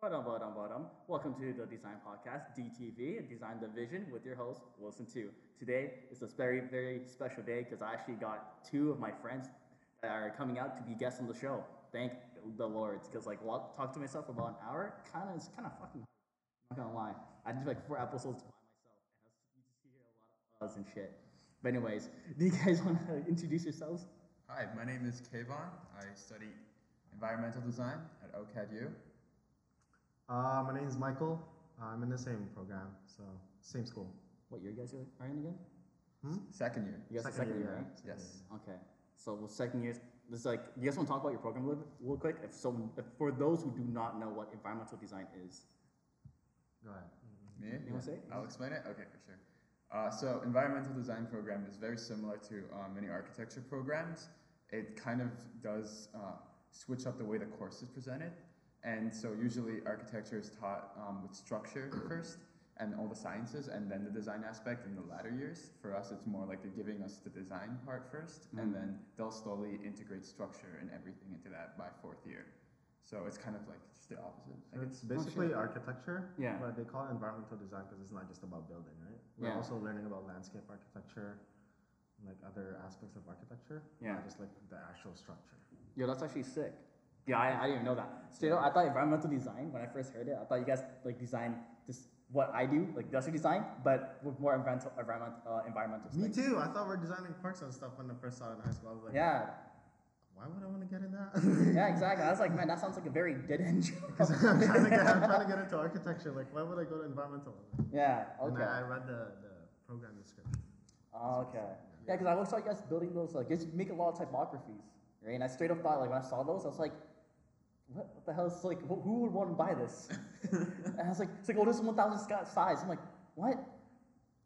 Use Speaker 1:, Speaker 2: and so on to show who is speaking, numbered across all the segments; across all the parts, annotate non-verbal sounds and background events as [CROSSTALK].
Speaker 1: Bottom, bottom, bottom. Welcome to the Design Podcast, DTV, Design Division, with your host, Wilson Tu. Today is a very, very special day because I actually got two of my friends that are coming out to be guests on the show. Thank the Lord, because like walk, talk to myself for about an hour, kind of, it's kind of fucking. hard. I'm not gonna lie, I did like four episodes by myself, and I was, you just hear a lot of uhs and shit. But anyways, [LAUGHS] do you guys want to introduce yourselves?
Speaker 2: Hi, my name is Kayvon. I study environmental design at OCADU.
Speaker 3: Uh, my name is Michael. I'm in the same program, so same school.
Speaker 1: What year you guys are in again?
Speaker 2: Second year.
Speaker 1: You guys are second year, right?
Speaker 3: Second
Speaker 2: Yes.
Speaker 1: Okay. So well, second year, this is like you guys want to talk about your program a little, bit- real quick. If so, if, for those who do not know what environmental design is,
Speaker 3: Go ahead.
Speaker 2: Me?
Speaker 1: You wanna say it?
Speaker 2: I'll explain it? Okay, for sure. Uh, so, environmental design program is very similar to uh, many architecture programs. It kind of does uh, switch up the way the course is presented. And so, usually, architecture is taught um, with structure first and all the sciences, and then the design aspect in the latter years. For us, it's more like they're giving us the design part 1st
Speaker 1: Mm-hmm.
Speaker 2: and then they'll slowly integrate structure and everything into that by fourth year. So, it's kind of like just the opposite.
Speaker 3: So
Speaker 2: Like
Speaker 3: it's basically
Speaker 1: Oh, sure.
Speaker 3: architecture,
Speaker 1: Yeah.
Speaker 3: but they call it environmental design because it's not just about building, right? We're
Speaker 1: Yeah.
Speaker 3: also learning about landscape architecture, like other aspects of architecture.
Speaker 1: Yeah.
Speaker 3: Not just like the actual structure.
Speaker 1: yo, that's actually sick. Yeah, I, I didn't even know that. Straight up, I thought environmental design when I first heard it. I thought you guys like design this what I do, like industrial design, but with more environmental environment, uh, environmental.
Speaker 3: Me
Speaker 1: stuff.
Speaker 3: too. I thought we are designing parks and stuff when I first saw it in high school. I was like,
Speaker 1: Yeah,
Speaker 3: why would I want to get in that? [LAUGHS]
Speaker 1: yeah, exactly. I was like, man, that sounds like a very dead end job. [LAUGHS]
Speaker 3: Because I'm, trying to get- I'm trying to get into architecture. Like, why would I go to environmental?
Speaker 1: yeah,
Speaker 3: And
Speaker 1: okay.
Speaker 3: I, I read the, the program description.
Speaker 1: Oh, okay. Yeah, because I always saw you guys building those, like, you guys make a lot of typographies, right? And I straight up thought, like, when I saw those, I was like, what, what the hell is, like, who, who would want to buy
Speaker 3: [LAUGHS]
Speaker 1: this? and I was like, it's like, oh, this is 1,000 sc- size. I'm like, what?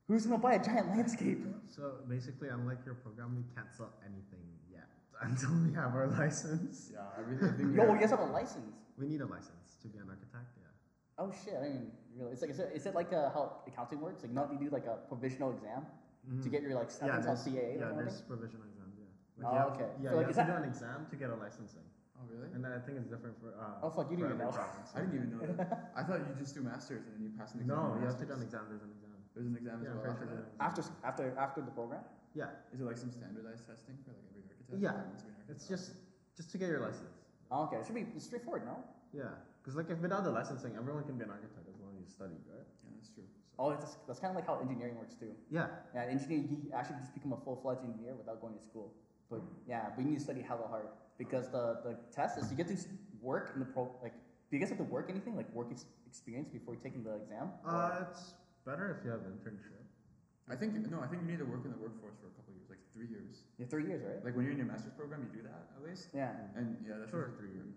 Speaker 1: Who's going to buy a giant landscape? [LAUGHS]
Speaker 3: So basically, unlike your program, we can't sell anything yet [LAUGHS] until we have our license.
Speaker 2: yeah, I really I
Speaker 1: [LAUGHS]
Speaker 2: think
Speaker 1: Yo,
Speaker 2: we're-
Speaker 1: you guys have a license.
Speaker 3: We need a license to be an architect. Yeah.
Speaker 1: Oh, shit, I didn't really. It's like, is it, is it like uh, how accounting works? Like, not you do, like, a provisional exam to get your, like, I think it's called CA or
Speaker 3: Mm-hmm. there's, yeah,
Speaker 1: something?
Speaker 3: there's provisional exams. Yeah.
Speaker 1: Oh,
Speaker 3: you have-
Speaker 1: okay.
Speaker 3: Yeah,
Speaker 1: So, like,
Speaker 3: you
Speaker 1: is
Speaker 3: have to
Speaker 1: that-
Speaker 3: do an exam to get a licensing,
Speaker 2: Oh, really?
Speaker 3: and then I think it's different for. Uh,
Speaker 1: Oh, fuck, you
Speaker 3: for
Speaker 1: didn't even
Speaker 3: every
Speaker 1: know.
Speaker 3: province.
Speaker 2: I didn't even know
Speaker 3: [LAUGHS]
Speaker 2: that. I thought you just do masters and then you pass an exam.
Speaker 3: No,
Speaker 2: for
Speaker 3: you have to do
Speaker 2: masters.
Speaker 3: an exam. There's an exam.
Speaker 2: There's an exam as
Speaker 3: Yeah, I'm
Speaker 2: well after
Speaker 3: pretty
Speaker 2: that.
Speaker 3: sure there's an
Speaker 1: After,
Speaker 3: exam.
Speaker 1: after, after the program?
Speaker 3: Yeah,
Speaker 2: Is it like some standardized testing for like every architect?
Speaker 3: Yeah,
Speaker 2: Like, once we an architect-
Speaker 3: it's just just to get your license.
Speaker 1: Oh, okay, it should be it's straightforward, no?
Speaker 3: Yeah, because like if without the licensing, everyone can be an architect as long as you study, right?
Speaker 2: Yeah, that's true.
Speaker 1: Oh, it's, that's kind of like how engineering works, too.
Speaker 3: Yeah.
Speaker 1: Yeah, engineer, you actually just become a full-fledged engineer without going to school. But yeah, but you need to study hella hard because the, the test is you get to s- work in the pro like do you guys have to work anything like work ex- experience before taking the exam?
Speaker 3: Uh, it's better if you have internship.
Speaker 2: I think no, I think you need to work in the workforce for a couple years, like three years.
Speaker 1: yeah, three years, right?
Speaker 2: Like when you're in your master's program, you do that at least.
Speaker 1: yeah,
Speaker 2: And yeah, that's
Speaker 3: Sure,
Speaker 2: usually
Speaker 3: three years.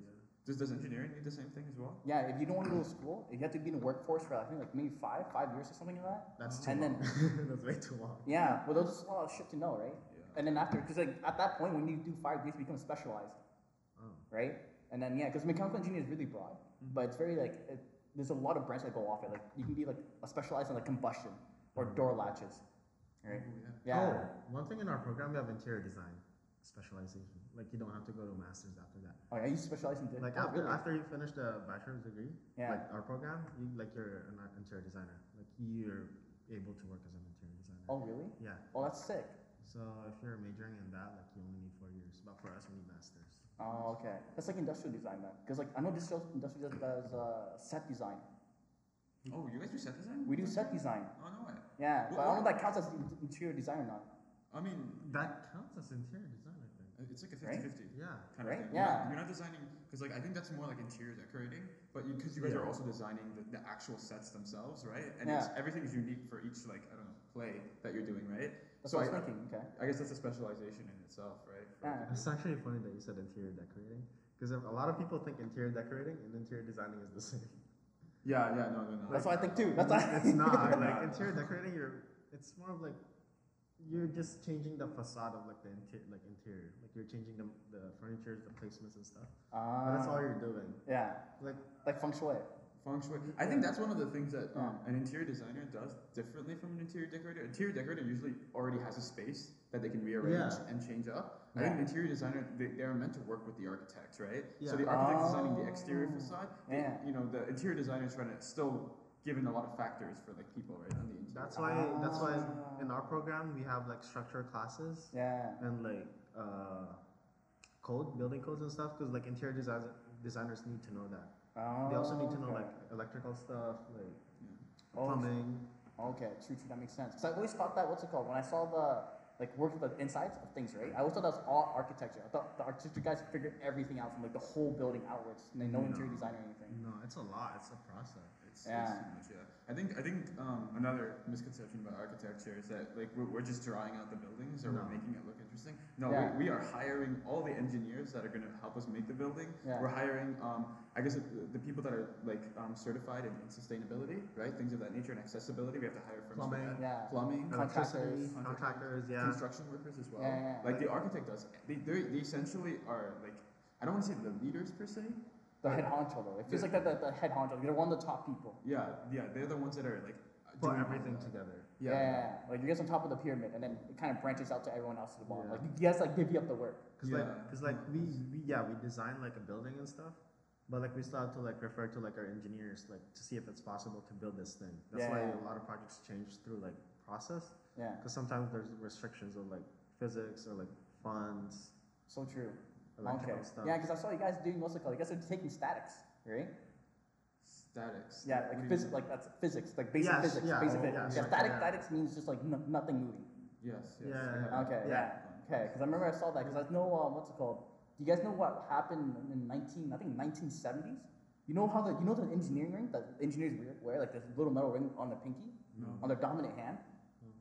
Speaker 2: Does does engineering need the same thing as well?
Speaker 1: yeah. If you don't want to go to school, you have to be in the workforce for I think like maybe five five years or something like that.
Speaker 3: That's too
Speaker 1: and
Speaker 3: long. [LAUGHS]
Speaker 1: then
Speaker 3: That's way too long.
Speaker 1: [LAUGHS] yeah, well, there's just a lot of shit to know, right?
Speaker 2: Yeah.
Speaker 1: And then after, because like at that point when you do five years, you become specialized.
Speaker 3: Oh.
Speaker 1: right? And then yeah, because mechanical engineering is really broad,
Speaker 3: Mm-hmm.
Speaker 1: but it's very like it, there's a lot of branches that go off it. Like you can be like a specialized in like combustion or
Speaker 3: Mm-hmm.
Speaker 1: door latches, right?
Speaker 2: Oh yeah.
Speaker 1: Yeah.
Speaker 3: Oh, one thing in our program, we have interior design specialization. Like you don't have to go to a master's after that.
Speaker 1: Oh, yeah, you specialize in
Speaker 3: Like
Speaker 1: oh,
Speaker 3: after
Speaker 1: really?
Speaker 3: after you finish the bachelor's degree,
Speaker 1: Yeah.
Speaker 3: like our program, you like you're an ar- interior designer. Like you're able to work as an interior designer.
Speaker 1: Oh really?
Speaker 3: Yeah.
Speaker 1: Oh that's sick.
Speaker 3: So if you're majoring in that, like you only need four years. But for us, we need masters.
Speaker 1: Oh okay. That's like industrial design then, because like I know industrial industrial design does uh, set design.
Speaker 2: Oh, you guys do set design?
Speaker 1: We do set design.
Speaker 2: Oh no way.
Speaker 1: Yeah, but I
Speaker 2: Wha-
Speaker 1: don't
Speaker 2: what-
Speaker 1: know if that counts as in- interior design or not.
Speaker 2: I mean,
Speaker 3: That counts as interior design, I think.
Speaker 2: it's like a 50-50.
Speaker 1: Right?
Speaker 3: Yeah.
Speaker 2: kind
Speaker 1: Right?
Speaker 2: of thing. You're not-
Speaker 1: Yeah.
Speaker 2: You're not designing because like I think that's more like interior decorating, but because you, 'cause you guys
Speaker 3: Yeah.
Speaker 2: are also designing the, the actual sets themselves, right? And it's,
Speaker 1: Yeah.
Speaker 2: everything is unique for each like I don't know play that you're doing, right?
Speaker 1: That's
Speaker 2: so
Speaker 1: what I
Speaker 2: I,
Speaker 1: was thinking. Okay.
Speaker 2: I guess that's a specialization in itself, right? For-
Speaker 1: Yeah.
Speaker 3: It's actually funny that you said interior decorating because a lot of people think interior decorating and interior designing is the same.
Speaker 2: Yeah, yeah, no, no, no.
Speaker 1: That's what I think too. That's [LAUGHS] what I-
Speaker 3: it's not like
Speaker 2: Nah.
Speaker 3: interior decorating. You're it's more of like you're just changing the facade of like the interior, like interior, like you're changing the the furniture, the placements and stuff. But
Speaker 1: Uh,
Speaker 3: that's all you're doing.
Speaker 1: yeah,
Speaker 3: Like
Speaker 1: like feng shui.
Speaker 2: Feng shui. I think that's one of the things that um, an interior designer does differently from an interior decorator. Interior decorator usually already has a space that they can rearrange
Speaker 3: Yeah.
Speaker 2: and change up. I think
Speaker 1: Yeah.
Speaker 2: the interior designer they, they are meant to work with the architect, right? So
Speaker 3: Yeah.
Speaker 2: the architect designing the exterior
Speaker 1: Oh,
Speaker 2: facade, they-
Speaker 1: yeah.
Speaker 2: you know, the interior designer is trying to still give in a lot of factors for like people, right? On the interior.
Speaker 3: That's why that's why in our program we have like structure classes
Speaker 1: Yeah.
Speaker 3: and like uh, code building codes and stuff because like interior design designers need to know that.
Speaker 1: Oh,
Speaker 3: they also need to know
Speaker 1: okay.
Speaker 3: like electrical stuff, like
Speaker 1: Oh,
Speaker 3: plumbing.
Speaker 1: Okay, true, true. That makes sense. Because I always thought that what's it called when I saw the like working with the insides of things, right? I always thought that was all architecture. I thought the architecture guys figured everything out from like the whole building outwards, and they no
Speaker 3: No.
Speaker 1: interior design or anything.
Speaker 3: No, it's a lot. It's a process.
Speaker 2: It's,
Speaker 1: Yeah.
Speaker 2: it's too much, yeah. I think I think um, another misconception about architecture is that like we're, we're just drawing out the buildings or
Speaker 3: No.
Speaker 2: we're making it look interesting. No,
Speaker 1: Yeah.
Speaker 2: we, we are hiring all the engineers that are going to help us make the building.
Speaker 1: Yeah.
Speaker 2: We're hiring, um, I guess, it- the people that are like um, certified in, in sustainability, right? Things of that nature and accessibility. We have to hire firms for
Speaker 3: Plumbing.
Speaker 2: that.
Speaker 1: Yeah.
Speaker 2: plumbing,
Speaker 1: Contractors.
Speaker 3: Electricity, contractors, yeah.
Speaker 2: construction workers as well.
Speaker 1: Yeah, yeah, yeah.
Speaker 2: Like the architect does. They they're- they essentially are like I don't want to say the leaders per se,
Speaker 1: The head honcho though. It feels
Speaker 2: The-
Speaker 1: like that the, the head honcho. They're one of the top people.
Speaker 2: Yeah, yeah, they're the ones that are like
Speaker 3: Put
Speaker 2: doing all
Speaker 3: everything
Speaker 2: that.
Speaker 3: together.
Speaker 1: Yeah.
Speaker 2: Yeah.
Speaker 1: Like you're just on top of the pyramid, and then it kind of branches out to everyone else at the bottom.
Speaker 3: Yeah.
Speaker 1: Like you guys like divvy up the work.
Speaker 3: Cause
Speaker 2: Yeah.
Speaker 3: like, cause like
Speaker 2: No,
Speaker 3: we,
Speaker 2: it's-
Speaker 3: we yeah we design like a building and stuff, but like we still have to like refer to like our engineers like to see if it's possible to build this thing. That's why
Speaker 1: Yeah.
Speaker 3: a lot of projects change through like process,
Speaker 1: Yeah.
Speaker 3: cause sometimes there's restrictions of like physics or like funds,
Speaker 1: So true.
Speaker 3: electrical
Speaker 1: okay.
Speaker 3: stuff.
Speaker 1: Yeah, because I saw you guys doing what's it called? You guys are taking statics, right?
Speaker 2: Statics.
Speaker 1: Yeah,
Speaker 2: What
Speaker 1: like
Speaker 2: do you
Speaker 1: phys-
Speaker 2: mean?
Speaker 1: like that's physics, like basic
Speaker 3: Mm. Yes,
Speaker 1: physics,
Speaker 3: yeah,
Speaker 1: basic
Speaker 3: oh,
Speaker 1: physics.
Speaker 3: yeah,
Speaker 1: yeah,
Speaker 3: sure,
Speaker 1: static
Speaker 3: yeah.
Speaker 1: statics means just like n- nothing moving.
Speaker 2: Yes, yes.
Speaker 3: Yeah,
Speaker 2: we
Speaker 3: yeah,
Speaker 2: have
Speaker 1: Okay,
Speaker 2: that.
Speaker 1: yeah. Okay, because I remember I saw that because I know uh, what's it called. Do you guys know what happened in 19? I think 1970s. You know how the you know the engineering ring that engineers wear, wear like this little metal ring on the pinky,
Speaker 2: No.
Speaker 1: on their dominant hand.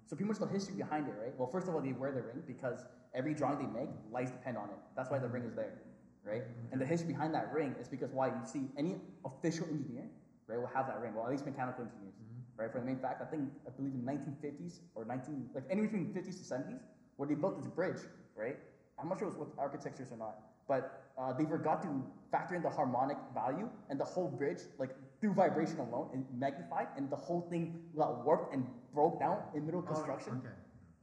Speaker 1: So pretty much the history behind it, right? Well, first of all, they wear the ring because every drawing they make, lives depend on it. That's why the ring is there, right? And the history behind that ring is because why you see any official engineer, right, will have that ring. Well, at least mechanical engineers, right? For the main fact, I think I believe in 1950s or 19 like anywhere between 50s to 70s, where they built this bridge, right? I'm not sure it was with architectures or not, but uh, they forgot to factor in the harmonic value and the whole bridge, like through vibration alone, and magnified, and the whole thing got warped and broke down in middle of
Speaker 3: Oh,
Speaker 1: construction.
Speaker 3: okay.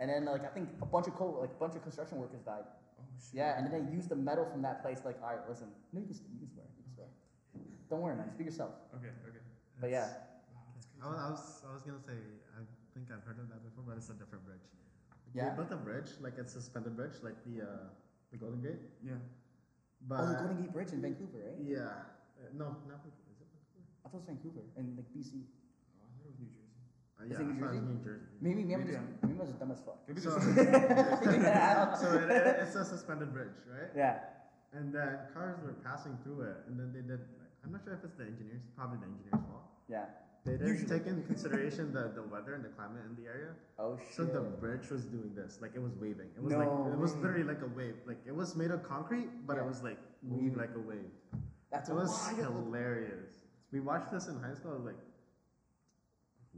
Speaker 1: And then like I think a bunch of co- like a bunch of construction workers died.
Speaker 2: Oh shit.
Speaker 1: Yeah, and then they used the metal from that place. Like, all right, listen, no, you can, you can swear, you can swear. Don't worry, man. Speak yourself.
Speaker 2: Okay, okay.
Speaker 1: But yeah,
Speaker 2: Wow, that's crazy.
Speaker 3: I was, I was I was gonna say I think I've heard of that before, but it's a different bridge.
Speaker 1: Yeah.
Speaker 3: They built a bridge like a suspended bridge, like the uh, the Golden Gate.
Speaker 2: Yeah.
Speaker 3: But
Speaker 1: oh, the Golden Gate Bridge in Vancouver, right?
Speaker 3: yeah, Uh, no, not Vancouver. Is it Vancouver?
Speaker 1: I thought it was Vancouver in like BC.
Speaker 2: Oh, I thought it was New Jersey.
Speaker 3: Uh,
Speaker 1: Is
Speaker 3: yeah,
Speaker 1: it New
Speaker 3: I thought it was
Speaker 1: Jersey?
Speaker 3: New Jersey.
Speaker 1: Maybe maybe I'm
Speaker 2: Maybe
Speaker 1: just
Speaker 2: I'm-
Speaker 1: maybe I'm just dumb as fuck.
Speaker 2: Maybe
Speaker 1: [LAUGHS]
Speaker 3: So- [LAUGHS]
Speaker 2: there's-
Speaker 3: so it, it, it's a suspended bridge, right?
Speaker 1: yeah.
Speaker 3: And then cars were passing through it, and then they did. Like, I'm not sure if it's the engineers, probably the engineers' fault.
Speaker 1: Yeah.
Speaker 3: They didn't
Speaker 1: Usually.
Speaker 3: take into consideration the, the weather and the climate in the area.
Speaker 1: Oh shit.
Speaker 3: So the bridge was doing this, like it was waving. It was
Speaker 1: No
Speaker 3: like it was
Speaker 1: way.
Speaker 3: literally like a wave. Like it was made of concrete, but
Speaker 1: Yeah.
Speaker 3: it was like moving
Speaker 1: Waving.
Speaker 3: like a wave.
Speaker 1: That's
Speaker 3: it was
Speaker 1: wild.
Speaker 3: hilarious. We watched this in high school. I was like,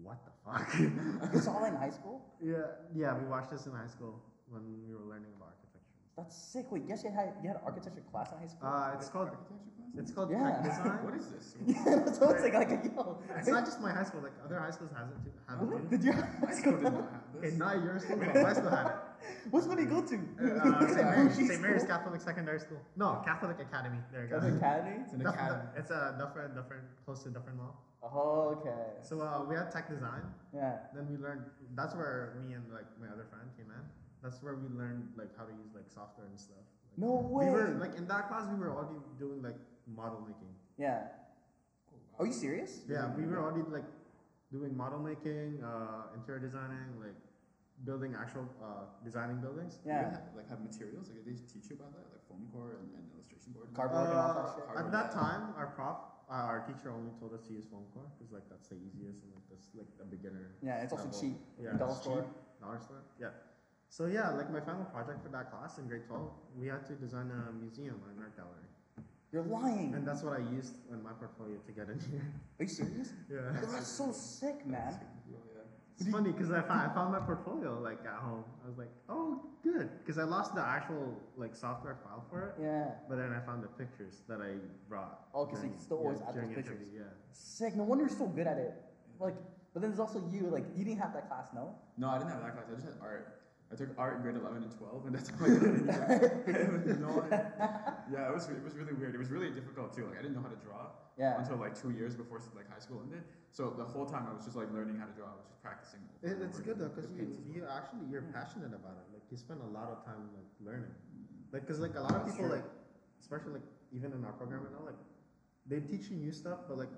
Speaker 3: what the fuck? [LAUGHS]
Speaker 1: You saw that in high school?
Speaker 3: yeah, yeah. We watched this in high school when we were learning about architecture.
Speaker 1: That's sick. Wait, yes, you had you had an architecture class in high school.
Speaker 3: Uh,
Speaker 1: [LAUGHS]
Speaker 3: it's called
Speaker 2: Architecture class?
Speaker 3: it's called
Speaker 1: Yeah.
Speaker 3: tech design.
Speaker 2: [LAUGHS] What is this?
Speaker 1: yeah, so it's like like yo.
Speaker 3: [LAUGHS] It's not just my high school. Like other high schools has it too. Have it too.
Speaker 1: Did you?
Speaker 2: My school did not have
Speaker 3: Okay, [LAUGHS]
Speaker 2: this.
Speaker 3: not your school,
Speaker 2: [LAUGHS]
Speaker 3: but my school had it.
Speaker 1: What's what do you go to? [LAUGHS]
Speaker 3: Uh, St. Mary's,
Speaker 1: Bougie
Speaker 3: St. Mary's
Speaker 1: school.
Speaker 3: Catholic Secondary School. No, Catholic Academy. There you go.
Speaker 1: That's academy.
Speaker 3: [LAUGHS]
Speaker 2: It's an
Speaker 3: Duff-
Speaker 2: academy.
Speaker 3: It's a Dufferin, Dufferin, close to Dufferin Mall.
Speaker 1: Oh, okay.
Speaker 3: So uh, we had tech design.
Speaker 1: Yeah.
Speaker 3: Then we learned. That's where me and like my other friend came in. That's where we learned like how to use like software and stuff. Like,
Speaker 1: No way.
Speaker 3: We were like in that class. We were already doing like model making.
Speaker 1: yeah. Are Oh, you serious?
Speaker 3: Yeah, we were already like doing model making, uh, interior designing, like building actual uh, designing buildings.
Speaker 2: You guys
Speaker 1: Yeah.
Speaker 2: have- like have materials? Like did they teach you about that? Like foam core and, and illustration board? and
Speaker 1: Cardboard.
Speaker 2: stuff?
Speaker 1: Working off that shit.
Speaker 3: Uh, At that time, our prof, uh, our teacher only told us to use foam core because like that's the easiest and like that's like the beginner.
Speaker 1: Yeah, it's also
Speaker 3: level.
Speaker 1: cheap.
Speaker 3: Yeah,
Speaker 1: Dollar
Speaker 3: it's
Speaker 1: store.
Speaker 3: cheap. Dollar store. Yeah. So yeah, like my final project for that class in grade twelve, we had to design a museum or an art gallery,
Speaker 1: You're lying.
Speaker 3: and that's what I used in my portfolio to get in here. [LAUGHS]
Speaker 1: Are you serious?
Speaker 3: yeah.
Speaker 1: Yo, that's so sick, man.
Speaker 2: Oh, yeah.
Speaker 3: It's funny because I, found I found my portfolio like at home. I was like, oh, good, because I lost the actual like software file for it,
Speaker 1: Yeah.
Speaker 3: but then I found the pictures that I brought.
Speaker 1: Oh, 'cause you
Speaker 3: during-
Speaker 1: can still always
Speaker 3: yeah,
Speaker 1: add those
Speaker 3: during interview,
Speaker 1: pictures.
Speaker 3: Yeah.
Speaker 1: Sick. No wonder you're so good at it. Like, but then there's also you. Like, you didn't have that class, no?
Speaker 2: No, I didn't have that class. I just had art. I took art in grade 11 and 12, and [LAUGHS] that's how I got into
Speaker 1: [LAUGHS]
Speaker 2: that. It was no- yeah, it was, it was really weird. It was really difficult too. Like I didn't know how to draw
Speaker 1: Yeah.
Speaker 2: until like two years before like high school ended. So the whole time I was just like learning how to draw. I was just practicing. over
Speaker 3: It,
Speaker 2: and
Speaker 3: it's
Speaker 2: over
Speaker 3: good though,
Speaker 2: again.
Speaker 3: cause
Speaker 2: The
Speaker 3: you,
Speaker 2: paints as
Speaker 3: you
Speaker 2: well.
Speaker 3: actually you're passionate about it. Like you spend a lot of time like learning, like cause like a lot of
Speaker 2: That's
Speaker 3: people
Speaker 2: true.
Speaker 3: like, especially like even in our program right now, like they teach you new stuff, but like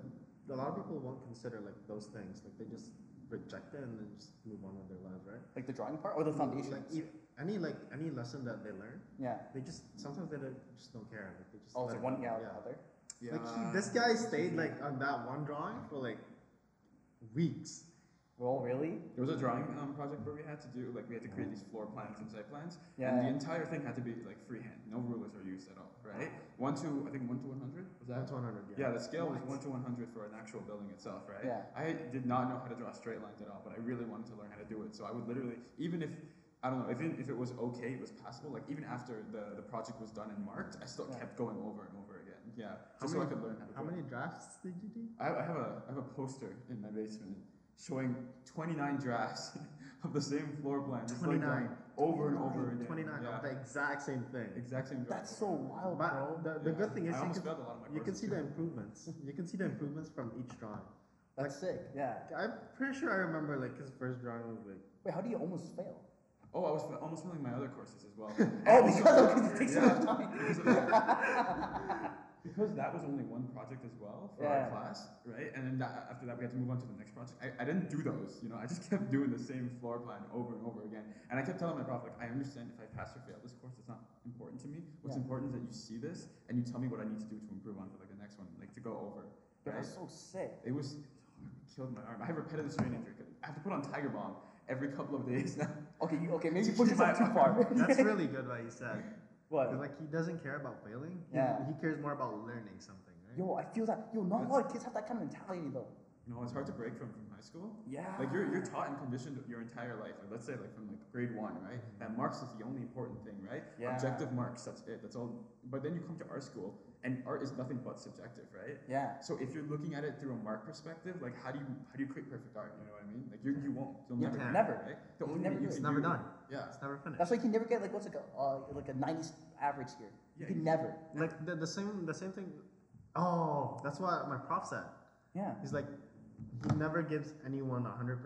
Speaker 3: a lot of people won't consider like those things. Like they just reject it and then just move on with their lives, right?
Speaker 1: Like the drawing part or the foundation.
Speaker 3: Like e- any like any lesson that they learn,
Speaker 1: Yeah.
Speaker 3: they just sometimes they don't, just don't care. Like they just
Speaker 1: Oh, it's
Speaker 3: let
Speaker 1: like
Speaker 3: it
Speaker 1: one
Speaker 3: go.
Speaker 1: gal or the
Speaker 3: Yeah.
Speaker 1: other.
Speaker 3: Like
Speaker 2: Yeah.
Speaker 3: he, "Ah, this guy stayed like on that one drawing for like weeks.
Speaker 1: Well, really?
Speaker 2: There was a drawing um, project where we had to do like we had to create these floor plans and site plans,
Speaker 1: Yeah.
Speaker 2: and the entire thing had to be like freehand. No rulers were used at all, right? One to I think one to one hundred was that?
Speaker 3: That's 100.
Speaker 2: Yeah, the scale was one to one hundred for an actual building itself, right?
Speaker 1: Yeah.
Speaker 2: I did not know how to draw straight lines at all, but I really wanted to learn how to do it. So I would literally, even if I don't know, even if it was okay, it was passable. Like even after the, the project was done and marked, I still
Speaker 1: Yeah.
Speaker 2: kept going over and over again. Yeah,
Speaker 3: How
Speaker 2: just so I
Speaker 3: many-
Speaker 2: could learn how to.
Speaker 3: How
Speaker 2: do it.
Speaker 3: many drafts did you do?
Speaker 2: I I have a I have a poster in my basement showing 29 drafts [LAUGHS] of the same floor plan. just like that,
Speaker 3: 29.
Speaker 2: over and over again.
Speaker 3: 29
Speaker 2: Yeah.
Speaker 3: of the exact same thing.
Speaker 2: Exact same draft.
Speaker 1: That's so wild,
Speaker 3: But
Speaker 1: bro.
Speaker 3: the, the
Speaker 2: Yeah.
Speaker 3: good thing is
Speaker 2: I
Speaker 3: you
Speaker 2: almost
Speaker 3: can,
Speaker 2: failed a lot of my
Speaker 3: you can
Speaker 2: courses,
Speaker 3: see
Speaker 2: too.
Speaker 3: the improvements. You can see the improvements from each drawing.
Speaker 1: That's sick. Yeah.
Speaker 3: I'm pretty sure I remember like his first drawing was [LAUGHS] like
Speaker 1: Wait, how do you almost fail?
Speaker 2: Oh, I was fa- almost failing my other courses as well.
Speaker 1: [LAUGHS] Oh, because of- because it takes so
Speaker 2: Yeah,
Speaker 1: much time.
Speaker 2: because of that. Because that was only one project as well for
Speaker 1: Yeah.
Speaker 2: our class, right? And then that, after that, we had to move on to the next project. I, I didn't do those, you know. I just [LAUGHS] kept doing the same floor plan over and over again. And I kept telling my prof, like, I understand if I pass or fail this course, it's not important to me. What's
Speaker 1: Yeah.
Speaker 2: important is that you see this and you tell me what I need to do to improve on for like the next one, like to go over,
Speaker 1: Bro,
Speaker 2: right?
Speaker 1: That's so sick.
Speaker 2: It was it killed my arm. I have repetitive strain injury. I have to put on Tiger Bomb every couple of days [LAUGHS] now.
Speaker 1: Okay, you, okay, maybe you push yourself too [LAUGHS] far.
Speaker 3: that's really good what he said. Because
Speaker 1: what?
Speaker 3: like he doesn't care about failing. He,
Speaker 1: Yeah.
Speaker 3: he cares more about learning something, right?
Speaker 1: Yo, I feel that. Yo, not a lot of kids have that kind of mentality though.
Speaker 2: No, it's hard to break from from high school.
Speaker 1: Yeah.
Speaker 2: Like you're, you're taught and conditioned your entire life. Like let's say like from like grade one, right? That marks is the only important thing, right?
Speaker 1: Yeah.
Speaker 2: Objective marks. That's it. That's all. But then you come to art school, and art is nothing but subjective, right?
Speaker 1: Yeah.
Speaker 2: So if you're looking at it through a mark perspective, like how do you how do you create perfect art? You know what I mean? Like you you won't. You'll
Speaker 1: You
Speaker 2: never.
Speaker 1: can't.
Speaker 2: do it,
Speaker 1: Never.
Speaker 2: Right? The
Speaker 1: You
Speaker 2: only
Speaker 1: never
Speaker 2: thing you
Speaker 1: do it.
Speaker 2: can
Speaker 3: It's never
Speaker 2: do-
Speaker 3: done.
Speaker 2: Yeah.
Speaker 3: It's never finished.
Speaker 1: That's why you can never get like what's like a uh, like a 90s average here. You
Speaker 2: Yeah,
Speaker 1: can
Speaker 2: you-
Speaker 1: never.
Speaker 3: like the, the same the same thing oh that's what my prof said
Speaker 1: Yeah.
Speaker 3: he's like he never gives anyone 100%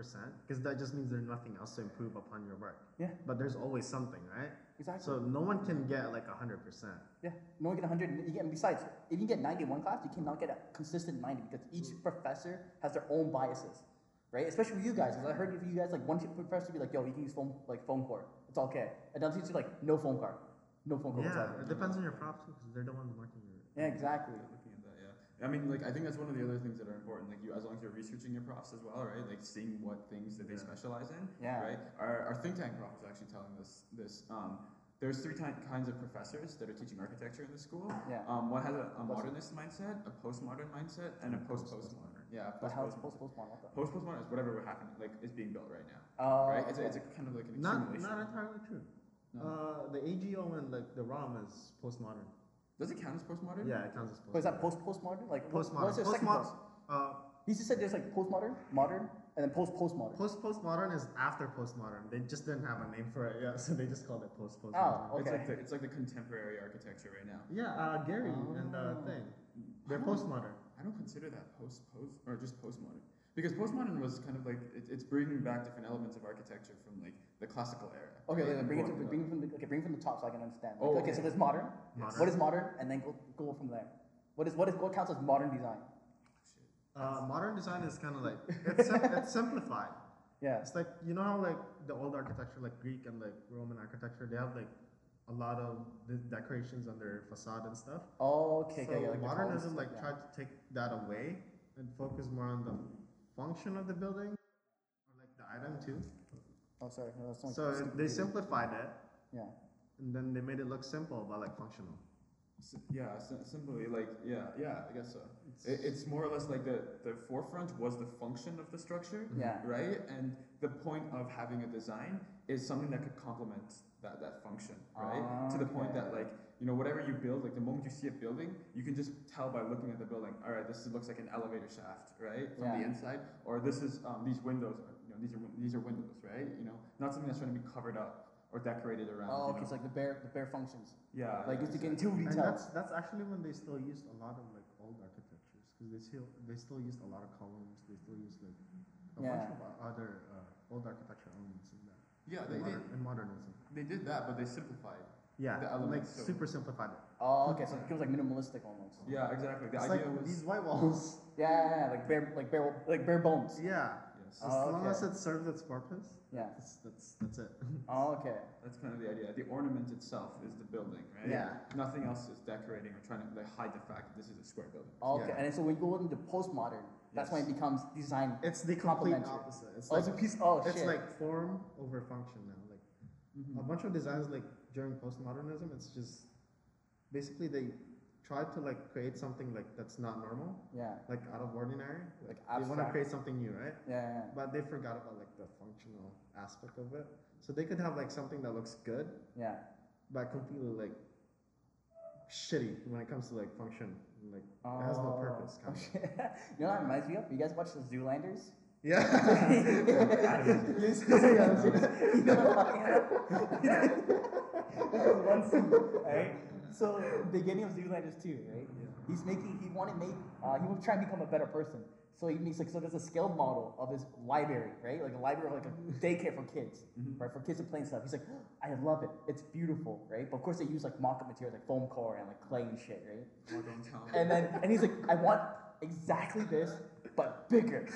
Speaker 3: because that just means there's nothing else to improve upon your work
Speaker 1: Yeah.
Speaker 3: but there's always something right
Speaker 1: Exactly.
Speaker 3: so no one can get like 100%
Speaker 1: yeah. No one get 100. You get and besides, if you get 90 in one class, you cannot get a consistent 90 because each professor has their own biases, right? Especially with you guys, because I heard if you guys like one professor be like, "Yo, you can use phone like phone core, it's okay," another teacher like, "No phone card, no phone core
Speaker 3: yeah
Speaker 1: whatsoever."
Speaker 3: it depends on your prof too because they're the ones marking your
Speaker 1: Yeah, exactly.
Speaker 2: looking at that, yeah. I mean, like, I think that's one of the other things that are important. Like, you, as long as you're researching your profs as well, right? Like, seeing what things that they
Speaker 3: Yeah.
Speaker 2: specialize in,
Speaker 1: Yeah.
Speaker 2: right? Our, our think tank prof was actually telling us this. Um, there's three ti- kinds of professors that are teaching architecture in the school.
Speaker 1: Yeah.
Speaker 2: Um, one has a, a
Speaker 1: What's-
Speaker 2: modernist mindset, a postmodern mindset, and a post-postmodern. Yeah.
Speaker 1: But how it's
Speaker 2: post-postmodern.
Speaker 1: Mm-hmm. post postmodern? what the-
Speaker 2: Post-postmodern is whatever we're happening, like, is being built right now.
Speaker 1: Oh,
Speaker 2: right? It's, a,
Speaker 1: okay.
Speaker 2: it's a kind of like an
Speaker 3: not
Speaker 2: accumulation.
Speaker 3: not entirely true
Speaker 2: No.
Speaker 3: uh, the AGO and like the ROM is postmodern.
Speaker 2: Does it count as postmodern?
Speaker 3: Yeah, it counts as postmodern.
Speaker 1: But Oh, is that post postmodern? Like what-
Speaker 3: postmodern?
Speaker 1: What's the second
Speaker 3: Postmod-
Speaker 1: post?
Speaker 3: uh,
Speaker 1: He just said there's like postmodern, modern, and then post postmodern.
Speaker 3: Post postmodern is after postmodern. They just didn't have a name for it, yeah, [LAUGHS] so they just called it post postmodern.
Speaker 1: Oh, okay.
Speaker 2: It's like the, it's like the contemporary architecture right now.
Speaker 3: Yeah, uh, Gary and uh,
Speaker 1: Oh.
Speaker 3: thing. They're
Speaker 2: I don't-
Speaker 3: postmodern.
Speaker 2: I don't consider that post post or just postmodern because postmodern was kind of like it, it's bringing back different elements of architecture from like the classical era.
Speaker 1: Okay,
Speaker 2: right?
Speaker 1: yeah, bring it to,
Speaker 2: More of
Speaker 1: bring
Speaker 2: the-
Speaker 1: it from the, okay, bring it from the top so I can understand. Like,
Speaker 2: Oh,
Speaker 1: okay, so
Speaker 2: okay.
Speaker 1: there's modern.
Speaker 3: Modern.
Speaker 1: What is modern, and then go go from there. What is what is what counts as modern design?
Speaker 3: Uh, modern design is kind of
Speaker 1: [LAUGHS]
Speaker 3: like it's, sim- it's simplified.
Speaker 1: Yeah.
Speaker 3: It's like you know how like the old architecture, like Greek and like Roman architecture, they have like a lot of the decorations on their facade and stuff.
Speaker 1: Okay.
Speaker 3: so
Speaker 1: okay, yeah, like the
Speaker 3: modernism
Speaker 1: columns,
Speaker 3: like tried to take that away and focus more on the function of the building or like the item too.
Speaker 1: Oh, sorry. No, that's not
Speaker 3: So
Speaker 1: stupid
Speaker 3: they
Speaker 1: reading.
Speaker 3: simplified it
Speaker 1: Yeah.
Speaker 3: and then they made it look simple but like functional.
Speaker 2: S- yeah, sim- simply like yeah, yeah, I guess so. It, it's more or less like the the forefront was the function of the structure,
Speaker 1: Yeah.
Speaker 3: Mm-hmm.
Speaker 2: right? And the point of having a design is something that could complement that, that function, right? to the point that
Speaker 1: Ah, Okay.
Speaker 2: like you know whatever you build, like the moment you see a building, you can just tell by looking at the building. All right, this looks like an elevator shaft, right, from the
Speaker 1: Yeah.
Speaker 2: inside, or this is um, these windows. Are, you know, these are win- these are windows, right? You know, not something that's trying to be covered up. or decorated around.
Speaker 1: Oh,
Speaker 2: you
Speaker 1: okay,
Speaker 2: know?
Speaker 1: it's like the bare the bare functions.
Speaker 2: yeah,
Speaker 1: Like
Speaker 2: yeah,
Speaker 1: it's to get
Speaker 2: exactly.
Speaker 1: into
Speaker 3: And
Speaker 1: details.
Speaker 3: that's that's actually when they still used a lot of like old architectures because they still they still used a lot of columns. They still used like a
Speaker 1: Yeah.
Speaker 3: bunch of o- other uh, old architecture elements in that.
Speaker 2: Yeah,
Speaker 3: in,
Speaker 2: they did.
Speaker 3: moder- in modernism.
Speaker 2: They did that, but they simplified.
Speaker 3: Yeah,
Speaker 2: The
Speaker 3: like
Speaker 2: elements, so-
Speaker 3: super simplified it.
Speaker 1: Oh, okay, so it feels like minimalistic almost.
Speaker 2: Yeah, exactly. The
Speaker 3: It's
Speaker 2: idea
Speaker 3: like
Speaker 2: was
Speaker 3: these white
Speaker 2: [LAUGHS]
Speaker 3: walls.
Speaker 1: Yeah, yeah, yeah, like bare, like bare, like bare bones.
Speaker 3: yeah,
Speaker 2: yes,
Speaker 3: as
Speaker 1: Oh,
Speaker 3: long
Speaker 1: okay.
Speaker 3: as it serves its purpose,
Speaker 1: Yeah.
Speaker 3: that's that's that's it.
Speaker 1: Oh, okay.
Speaker 2: that's kind of the idea. The ornament itself is the building, right?
Speaker 1: Yeah.
Speaker 2: Nothing else is decorating or trying to like, hide the fact that this is a square building. [LAUGHS]
Speaker 1: Okay.
Speaker 3: Yeah.
Speaker 1: And so when you go into postmodern, that's when
Speaker 2: Yes.
Speaker 1: it becomes design.
Speaker 3: It's the complete
Speaker 1: Complementary.
Speaker 3: opposite. It's
Speaker 1: oh,
Speaker 3: like
Speaker 1: it's a piece. Oh
Speaker 3: it's
Speaker 1: shit. Mm-hmm.
Speaker 3: like form over function now. Like a bunch of designs like during postmodernism, it's just basically they tried to like create something like that's not normal,
Speaker 1: yeah.
Speaker 3: like out of ordinary.
Speaker 1: Like
Speaker 3: they want to
Speaker 1: abstract.
Speaker 3: create something new, right?
Speaker 1: Yeah. yeah.
Speaker 3: But they forgot about like the functional aspect of it. So they could have like something that looks good,
Speaker 1: Yeah.
Speaker 3: but completely like shitty when it comes to like function. and, Like it has no
Speaker 1: Oh.
Speaker 3: purpose.
Speaker 1: Oh,
Speaker 3: Kind
Speaker 1: [LAUGHS]
Speaker 3: of.
Speaker 1: shit. you know what that reminds me of? You guys watch the Zoolanders?
Speaker 3: [LAUGHS] Yeah.
Speaker 1: This is [LAUGHS] one scene, right? So beginning of Zoolanders two, right? He's making he wanted to make uh, he was trying to become a better person. So he makes like so there's a scale model of his library, right? Like a library like a daycare for kids, right? For kids to play and stuff. He's like, I love it. It's beautiful, right? But of course they use like mock-up materials like foam core and like clay and shit, right?
Speaker 2: Or don't tell me. [LAUGHS]
Speaker 1: And then and he's like, I want exactly this, but bigger.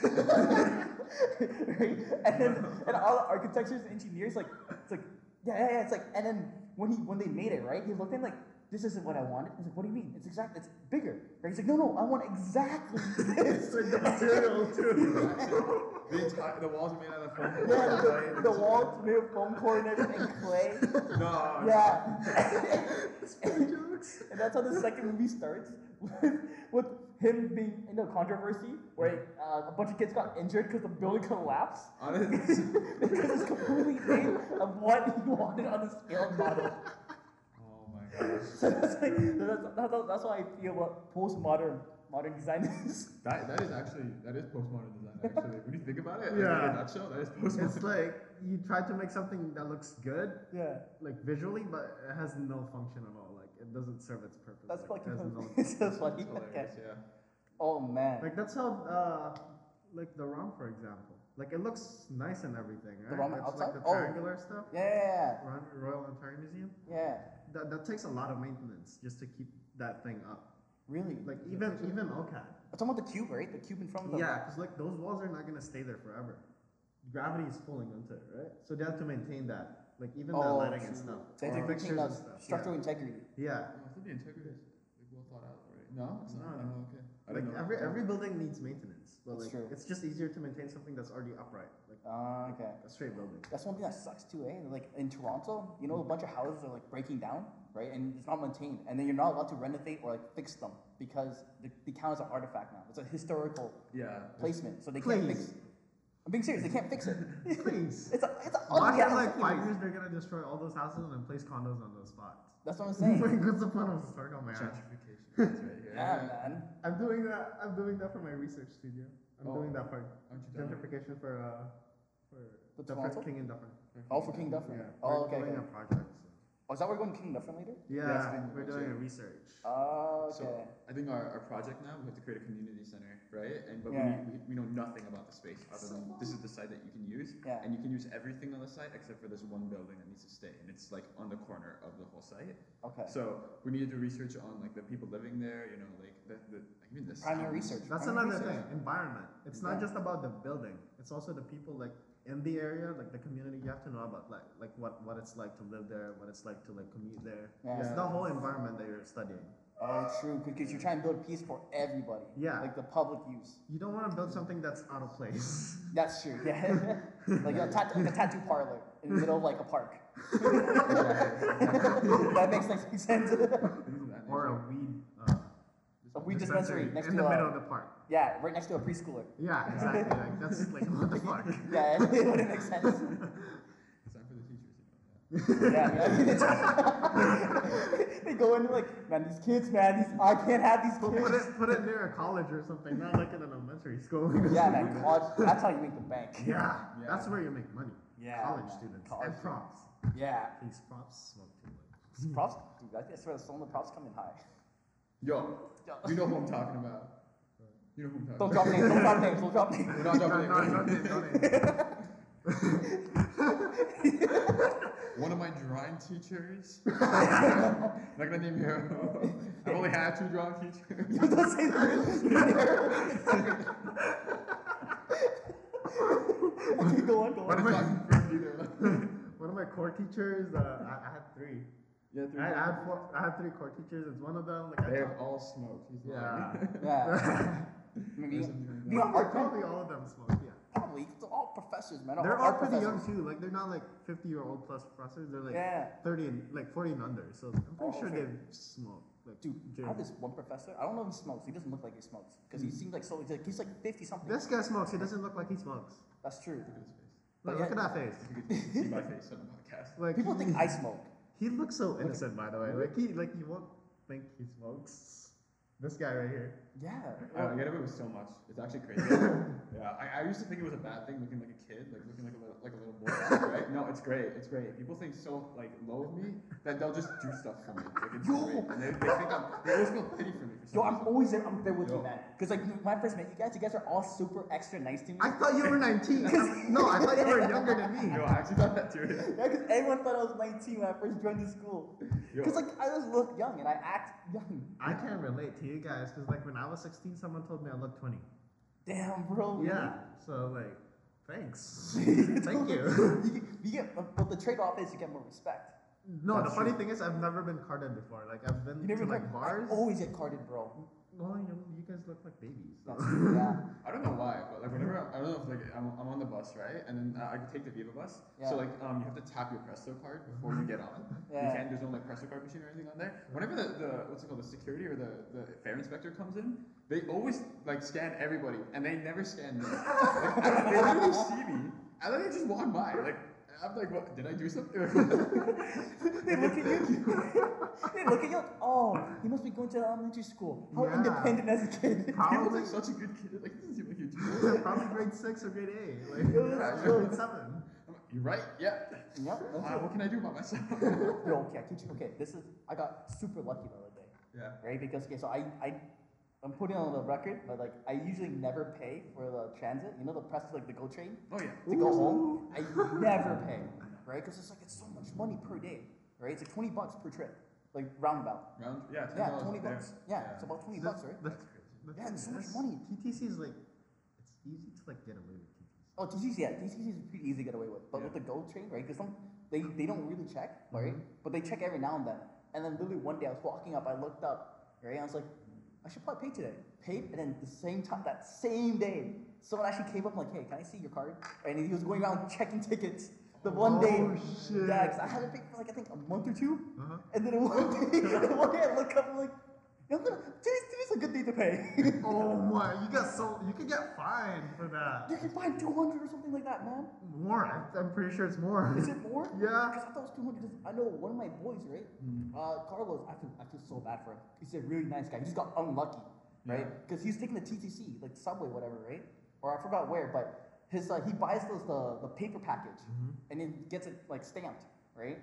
Speaker 1: [LAUGHS] right? And then and all the architectures and engineers like it's like yeah, yeah, yeah, it's like and then when he when they made it, right? He looked in like this isn't what I wanted. He's like, what do you mean? It's exactly it's bigger. Right? He's like, no, no, I want exactly [LAUGHS] this.
Speaker 3: it's like the material too.
Speaker 2: [LAUGHS] the, entire, the walls are made out of foam.
Speaker 1: Yeah, the,
Speaker 3: [LAUGHS]
Speaker 1: the walls made of foam core and everything, clay. [LAUGHS]
Speaker 2: No.
Speaker 1: Yeah.
Speaker 3: jokes.
Speaker 1: And that's how the second movie starts [LAUGHS] with, with him being in a controversy where uh, a bunch of kids got injured because the building collapsed
Speaker 2: Honestly,
Speaker 1: [LAUGHS] because it's completely made of what he wanted on the scale model.
Speaker 2: oh my gosh.
Speaker 1: [LAUGHS] So that's, like, so that's, that's, that's why I feel what postmodern modern design is. [LAUGHS]
Speaker 2: That, that is actually that is postmodern design. Actually, when you think about it, like, in
Speaker 3: Yeah.
Speaker 2: a nutshell, that is postmodern.
Speaker 3: It's like you try to make something that looks good,
Speaker 1: Yeah,
Speaker 3: like visually, but it has no function at all. Like it doesn't serve its purpose.
Speaker 1: that's
Speaker 3: like,
Speaker 1: fucking
Speaker 3: it has no-
Speaker 1: [LAUGHS] it's so funny.
Speaker 2: It's hilarious,
Speaker 1: Okay.
Speaker 2: yeah.
Speaker 1: Oh man,
Speaker 3: [LAUGHS] Like that's how, uh, like the ROM for example. Like it looks nice and everything, right?
Speaker 1: ROM
Speaker 3: it's
Speaker 1: outside?
Speaker 3: like the
Speaker 1: Oh.
Speaker 3: triangular stuff.
Speaker 1: yeah, yeah,
Speaker 3: Ro- Royal Ontario Museum.
Speaker 1: yeah, yeah.
Speaker 3: That, that takes a lot of maintenance just to keep that thing up.
Speaker 1: Really?
Speaker 3: Like even even OCAD.
Speaker 1: I'm talking about the cube, right? The cube in front of the
Speaker 3: Yeah, because like those walls are not gonna stay there forever. Gravity is pulling onto it, right? So they have to maintain that, like even the
Speaker 1: Oh,
Speaker 3: lighting and
Speaker 1: true.
Speaker 3: stuff,
Speaker 1: They have
Speaker 3: or
Speaker 1: to maintain
Speaker 3: fixtures
Speaker 1: that
Speaker 3: and stuff.
Speaker 1: structural integrity.
Speaker 3: Yeah. yeah.
Speaker 2: Oh, I thought the integrity is like, well thought out already. No, it's not.
Speaker 3: No, no.
Speaker 2: Oh, okay. I
Speaker 3: Like
Speaker 2: didn't know
Speaker 3: every
Speaker 2: that.
Speaker 3: every building needs maintenance, but
Speaker 1: That's
Speaker 3: like
Speaker 1: true.
Speaker 3: it's just easier to maintain something that's already upright, like
Speaker 1: Ah, okay.
Speaker 3: a straight
Speaker 1: [LAUGHS]
Speaker 3: building.
Speaker 1: That's one thing that sucks too, eh? Like in Toronto, you know, a bunch of houses are like breaking down, right? And it's not maintained, and then you're not allowed to renovate or like fix them because they, they count as an artifact now. It's a historical
Speaker 2: yeah.
Speaker 1: placement, so they can't
Speaker 3: Please.
Speaker 1: fix. I'm being serious. They can't fix it.
Speaker 3: [LAUGHS] Please.
Speaker 1: It's a it's a [LAUGHS]
Speaker 3: Why
Speaker 1: ugly
Speaker 3: in
Speaker 1: house
Speaker 3: like five
Speaker 1: anyways.
Speaker 3: years they're gonna destroy all those houses and then place condos on those spots?
Speaker 1: That's what I'm saying.
Speaker 3: [LAUGHS] like what's the point of historical marriage?
Speaker 2: Gentrification. That's right. Yeah.
Speaker 1: [LAUGHS] yeah, man.
Speaker 3: I'm doing that. I'm doing that for my research studio. I'm
Speaker 2: Oh.
Speaker 3: doing that for
Speaker 2: Aren't you done?
Speaker 3: gentrification for uh for
Speaker 1: The
Speaker 3: Duffer-
Speaker 1: Toronto?
Speaker 3: King and Duffer.
Speaker 1: Oh, for King Dufferin. oh,
Speaker 3: we're
Speaker 1: okay.
Speaker 3: doing
Speaker 1: okay.
Speaker 3: a project. so-
Speaker 1: Oh, is that where we're going King Dufferin later?
Speaker 3: Yeah,
Speaker 2: it's been-
Speaker 3: we're doing a research.
Speaker 1: Oh, okay.
Speaker 2: So I think our, our project now we have to create a community center, right? And but
Speaker 1: Yeah.
Speaker 2: we, need, we we know nothing about the space other than this is the site that you can use,
Speaker 1: Yeah.
Speaker 2: and you can use everything on the site except for this one building that needs to stay, and it's like on the corner of the whole site.
Speaker 1: okay.
Speaker 2: So we need to do research on like the people living there, you know, like the, the like, even the
Speaker 1: Primary research.
Speaker 2: sounds.
Speaker 3: That's
Speaker 1: primary
Speaker 3: another
Speaker 1: research.
Speaker 3: thing. Environment. It's not
Speaker 1: Yeah.
Speaker 3: just about the building. It's also the people like in the area, like the community. You have to know about like like what what it's like to live there, what it's like to like commute there.
Speaker 1: Yeah.
Speaker 3: It's
Speaker 2: Yeah.
Speaker 3: the whole environment that you're studying.
Speaker 1: Oh, true. Because you're trying to build peace for everybody.
Speaker 3: Yeah.
Speaker 1: Like the public use.
Speaker 3: You don't want to build something that's out of place. [LAUGHS]
Speaker 1: That's true. Yeah, like a, tat- like a tattoo parlor in the middle of like a park. [LAUGHS] that makes like [LAUGHS] sense.
Speaker 2: Things of that
Speaker 3: or
Speaker 2: nature.
Speaker 3: a weed. Uh,
Speaker 1: a weed dispensary next
Speaker 3: in
Speaker 1: to
Speaker 3: the
Speaker 1: a,
Speaker 3: middle of the park.
Speaker 1: yeah, right next to a
Speaker 3: [LAUGHS]
Speaker 1: preschooler.
Speaker 3: Yeah, exactly. like that's like what
Speaker 1: [LAUGHS]
Speaker 3: the fuck.
Speaker 1: Yeah, it wouldn't make sense.
Speaker 3: [LAUGHS]
Speaker 2: It's time for the teachers. You know, yeah.
Speaker 1: Yeah, [LAUGHS] yeah. they go in and like, man, these kids, man, these I can't have these
Speaker 3: But put
Speaker 1: kids.
Speaker 3: it put it near a college or something, not like an elementary school.
Speaker 1: Yeah,
Speaker 3: [LAUGHS]
Speaker 1: man, college, that's how you make the bank.
Speaker 3: Yeah, that's
Speaker 2: Yeah.
Speaker 3: where you make money.
Speaker 1: Yeah,
Speaker 3: college
Speaker 1: man,
Speaker 3: students
Speaker 1: college
Speaker 3: and proms.
Speaker 1: Yeah.
Speaker 3: These props smoke too much.
Speaker 1: Props, dude, I swear some of the props coming high.
Speaker 2: Yo,
Speaker 1: Yo.
Speaker 2: you know who I'm talking about.
Speaker 1: [LAUGHS]
Speaker 2: You know who I'm talking
Speaker 1: Don't
Speaker 2: about.
Speaker 1: drop names, don't drop names, [LAUGHS] don't drop names.
Speaker 2: [LAUGHS] We're not dropping
Speaker 4: No,
Speaker 2: names.
Speaker 4: no, no, no, no,
Speaker 1: [LAUGHS]
Speaker 4: no.
Speaker 2: One of my drawing teachers. not gonna name him. [LAUGHS] I've only had two drawing teachers.
Speaker 1: You don't say that. okay, go on, go
Speaker 2: But
Speaker 1: on.
Speaker 2: it's not confirmed either.
Speaker 3: One of my core teachers, uh, I, I had three.
Speaker 2: yeah,
Speaker 3: I, I had four. I had three core teachers. It's one of them. Like I
Speaker 2: They have
Speaker 3: taught-
Speaker 2: all smoked. He's
Speaker 3: yeah.
Speaker 1: Yeah.
Speaker 2: There's
Speaker 1: Maybe,
Speaker 2: something
Speaker 3: [LAUGHS]
Speaker 1: maybe
Speaker 2: like
Speaker 1: our pro-
Speaker 3: Probably all of them smoke. Yeah.
Speaker 1: probably. They're all professors, man.
Speaker 3: They're
Speaker 1: our
Speaker 3: all pretty young
Speaker 1: professors.
Speaker 3: too. Like they're not like 50 year old plus professors. They're like
Speaker 1: Yeah.
Speaker 3: 30 and like 40 and under. So I'm pretty
Speaker 1: Oh,
Speaker 3: sure
Speaker 1: okay.
Speaker 3: they've smoked. Like,
Speaker 1: Dude, I
Speaker 3: gin.
Speaker 1: have this one professor. I don't know if he smokes. He doesn't look like he smokes because he seems like so. He's like, he's like fifty something.
Speaker 3: this guy smokes. He doesn't look like he smokes.
Speaker 1: That's true.
Speaker 2: Look at his face.
Speaker 3: Look,
Speaker 1: But
Speaker 3: look
Speaker 1: yeah.
Speaker 3: at that face.
Speaker 2: You can see my face on the podcast.
Speaker 3: Like
Speaker 1: People
Speaker 3: he,
Speaker 1: think I smoke.
Speaker 3: he looks so innocent, by the way. Like he like you won't think he smokes. This guy right here.
Speaker 1: Yeah.
Speaker 2: I don't get away with so much. It's actually crazy. yeah, I, I used to think it was a bad thing looking like a kid, like looking like a little, like a little boy, right? No, it's great. It's great. People think so like low of me that they'll just do stuff for me. Like it's
Speaker 1: Yo!
Speaker 2: great. And they, they think I'm, they always feel pity for me. For some
Speaker 1: Yo, I'm
Speaker 2: reason.
Speaker 1: always there. I'm there with
Speaker 2: Yo.
Speaker 1: you, man. Because like when I first met you guys, you guys are all super extra nice to me.
Speaker 3: I thought you were 19. I'm- [LAUGHS] no, I thought you were younger than me. [LAUGHS]
Speaker 2: Yo, I actually thought that too.
Speaker 1: Yeah, because everyone thought I was 19 when I first joined the school.
Speaker 2: Yo.
Speaker 1: Because like I just look young and I act young.
Speaker 3: I can't relate to you guys because like when I was 16, someone told me I looked 20.
Speaker 1: Damn, bro.
Speaker 3: Yeah. So like, [LAUGHS] thanks. Thank you.
Speaker 1: You get, you get, but the trade-off is you get more respect.
Speaker 3: [LAUGHS] No,
Speaker 2: That's
Speaker 3: the funny
Speaker 2: true.
Speaker 3: thing is I've never been carded before. Like I've been
Speaker 1: You never
Speaker 3: to like
Speaker 1: get-
Speaker 3: bars.
Speaker 1: I always get carded, bro.
Speaker 3: Well, you, you guys look like babies. so-
Speaker 1: That's
Speaker 3: [LAUGHS]
Speaker 1: yeah.
Speaker 2: I don't know why, but like whenever
Speaker 1: Mm-hmm.
Speaker 2: I, I don't know if like I'm, I'm on the bus, right? And then uh, I take the Viva bus.
Speaker 1: Yeah. Mm-hmm.
Speaker 2: So like um, you have to tap your Presto card before you
Speaker 1: [LAUGHS]
Speaker 2: get on. You
Speaker 1: Yeah.
Speaker 2: can't. There's no like Presto card machine or anything on there. Whenever the, the what's it called the security or the, the fare inspector comes in, they always like scan everybody, and they never scan me. like, I don't,
Speaker 1: [LAUGHS]
Speaker 2: they literally see me, and then they just walk by. Like I'm like, what? Did I do [LAUGHS] something?
Speaker 1: They look at you. they look at you. like, Oh, he must be going to elementary school. How
Speaker 3: Yeah.
Speaker 1: independent as a
Speaker 3: [LAUGHS]
Speaker 1: kid.
Speaker 2: He was
Speaker 3: Probably,
Speaker 2: like such a good kid. Like this is what you do.
Speaker 3: [LAUGHS] probably grade six or grade eight. [LAUGHS] Like
Speaker 2: Yeah.
Speaker 3: grade seven.
Speaker 2: I'm like, You're right.
Speaker 1: [LAUGHS]
Speaker 2: Yeah.
Speaker 1: yep.
Speaker 2: Uh,
Speaker 1: That's it.
Speaker 2: what can I do about myself? [LAUGHS]
Speaker 1: Yo, okay, I teach you. Okay, this is. I got super lucky the other day,
Speaker 2: yeah.
Speaker 1: right? Because okay, so I I. I'm putting on the record, but like I usually never pay for the transit. You know the press like the GO train.
Speaker 2: Oh yeah.
Speaker 1: to go home, I never pay, right? Because it's like it's so much money per day, right? It's like twenty bucks per trip, like roundabout.
Speaker 2: Round, yeah, $10
Speaker 1: Yeah, twenty
Speaker 2: there.
Speaker 1: bucks. Yeah, it's about twenty bucks, right?
Speaker 3: That's
Speaker 2: crazy.
Speaker 1: Yeah, it's so much money.
Speaker 3: TTC is like, it's easy to like get away with TTC.
Speaker 1: Oh, TCC, yeah, TCC is pretty easy to get away with. But with the gold train, right? Because some they, they don't really check, right? But they check every now and then. And then literally one day I was walking up, I looked up, right? And I was like, I should probably pay today. Paid, and then the same time, that same day, someone actually came up like, hey, can I see your card? And he was going around [LAUGHS] checking tickets. The one day,
Speaker 3: Oh, shit.
Speaker 1: yeah, 'cause I hadn't paid for like I think a month or 2
Speaker 3: Uh-huh.
Speaker 1: and then [LAUGHS] one day, one day I look up and like, I'm gonna, today's, today's a good day to pay.
Speaker 3: [LAUGHS] Oh my! You got so you could get fined for that.
Speaker 1: you can find 200 or something like that, man.
Speaker 3: More. I- I'm pretty sure it's more.
Speaker 1: Is it more?
Speaker 3: Yeah.
Speaker 1: Because I thought it was 200. Because I know one of my boys, right? Uh, Carlos, I feel, I feel so bad for him. He's a really nice guy. He just got unlucky, right? Because he's taking the TTC, like subway, whatever, right? Or I forgot where, but his uh, he buys those the, the paper package and then gets it like stamped, right?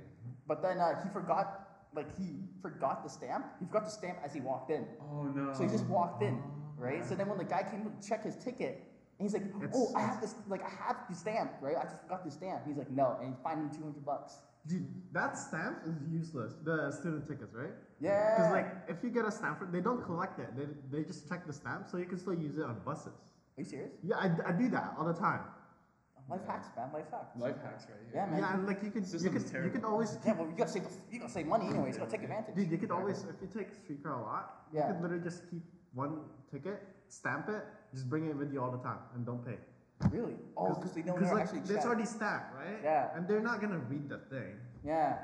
Speaker 1: But then uh, he forgot, like he forgot the stamp. He forgot the stamp as he walked in.
Speaker 2: Oh no.
Speaker 1: So he just walked in, right? So then when the guy came to check his ticket, and he's like, "Oh, I have this, like, I have the stamp, right? I just forgot the stamp." He's like, "No," and he fined him two hundred bucks.
Speaker 3: Dude, that stamp is useless. The student tickets, right?
Speaker 1: Yeah.
Speaker 3: Because like, if you get a stamp, for, they don't collect it. They, they just check the stamp, so you can still use it on buses.
Speaker 1: are you serious?
Speaker 3: Yeah, I, I do that all the time.
Speaker 1: Life hacks, man. Life hacks.
Speaker 2: Life hacks right here.
Speaker 1: Yeah, man.
Speaker 3: Yeah, and like you could you
Speaker 2: System
Speaker 3: could
Speaker 2: is
Speaker 3: you could
Speaker 2: terrible.
Speaker 3: always
Speaker 1: Yeah, well, you gotta save, you gotta save money anyways. You gotta take advantage.
Speaker 3: dude, you could always if you take streetcar a lot,
Speaker 1: Yeah.
Speaker 3: you could literally just keep one ticket, stamp it, just bring it with you all the time, and don't pay.
Speaker 1: Really? Oh, because they don't know
Speaker 3: like,
Speaker 1: actually.
Speaker 3: it's
Speaker 1: check.
Speaker 3: already stamped, right?
Speaker 1: Yeah.
Speaker 3: And they're not gonna read the thing.
Speaker 1: Yeah,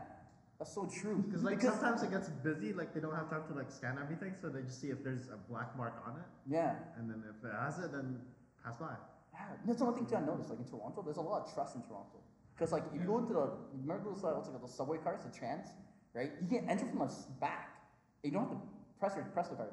Speaker 1: that's so true.
Speaker 3: Because like sometimes it gets busy, like they don't have time to like scan everything, so they just see if there's a black mark on it,
Speaker 1: yeah.
Speaker 3: and then if it has it, then pass by.
Speaker 1: Yeah, that's another thing too I noticed. Like in Toronto, there's a lot of trust in Toronto. Because like if you go into the remember those uh, what's it called, the subway cars, the trams, right? You can enter from the s- back. And you don't have to press your press the card.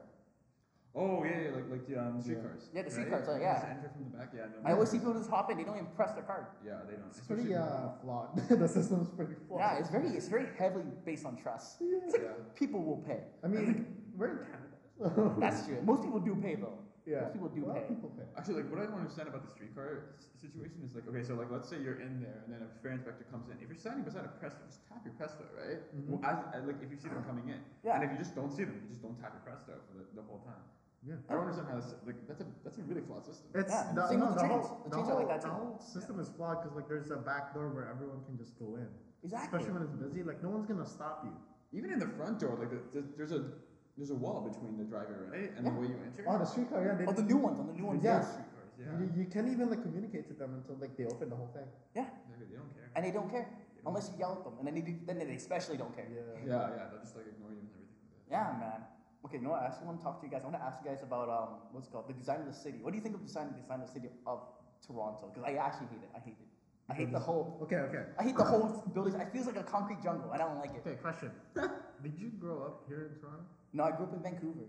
Speaker 2: Oh yeah, yeah like like the um, streetcars.
Speaker 1: Yeah, the streetcars, oh,
Speaker 2: You
Speaker 1: yeah.
Speaker 2: Just enter from the back. Yeah. No,
Speaker 1: I always see people just hop in. They don't even press their card.
Speaker 2: Yeah, they don't.
Speaker 3: It's pretty
Speaker 2: especially-
Speaker 3: uh, flawed. [LAUGHS] the system's pretty flawed.
Speaker 1: Yeah, it's very it's very heavily based on trust. It's like
Speaker 2: Yeah.
Speaker 1: people will
Speaker 3: [LAUGHS]
Speaker 1: pay.
Speaker 3: [LAUGHS] I mean, we're in Canada.
Speaker 1: That's true. Most people do pay though.
Speaker 3: Oh, yeah.
Speaker 1: Most people do
Speaker 3: A lot of
Speaker 1: pay.
Speaker 3: people pay.
Speaker 2: Actually, like what I don't understand about the streetcar s- situation is like, okay, so like let's say you're in there, and then a fare inspector comes in. If you're standing beside a Presto, just tap your Presto, right?
Speaker 3: Mhm.
Speaker 2: Well, as, uh, like if you see them coming in,
Speaker 1: Mm-hmm. Yeah.
Speaker 2: And if you just don't see them, you just don't tap your Presto for the, the whole time.
Speaker 3: Yeah.
Speaker 2: I don't understand how that's like that's a that's a really flawed system.
Speaker 3: It's
Speaker 1: Yeah,
Speaker 3: the,
Speaker 1: same
Speaker 3: no,
Speaker 1: with the
Speaker 3: the whole,
Speaker 1: trains. The
Speaker 3: the
Speaker 1: trains are
Speaker 3: whole,
Speaker 1: like that
Speaker 3: the
Speaker 1: too.
Speaker 3: whole system is flawed because like there's a back door where everyone can just go in.
Speaker 1: Exactly.
Speaker 3: Especially when it's busy, like no one's gonna stop you.
Speaker 2: Even in the front door, like the, the, there's a there's a wall between the driver, right, and the
Speaker 1: Yeah.
Speaker 2: way you enter.
Speaker 3: Oh, the streetcar, yeah. They,
Speaker 1: Oh, the new ones on the new ones. Yeah.
Speaker 3: Yeah.
Speaker 2: streetcars, yeah.
Speaker 3: you, you can't even like communicate to them until like they open the whole thing.
Speaker 1: Yeah.
Speaker 2: Exactly, they don't care.
Speaker 1: And they don't care unless you yell at them, and then they do, then they especially don't care.
Speaker 3: Yeah.
Speaker 2: Yeah, yeah, they'll just like ignore you and everything.
Speaker 1: Yeah, man. Okay, you know what? I actually want to talk to you guys. I want to ask you guys about um, what's it called the design of the city. What do you think of the design, design of the city of Toronto? Because I actually hate it. I hate it. I hate the
Speaker 3: Mm-hmm.
Speaker 1: whole.
Speaker 3: Okay, okay.
Speaker 1: I hate the whole building. It feels like a concrete jungle. I don't like it.
Speaker 3: Okay, question. [LAUGHS] Did you grow up here in Toronto?
Speaker 1: No, I grew up in Vancouver.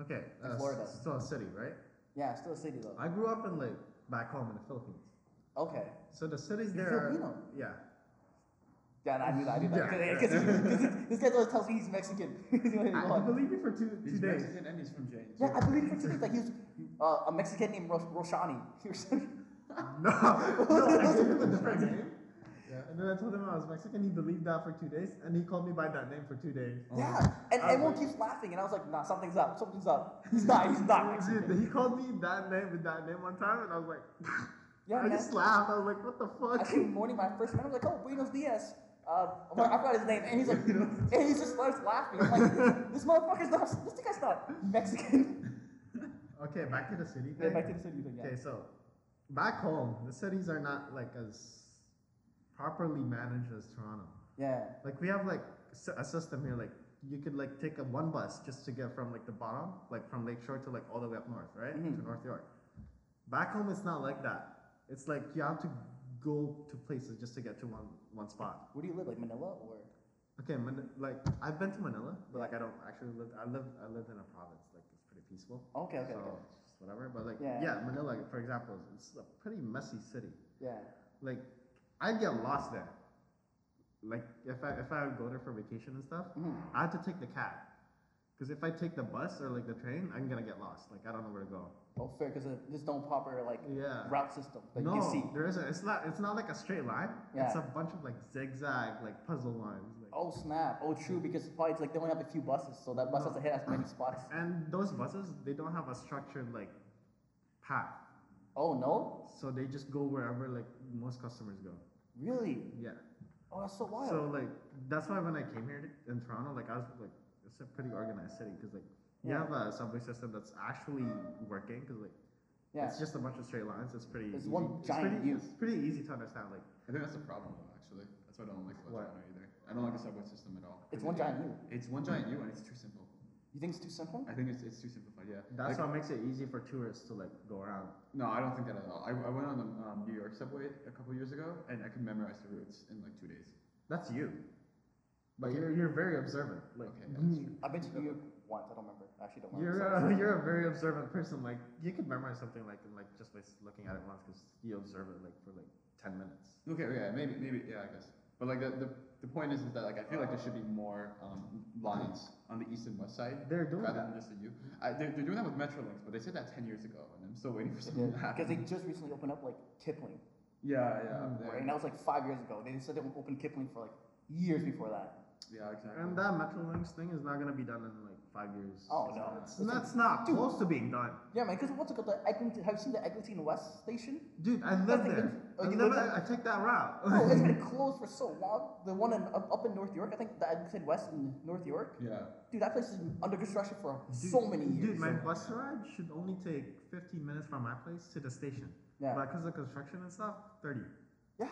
Speaker 3: Okay,
Speaker 1: In
Speaker 3: uh, s-
Speaker 1: Florida.
Speaker 3: Still a city, right?
Speaker 1: Yeah, it's still a city though.
Speaker 3: I grew up in like back home in the Philippines.
Speaker 1: Okay.
Speaker 3: So the cities
Speaker 1: You're
Speaker 3: there. are-
Speaker 1: Filipino.
Speaker 3: yeah.
Speaker 1: Yeah, no, I knew that. I knew that.
Speaker 3: Yeah.
Speaker 1: Because this guy always tells me he's Mexican. [LAUGHS]
Speaker 3: I, I believe you for two, two
Speaker 2: He's
Speaker 3: days.
Speaker 2: Mexican and he's from James.
Speaker 1: yeah, I believe it for two days. Like he was uh, a Mexican named Ros- Roshani. [LAUGHS] He was-
Speaker 3: [LAUGHS] No, no, I [LAUGHS] gave him a different name. Yeah, and then I told him I was Mexican. He believed that for two days, and he called me by that name for two days.
Speaker 1: yeah, and
Speaker 3: Oh. I
Speaker 1: everyone
Speaker 3: was-
Speaker 1: keeps laughing, and I was like, Nah, something's up. Something's up. He's not. He's
Speaker 3: [LAUGHS]
Speaker 1: not
Speaker 3: Dude,
Speaker 1: Mexican.
Speaker 3: he called me that name with that name one time, and I was like, [LAUGHS]
Speaker 1: Yeah,
Speaker 3: I
Speaker 1: man.
Speaker 3: just laughed. I was like, what the
Speaker 1: I think
Speaker 3: fuck?
Speaker 1: morning when I first met him, I was like, oh, Buenos Diaz. Uh, I forgot- I forgot his name, and he's [LAUGHS] like, and he just starts laughing. I'm like, this motherfucker's not, this guy's not Mexican.
Speaker 3: [LAUGHS] Okay, back to the city
Speaker 1: Yeah,
Speaker 3: thing.
Speaker 1: back to the city thing, yeah.
Speaker 3: Okay, so back home, the cities are not like as properly managed as Toronto.
Speaker 1: [LAUGHS] Yeah,
Speaker 3: Like we have like s- a system here, like you could like take a one bus just to get from like the bottom, like from Lakeshore to like all the way up north, right?
Speaker 1: Mm-hmm.
Speaker 3: To North York. Back home, it's not like that. It's like you have to go to places just to get to one one spot.
Speaker 1: where do you live, like Manila or?
Speaker 3: Okay, Man- like I've been to Manila, but like I don't actually live. I live I lived in a province, like it's pretty peaceful.
Speaker 1: Oh, Okay, okay,
Speaker 3: so
Speaker 1: okay.
Speaker 3: just whatever. But like
Speaker 1: Yeah.
Speaker 3: yeah, Manila, for example, it's a pretty messy city
Speaker 1: Yeah,
Speaker 3: like I get lost there. Like if I if I would go there for vacation and stuff, I have to take the cab. Cause if I take the bus or like the train, I'm gonna get lost. Like I don't know where to go.
Speaker 1: oh fair, because there's no proper like
Speaker 3: Yeah.
Speaker 1: route system that
Speaker 3: no,
Speaker 1: you can see.
Speaker 3: there isn't. It's not. It's not like a straight line. It's
Speaker 1: Yeah.
Speaker 3: a bunch of like zigzag, like puzzle lines. Like,
Speaker 1: Oh snap! Oh true, because probably it's like they only have a few buses, so that bus has to hit as many spots.
Speaker 3: And those buses, they don't have a structured like path,
Speaker 1: Oh no,
Speaker 3: so they just go wherever like most customers go.
Speaker 1: really?
Speaker 3: Yeah.
Speaker 1: Oh, that's so wild.
Speaker 3: So like that's why when I came here to, in Toronto, like I was like it's a pretty organized city because like you
Speaker 1: Yeah.
Speaker 3: have a subway system that's actually working because like
Speaker 1: yeah.
Speaker 3: it's just a bunch of straight lines. It's pretty.
Speaker 1: It's
Speaker 3: easy.
Speaker 1: one giant
Speaker 3: pretty, e-,
Speaker 1: U.
Speaker 3: It's pretty easy to understand. Like
Speaker 2: I think that's a problem though, actually. That's why I don't like
Speaker 3: What?
Speaker 2: Toronto either. I don't like the subway system at all.
Speaker 1: It's one giant U.
Speaker 2: It's one giant U and it's too simple.
Speaker 1: you think it's too simple?
Speaker 2: I think it's, it's too simplified. Yeah.
Speaker 3: that's
Speaker 2: like,
Speaker 3: what makes it easy for tourists to like go around.
Speaker 2: no, I don't think that at all. I, I went on the um, New York subway a couple years ago and I could memorize the routes in like two days.
Speaker 3: That's you. But
Speaker 2: Okay.
Speaker 3: you're you're very observant. Like [LAUGHS]
Speaker 2: Okay, that's true.
Speaker 1: I've been to New York once. I don't remember. I actually don't remember.
Speaker 3: You're
Speaker 1: so-
Speaker 3: [LAUGHS]
Speaker 1: [LAUGHS]
Speaker 3: a, you're a very observant person. Like you could memorize something like in, like just by s- looking at it once because you observe it like for like ten minutes.
Speaker 2: Okay, yeah, maybe, maybe, yeah, I guess. But like the, the, the point is, is that like I feel like there should be more um, lines on the east and west side.
Speaker 3: They're doing
Speaker 2: rather
Speaker 3: that.
Speaker 2: than just the U. I, they're, they're doing that with Metrolinx, but they said that ten years ago, and I'm still waiting for something to happen.
Speaker 1: Because they just recently opened up like Kipling,
Speaker 2: yeah, yeah,
Speaker 3: Mm,
Speaker 2: up there.
Speaker 1: right? And that was like five years ago. They said they opened Kipling for like years before that.
Speaker 2: yeah, exactly.
Speaker 3: And that Metrolinx thing is not gonna be done in like five years.
Speaker 1: Oh,
Speaker 3: It's
Speaker 1: no.
Speaker 3: not- It's, not- it's not
Speaker 1: Dude.
Speaker 3: close to being done.
Speaker 1: Yeah, man. Because what's it called? The Eglinton. Have you seen the Eglinton West station?
Speaker 3: [LAUGHS] Dude, I live
Speaker 1: the-
Speaker 3: there.
Speaker 1: oh,
Speaker 3: I,
Speaker 1: you
Speaker 3: live,
Speaker 1: live
Speaker 3: I, I take that route.
Speaker 1: Oh,
Speaker 3: [LAUGHS]
Speaker 1: it's been closed for so long. The one in, up up in North York, I think the Eglinton West in North York.
Speaker 2: yeah.
Speaker 1: Dude, that place has been under construction for
Speaker 3: Dude-
Speaker 1: so many years.
Speaker 3: Dude, my bus ride should only take 15 minutes from my place to the station.
Speaker 1: Yeah.
Speaker 3: But because of construction and stuff, 30.
Speaker 1: yeah.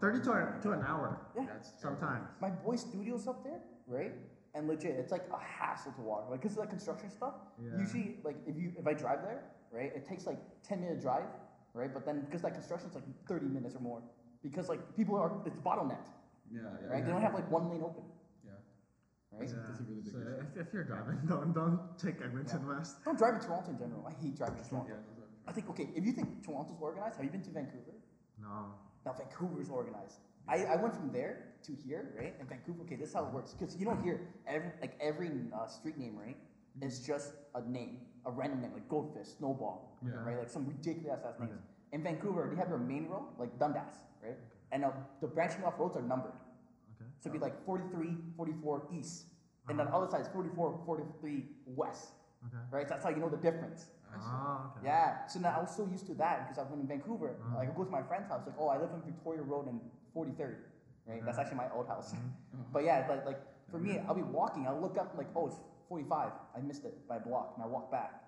Speaker 3: 30 to, an- to an hour.
Speaker 1: Yeah.
Speaker 2: That's terrible.
Speaker 3: Sometimes.
Speaker 1: My boy studio's up there, right? And legit, it's like a hassle to walk, like because like construction stuff.
Speaker 3: Yeah.
Speaker 1: Usually, like if you if I drive there, right, it takes like ten minute drive, right? But then because that construction's like thirty minutes or more, because like people are it's bottlenecked,
Speaker 2: Yeah, yeah.
Speaker 1: right? They don't have like one lane open.
Speaker 2: Yeah.
Speaker 1: right?
Speaker 2: Yeah. That's a really big
Speaker 3: so
Speaker 2: issue.
Speaker 3: if, if you're driving, [LAUGHS] don't don't take Eglinton West.
Speaker 1: Don't drive in Toronto in general. I hate driving in
Speaker 2: Yeah,
Speaker 1: Toronto.
Speaker 2: that's right.
Speaker 1: I think okay, if you think Toronto's organized, have you been to Vancouver?
Speaker 3: No.
Speaker 1: Now Vancouver's organized. I, I went from there to here, right? And Vancouver, okay, this is how it works. Because you don't hear every like every uh, street name, right? Is
Speaker 3: Mm-hmm.
Speaker 1: just a name, a random name, like Goldfish, Snowball,
Speaker 3: Yeah.
Speaker 1: right? Like some ridiculous ass names.
Speaker 3: Okay.
Speaker 1: In Vancouver, they have their main road, like Dundas, right? And uh, the branching off roads are numbered.
Speaker 3: Okay. Uh-huh.
Speaker 1: So it'd be like 43, 44 east. And then the other side is 44, 43 west,
Speaker 3: Okay.
Speaker 1: right? So that's how you know the difference.
Speaker 2: I see.
Speaker 3: Ah, okay.
Speaker 1: Yeah, so now I was so used to that because I went in Vancouver.
Speaker 2: Mm-hmm.
Speaker 3: Mm.
Speaker 1: Like I go to my friend's house, like oh I live on Victoria Road and 43rd, right? That's
Speaker 2: Uh-huh.
Speaker 1: actually my old house.
Speaker 2: Mm-hmm.
Speaker 1: [LAUGHS] but yeah, but like for me, I'll be walking. I'll look up like oh it's 45. I missed it by a block, and I walk back.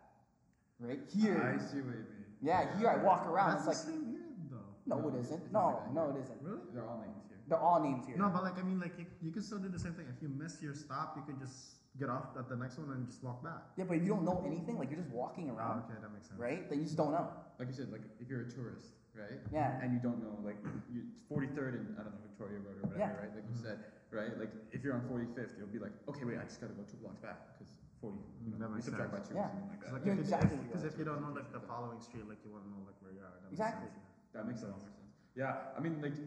Speaker 1: Right
Speaker 2: I
Speaker 1: here,
Speaker 2: see what you mean.
Speaker 1: yeah, here I walk around.
Speaker 3: That's
Speaker 1: It's
Speaker 3: the
Speaker 1: like
Speaker 3: same here though.
Speaker 1: no, it
Speaker 2: it's
Speaker 1: isn't.
Speaker 2: not
Speaker 1: No,
Speaker 2: like that.
Speaker 1: no, it isn't.
Speaker 3: Really?
Speaker 2: They're all names here.
Speaker 1: They're all names here.
Speaker 3: No, but like I mean, like you, you can still do the same thing. If you miss your stop, you could just get off at the next one and just walk back.
Speaker 1: Yeah, but if you don't know anything, like you're just walking
Speaker 3: Ah,
Speaker 1: around,
Speaker 3: okay, that makes sense.
Speaker 1: right? Then you just don't know.
Speaker 2: Like you said, like if you're a tourist, right?
Speaker 1: Yeah.
Speaker 2: And you don't know, like, you, 43rd and I don't know Victoria Road or whatever,
Speaker 1: Yeah.
Speaker 2: right? Like you said, right? Like if you're on 45th, you'll be like, okay, wait, I just gotta go two blocks back because 40. You know, you
Speaker 3: That makes
Speaker 2: subtract by
Speaker 3: sense.
Speaker 2: two
Speaker 1: Yeah.
Speaker 2: or something like
Speaker 3: Because
Speaker 2: that.
Speaker 3: like
Speaker 1: You're
Speaker 3: if,
Speaker 1: exactly
Speaker 3: because
Speaker 2: right.
Speaker 3: if you don't know like the following street, like you want to know like where you are. That makes
Speaker 1: Exactly.
Speaker 3: sense, yeah.
Speaker 2: That makes a lot more sense. Yeah, I mean, like,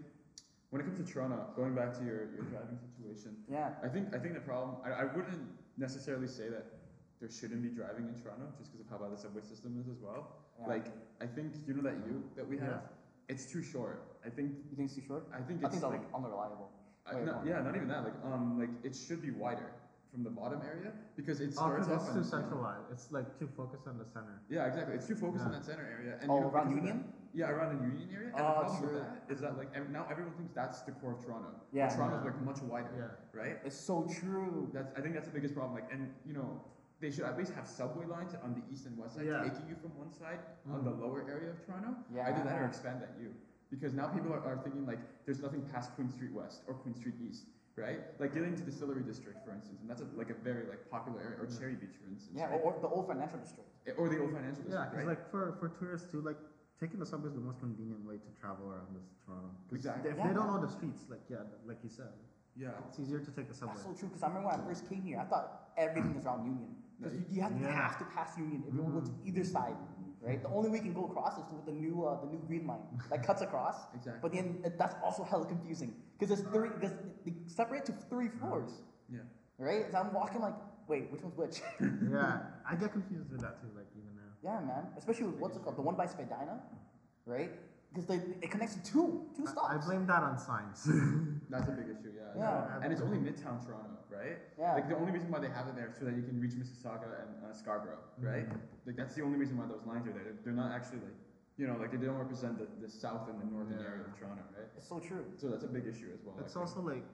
Speaker 2: when it comes to Toronto, going back to your, your driving situation,
Speaker 1: Yeah,
Speaker 2: I think I think the problem. I, I wouldn't necessarily say that there shouldn't be driving in Toronto just because of how bad the subway system is as well.
Speaker 1: Yeah.
Speaker 2: Like I think you know that you that we have, it's too short. I think
Speaker 1: you think it's too short?
Speaker 2: I think
Speaker 1: I
Speaker 2: it's
Speaker 1: think that's
Speaker 2: like
Speaker 1: like, unreliable.
Speaker 2: I-
Speaker 1: Wait,
Speaker 2: not-
Speaker 1: what?
Speaker 2: yeah, not even that. Like um, like it should be wider from the bottom area because it
Speaker 3: Oh,
Speaker 2: starts
Speaker 3: because
Speaker 2: off
Speaker 3: it's
Speaker 2: on-
Speaker 3: too centralized. It's like too focused on the center.
Speaker 2: Yeah, exactly. It's too focused on
Speaker 3: Yeah.
Speaker 2: that center area. And
Speaker 1: Oh,
Speaker 2: you know,
Speaker 1: around
Speaker 2: because of that-
Speaker 1: Union?
Speaker 2: Yeah, around the Union area. And the
Speaker 1: Oh,
Speaker 2: problem with
Speaker 1: true.
Speaker 2: that is that like ev- now everyone thinks that's the core of Toronto. But
Speaker 1: Yeah.
Speaker 2: Toronto's
Speaker 3: Yeah.
Speaker 2: like much wider.
Speaker 3: Yeah.
Speaker 2: Right.
Speaker 1: It's so true.
Speaker 2: That's I think that's the biggest problem. Like, and you know, they should at least have subway lines on the east and west side,
Speaker 3: Yeah. Mm.
Speaker 2: taking you from one side on the lower area of Toronto.
Speaker 1: Yeah.
Speaker 2: Either that or expand that U, because now people are, are thinking like there's nothing past Queen Street West or Queen Street East, right? Like getting to Distillery District, for instance, and that's a, like a very like popular area,
Speaker 3: Mm.
Speaker 2: or Cherry Beach, for instance.
Speaker 1: Yeah,
Speaker 2: right?
Speaker 1: or, or the old financial district.
Speaker 2: Or the old financial district,
Speaker 3: Yeah, because
Speaker 2: right?
Speaker 3: like for for tourists too, like taking the subway is the most convenient way to travel around this Toronto. 'Cause
Speaker 2: Exactly.
Speaker 3: If
Speaker 1: Yeah.
Speaker 3: they don't know the streets, like yeah, like you said,
Speaker 2: yeah.
Speaker 3: it's easier to take the subway.
Speaker 1: That's so true because I remember when I first came here, I thought everything was around Union because you, you have, you
Speaker 3: Yeah.
Speaker 1: have to pass Union if you want to go to either side, right? The only way you can go across is with the new uh, the new green line that cuts across.
Speaker 2: Exactly.
Speaker 1: But then uh, that's also hella confusing because there's three because they separate to three
Speaker 3: Uh-huh.
Speaker 1: floors,
Speaker 2: Yeah.
Speaker 1: right? So I'm walking like, wait, which one's which? [LAUGHS]
Speaker 3: yeah, I get confused with that too. Like even now.
Speaker 1: yeah, man. Especially with, what's it called, the one by Spadina, right? Because they it connects to two two
Speaker 3: I-
Speaker 1: stops.
Speaker 3: I blame that on signs. [LAUGHS]
Speaker 2: That's a big issue, yeah.
Speaker 1: Yeah.
Speaker 2: And it's only Midtown Toronto, right?
Speaker 1: Yeah.
Speaker 2: Like the only reason why they have it there is so that you can reach Mississauga and uh, Scarborough, right? Like that's the only reason why those lines are there. They're, they're not actually like, you know, like they don't represent the, the south and the northern
Speaker 3: Yeah.
Speaker 2: area of Toronto, right?
Speaker 1: it's so true.
Speaker 2: So that's a big issue as well. I
Speaker 3: It's
Speaker 2: think.
Speaker 3: also like,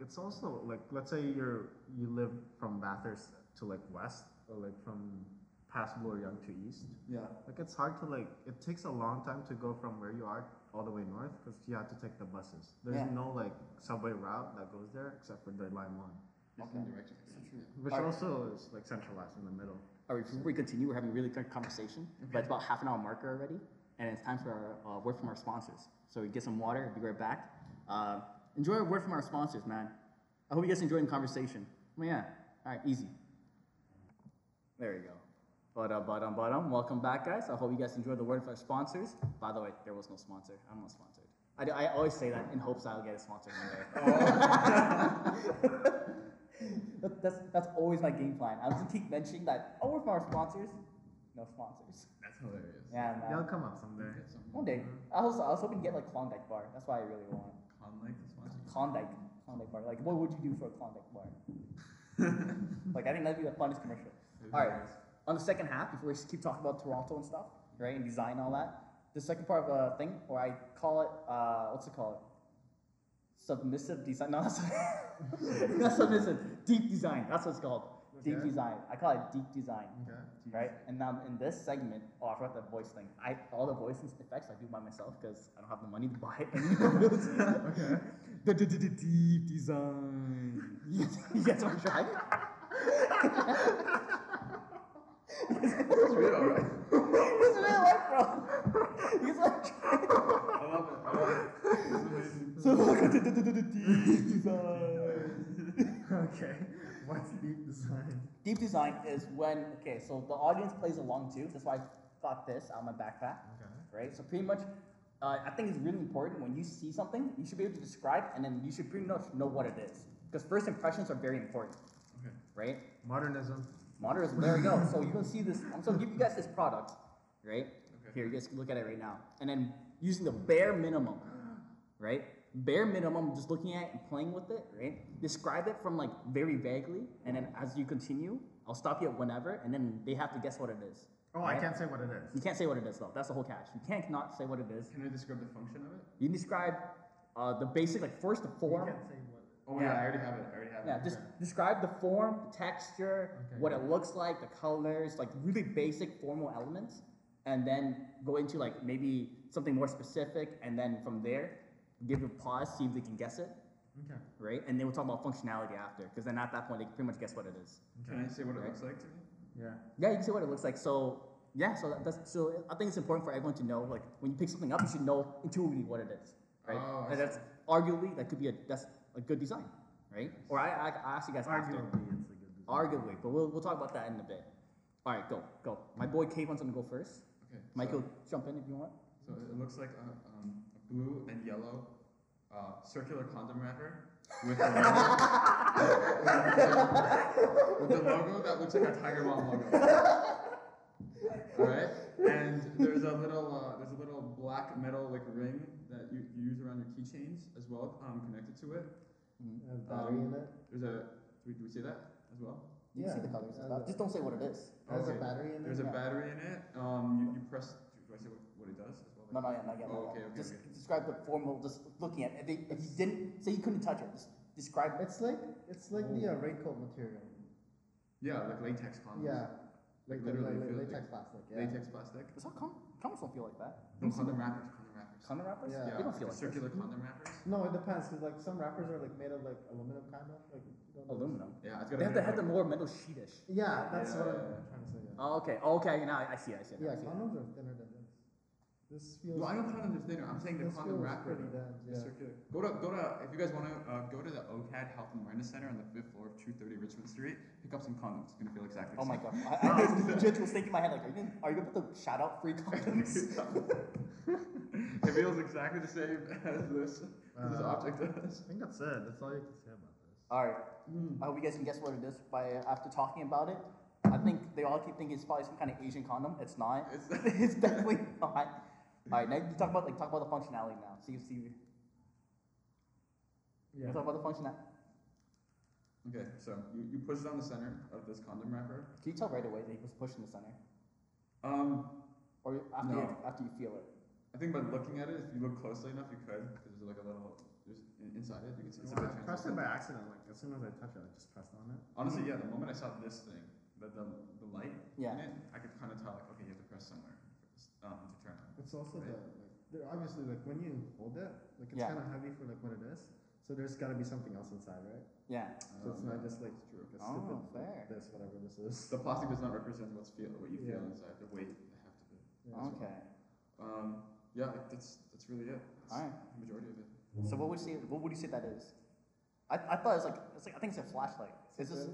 Speaker 3: it's also like, let's say you're you live from Bathurst to like west, or like from past Bloor Young to east.
Speaker 2: yeah.
Speaker 3: Like it's hard to like, it takes a long time to go from where you are all the way north because you have to take the buses. There's
Speaker 1: Yeah.
Speaker 3: no like subway route that goes there except for the line one,
Speaker 2: Just in direction. Yeah.
Speaker 3: which
Speaker 1: Alright.
Speaker 3: also is like centralized in the middle.
Speaker 5: All right, before we continue, we're having a really good conversation, but it's about half an hour marker already, and it's time for our uh, word from our sponsors. So we get some water, we'll be right back. Uh, enjoy our word from our sponsors, man. I hope you guys enjoyed the conversation. Oh, yeah. All right, easy. There you go. But uh, but um, but um, welcome back, guys. I hope you guys enjoyed the word from our sponsors. By the way, there was no sponsor. I'm not sponsored. I, do- I always say that in hopes I'll get a sponsor one day.
Speaker 1: Oh.
Speaker 5: [LAUGHS]
Speaker 1: That, that's that's always my game plan. I was gonna keep mentioning that. Oh, we're for our sponsors. No sponsors.
Speaker 2: That's hilarious.
Speaker 1: Yeah,
Speaker 3: They'll
Speaker 1: man. Mm-hmm.
Speaker 3: come out someday.
Speaker 2: Get some
Speaker 1: One day. I was, I was hoping to get like Klondike bar. That's what I really want.
Speaker 2: Conlake to sponsor [LAUGHS] you.
Speaker 1: Klondike. Klondike bar. Like, what would you do for a Klondike bar? like, I think that'd be the funnest commercial.
Speaker 2: That'd be
Speaker 1: All right.
Speaker 2: hilarious.
Speaker 1: On the second half, before we just keep talking about Toronto and stuff, right, and design and all that, the second part of the thing, or I call it, uh, what's it called? Submissive design. No, that's [LAUGHS] not submissive. Deep design. That's what it's called. Deep
Speaker 3: Okay.
Speaker 1: design. I call it deep design.
Speaker 3: Okay.
Speaker 1: right? And now in this segment, oh, I forgot the voice thing. I all the voice effects I do by myself because I don't have the money to buy any of Okay. [LAUGHS] The d- d- d- deep design. [LAUGHS] you guys want to try?
Speaker 2: That's real, right?
Speaker 1: It's real life, bro. You guys want to try?
Speaker 2: I love
Speaker 1: [LAUGHS]
Speaker 2: it. I love it. This is amazing.
Speaker 1: So welcome to d- d- d- d- deep design.
Speaker 3: [LAUGHS] okay. What's deep design?
Speaker 1: Deep design is when okay, so the audience plays along too. That's why I got this out of my backpack,
Speaker 3: Okay.
Speaker 1: right? So pretty much, uh, I think it's really important when you see something, you should be able to describe, and then you should pretty much know what it is because first impressions are very important,
Speaker 2: Okay.
Speaker 1: right?
Speaker 3: Modernism.
Speaker 1: Modernism. There we go. So you can see this. I'm gonna give you guys this product, right?
Speaker 2: Okay.
Speaker 1: Here, you guys look at it right now, and then using the bare minimum, right? Bare minimum, just looking at it and playing with it, right? Describe it from like very vaguely, and then as you continue, I'll stop you at whenever, and then they have to guess what it is.
Speaker 3: Oh, I
Speaker 1: right?
Speaker 3: can't say what it
Speaker 1: You
Speaker 3: is.
Speaker 1: can't say what it is though. That's the whole catch. You can't not say what it is.
Speaker 2: Can I describe the function of it?
Speaker 1: You can describe uh, the basic, like first the
Speaker 3: You
Speaker 1: form.
Speaker 3: can't say what.
Speaker 2: Oh yeah,
Speaker 1: Yeah.
Speaker 2: I already have it. I already have
Speaker 1: Yeah,
Speaker 2: it.
Speaker 1: just describe the form, the texture,
Speaker 3: Okay.
Speaker 1: what it looks like, the colors, like really basic formal elements, and then go into like maybe something more specific, and then from there, give it a pause, see if they can guess it,
Speaker 3: Okay.
Speaker 1: right? And then we'll talk about functionality after, because then at that point they can pretty much guess what it is.
Speaker 2: Can I say what it
Speaker 1: Right.
Speaker 2: looks like to me?
Speaker 3: Yeah.
Speaker 1: Yeah, you can see what it looks like. So yeah, so that, that's so I think it's important for everyone to know like when you pick something up, you should know intuitively what it is, right?
Speaker 2: Oh, I
Speaker 1: and that's
Speaker 2: see.
Speaker 1: arguably that could be a that's a good design, right? Or I I, I ask you guys after.
Speaker 3: Arguably, it's a good design.
Speaker 1: Arguably, but we'll, we'll talk about that in a bit. All right, go, go. My boy K wants to go first.
Speaker 2: Okay.
Speaker 1: Michael, jump in if you want.
Speaker 2: So, so it looks like a, um, a blue and yellow uh, circular condom wrapper with the logo, with the logo that looks like a Tiger Mom logo. All right, and there's a little uh, there's a little black metal like ring that you, you use around your keychains as well um, connected to it.
Speaker 3: Has battery in it.
Speaker 2: There's a do we, do we see that as well?
Speaker 1: You can see the colors. and stuff. Just don't say what it is.
Speaker 3: Has a
Speaker 2: Okay.
Speaker 3: battery in it.
Speaker 2: There's a battery in it. Um, you, you press. Do I say what, what it does as well?
Speaker 1: No, not yet, not yet. not
Speaker 2: Oh, okay,
Speaker 1: yet.
Speaker 2: okay,
Speaker 1: just
Speaker 2: okay.
Speaker 1: describe the formal, just looking at it. If, they, if you didn't, say you couldn't touch it, just describe it.
Speaker 4: It's like it's like the uh,
Speaker 2: Oh.
Speaker 4: raincoat material.
Speaker 2: Yeah, like latex condoms.
Speaker 4: Yeah,
Speaker 2: Um, Like
Speaker 4: the-
Speaker 2: literally
Speaker 4: the-
Speaker 2: feels
Speaker 4: the
Speaker 2: like-
Speaker 4: latex plastic. Yeah.
Speaker 2: Latex plastic.
Speaker 1: That's how con- condoms don't feel like that.
Speaker 2: No, condom wrappers. Condom wrappers.
Speaker 1: Condom wrappers?
Speaker 4: Yeah.
Speaker 1: They don't feel
Speaker 2: like
Speaker 1: like that.
Speaker 2: circular condom wrappers.
Speaker 4: No, it depends. Cause like some wrappers are like made of like aluminum, kind of like. you don't know.
Speaker 1: Aluminum.
Speaker 2: Yeah, it's got
Speaker 1: They
Speaker 2: a
Speaker 1: have
Speaker 2: bit
Speaker 1: to
Speaker 2: of
Speaker 1: have the
Speaker 2: like-
Speaker 1: more metal sheetish.
Speaker 4: Yeah, that's
Speaker 2: Yeah,
Speaker 4: what I'm
Speaker 2: yeah, yeah.
Speaker 4: trying to say. Yeah,
Speaker 1: Oh, okay, oh, okay, now I, I see it, I see it.
Speaker 4: yeah
Speaker 1: I see it.
Speaker 4: condoms are thinner than this. This feels.
Speaker 2: Well, I know condoms are thinner. I'm saying the
Speaker 4: This
Speaker 2: condom
Speaker 4: feels
Speaker 2: wrapper.
Speaker 4: pretty
Speaker 2: though.
Speaker 4: dense,
Speaker 2: The
Speaker 4: yeah.
Speaker 2: circular. Go to go to if you guys want to uh, go to the OCAD Health and Wellness Center on the fifth floor of 230 Richmond Street. Pick up some condoms. It's gonna feel exactly. the
Speaker 1: Oh my
Speaker 2: same.
Speaker 1: [LAUGHS] god. I, I legit was thinking in my head, like, are you gonna, are you gonna put the shout out free condoms?
Speaker 2: [LAUGHS]
Speaker 1: [LAUGHS]
Speaker 2: it feels exactly the same as this. as this
Speaker 1: Uh-huh.
Speaker 3: Uh,
Speaker 2: object does.
Speaker 3: I think that's it. That's all you can say about this.
Speaker 1: All right. I hope you guys can guess what it is by after talking about it. I think they all keep thinking it's probably some kind of Asian condom. It's not.
Speaker 2: It's-
Speaker 1: [LAUGHS] It's, definitely not. All right. Now you talk about like talk about the functionality now. See, see. You
Speaker 4: Yeah.
Speaker 1: talk about the functionality.
Speaker 2: Okay, so you, you push down the center of this condom wrapper.
Speaker 1: Can you tell right away that he was pushing the center,
Speaker 2: Um,
Speaker 1: or after you,
Speaker 2: No.
Speaker 1: after you feel it?
Speaker 2: I think by looking at it, if you look closely enough, you could because there's like a little there's in- inside it. You can see it's a
Speaker 3: Well,
Speaker 2: bit
Speaker 3: I pressed it by
Speaker 2: translucent.
Speaker 3: accident. Like as soon as I touch it, I just pressed on it.
Speaker 2: Honestly, yeah. The moment I saw this thing, the the, the light
Speaker 1: Yeah.
Speaker 2: in it, I could kind of tell like okay, you have to press somewhere for this, um, to turn on.
Speaker 3: It's also
Speaker 2: Right.
Speaker 3: the like there obviously like when you hold it, like it's
Speaker 1: Yeah.
Speaker 3: kind of heavy for like what it is. So there's got to be something else inside, right?
Speaker 1: Yeah.
Speaker 3: So it's
Speaker 2: Um,
Speaker 3: not just like
Speaker 2: true.
Speaker 3: a
Speaker 1: Oh,
Speaker 3: stupid like,
Speaker 1: fair.
Speaker 3: this whatever this is.
Speaker 2: The plastic does not represent what's feel what you feel
Speaker 3: Yeah.
Speaker 2: inside. The weight, the heft of it.
Speaker 3: Yeah.
Speaker 1: [LAUGHS] Okay.
Speaker 2: Um, yeah, like, that's that's really it. That's
Speaker 1: Alright.
Speaker 2: The majority of it.
Speaker 1: So what would you say? What would you say that is? I, I thought it's like it's like I think it's a flashlight. Is this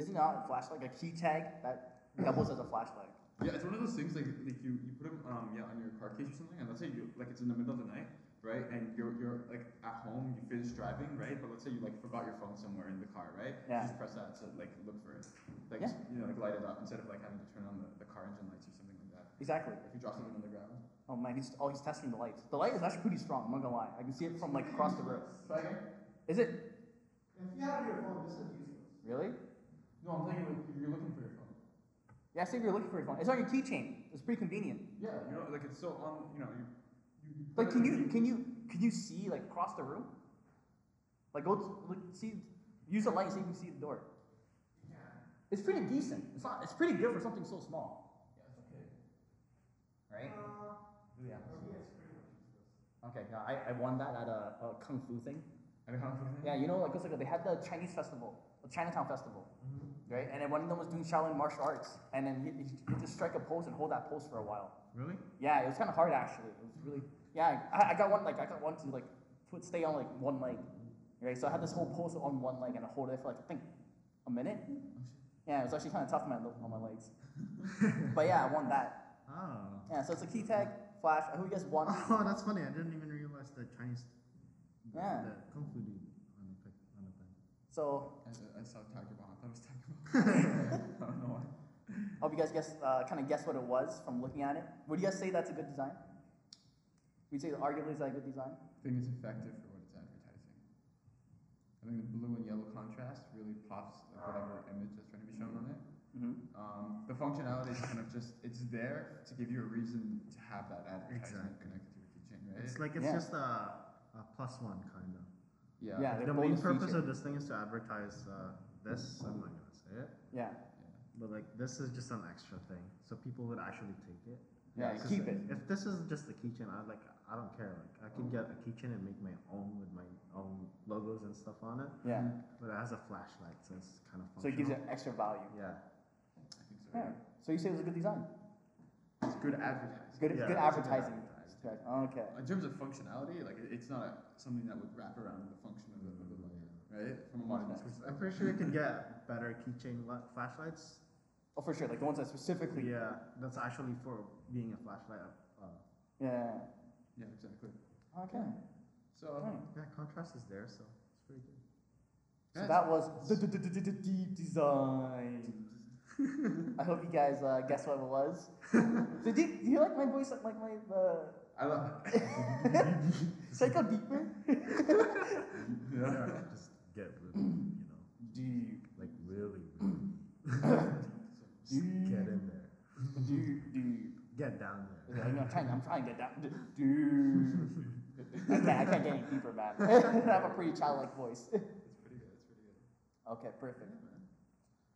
Speaker 1: is it not a flashlight? Like a key tag
Speaker 4: [CLEARS THROAT]
Speaker 1: that doubles as a flashlight.
Speaker 2: Yeah, it's one of those things like like you, you put them um yeah on your car case or something, and let's say you like it's in the middle of the night, right? And you're you're like at home, you finish driving, right? But let's say you like forgot your phone somewhere in the car, right?
Speaker 1: Yeah.
Speaker 2: You just press that to like look for it, like
Speaker 1: Yeah.
Speaker 2: you know like light it up instead of like having to turn on the, the car engine lights or something like that.
Speaker 1: Exactly.
Speaker 2: If you drop something on the ground.
Speaker 1: Oh man, he's oh he's testing the lights. The light is actually pretty strong. I'm not gonna lie. I can see it from like across the room. Is it
Speaker 4: If you have your phone, this is useless.
Speaker 1: really?
Speaker 2: No, I'm saying like, you're looking for your phone.
Speaker 1: Yeah, I see if you're looking for your phone. It's on your keychain. It's pretty convenient.
Speaker 2: Yeah, you know like it's so on you know you. you, you put
Speaker 1: Like,
Speaker 2: it
Speaker 1: can
Speaker 2: in
Speaker 1: you
Speaker 2: the-
Speaker 1: can you can you see like across the room? Like, go to, like, see, use the light and see if you can see the door. It's pretty decent. It's not. It's pretty good for something so small. Right. Yeah. Okay. Yeah, I, I won that at a, a kung fu thing.
Speaker 2: I don't know. [LAUGHS]
Speaker 1: Yeah, you know, like, it's like they had the Chinese festival, the Chinatown festival, right? And then one of them was doing Shaolin martial arts, and then you, you you just strike a pose and hold that pose for a while.
Speaker 3: Really?
Speaker 1: Yeah, it was kind of hard actually. It was really, yeah. I, I got one like I got one to like put stay on like one leg, Right? So I had this whole pose on one leg and I hold it for like I think a minute. Yeah, it was actually kind of tough on my on my [LAUGHS] legs. but yeah, I won that.
Speaker 3: Oh. [LAUGHS]
Speaker 1: Yeah, so it's a key tag flash. Who you guys won?
Speaker 3: Oh, that's funny. I didn't even realize the Chinese. The,
Speaker 1: Yeah.
Speaker 3: The kung fu dude on the pic, on the thing.
Speaker 1: So
Speaker 2: I, I saw Tiger Bomb. I thought it was Tiger Bomb. [LAUGHS] I don't know why.
Speaker 1: I hope you guys guess, uh, kind of guess what it was from looking at it. Would you guys say that's a good design? Would you say arguably is that a good design?
Speaker 2: I think it's effective for what it's advertising. I think the blue and yellow contrast really pops like, whatever image that's trying to be shown on it.
Speaker 1: Mm-hmm.
Speaker 2: Um, the functionality is kind of just it's there to give you a reason to have that advertisement
Speaker 3: Exactly.
Speaker 2: connected to your keychain, right?
Speaker 3: It's like it's
Speaker 1: Yeah.
Speaker 3: just a, a plus one kind of.
Speaker 2: yeah.
Speaker 1: Yeah.
Speaker 3: the
Speaker 1: they're
Speaker 3: main
Speaker 1: bonus
Speaker 3: purpose
Speaker 1: feature.
Speaker 3: of this thing is to advertise uh, this. I'm not gonna say it,
Speaker 1: Yeah.
Speaker 3: but like this is just an extra thing, so people would actually take it.
Speaker 1: Yeah,
Speaker 2: it's
Speaker 1: keep
Speaker 2: just-
Speaker 1: it.
Speaker 3: If this is just a keychain, I like I don't care. Like I could get a keychain and make my own with my own logos and stuff on it.
Speaker 1: Yeah.
Speaker 3: But it has a flashlight, so it's kind of
Speaker 1: So
Speaker 3: functional.
Speaker 1: it gives it extra value.
Speaker 3: yeah.
Speaker 2: I think so.
Speaker 1: Yeah.
Speaker 2: yeah.
Speaker 1: So you say it was a good design.
Speaker 2: It's good advertising.
Speaker 1: Good,
Speaker 3: Yeah,
Speaker 1: good
Speaker 3: it's a good
Speaker 1: advertising.
Speaker 3: advertising.
Speaker 1: Okay.
Speaker 2: In terms of functionality, like it- it's not a, something that would wrap around the function of the, of the light, right? From a modern
Speaker 1: Okay.
Speaker 2: perspective.
Speaker 3: I'm pretty sure you can get better keychain li- flashlights.
Speaker 1: Oh, for sure. Like the ones that specifically.
Speaker 3: Yeah, that's actually for being a flashlight. Uh,
Speaker 1: Yeah.
Speaker 2: Yeah, exactly.
Speaker 1: Okay.
Speaker 2: So,
Speaker 1: Alright.
Speaker 3: yeah, contrast is there, so it's pretty good.
Speaker 1: So
Speaker 2: yeah,
Speaker 1: that was the d- d- d- d- deep design. I hope you guys uh, guess what it
Speaker 2: [LAUGHS]
Speaker 1: was. so do you, do you like my voice? Like my uh, the
Speaker 2: I love
Speaker 1: psycho deeper?
Speaker 2: yeah.
Speaker 3: just get really, you know,
Speaker 1: Deep,
Speaker 3: like really,
Speaker 1: [LAUGHS]
Speaker 3: really. [LAUGHS]
Speaker 1: deep,
Speaker 3: get in there.
Speaker 1: deep, deep.
Speaker 3: Get down there.
Speaker 1: Yeah, I'm trying. I'm trying to get down. D- Dude,
Speaker 2: [LAUGHS]
Speaker 1: I can't. I can't get any deeper, man. [LAUGHS] I have a pretty childlike voice.
Speaker 2: That's pretty good. That's pretty good.
Speaker 1: Okay, perfect.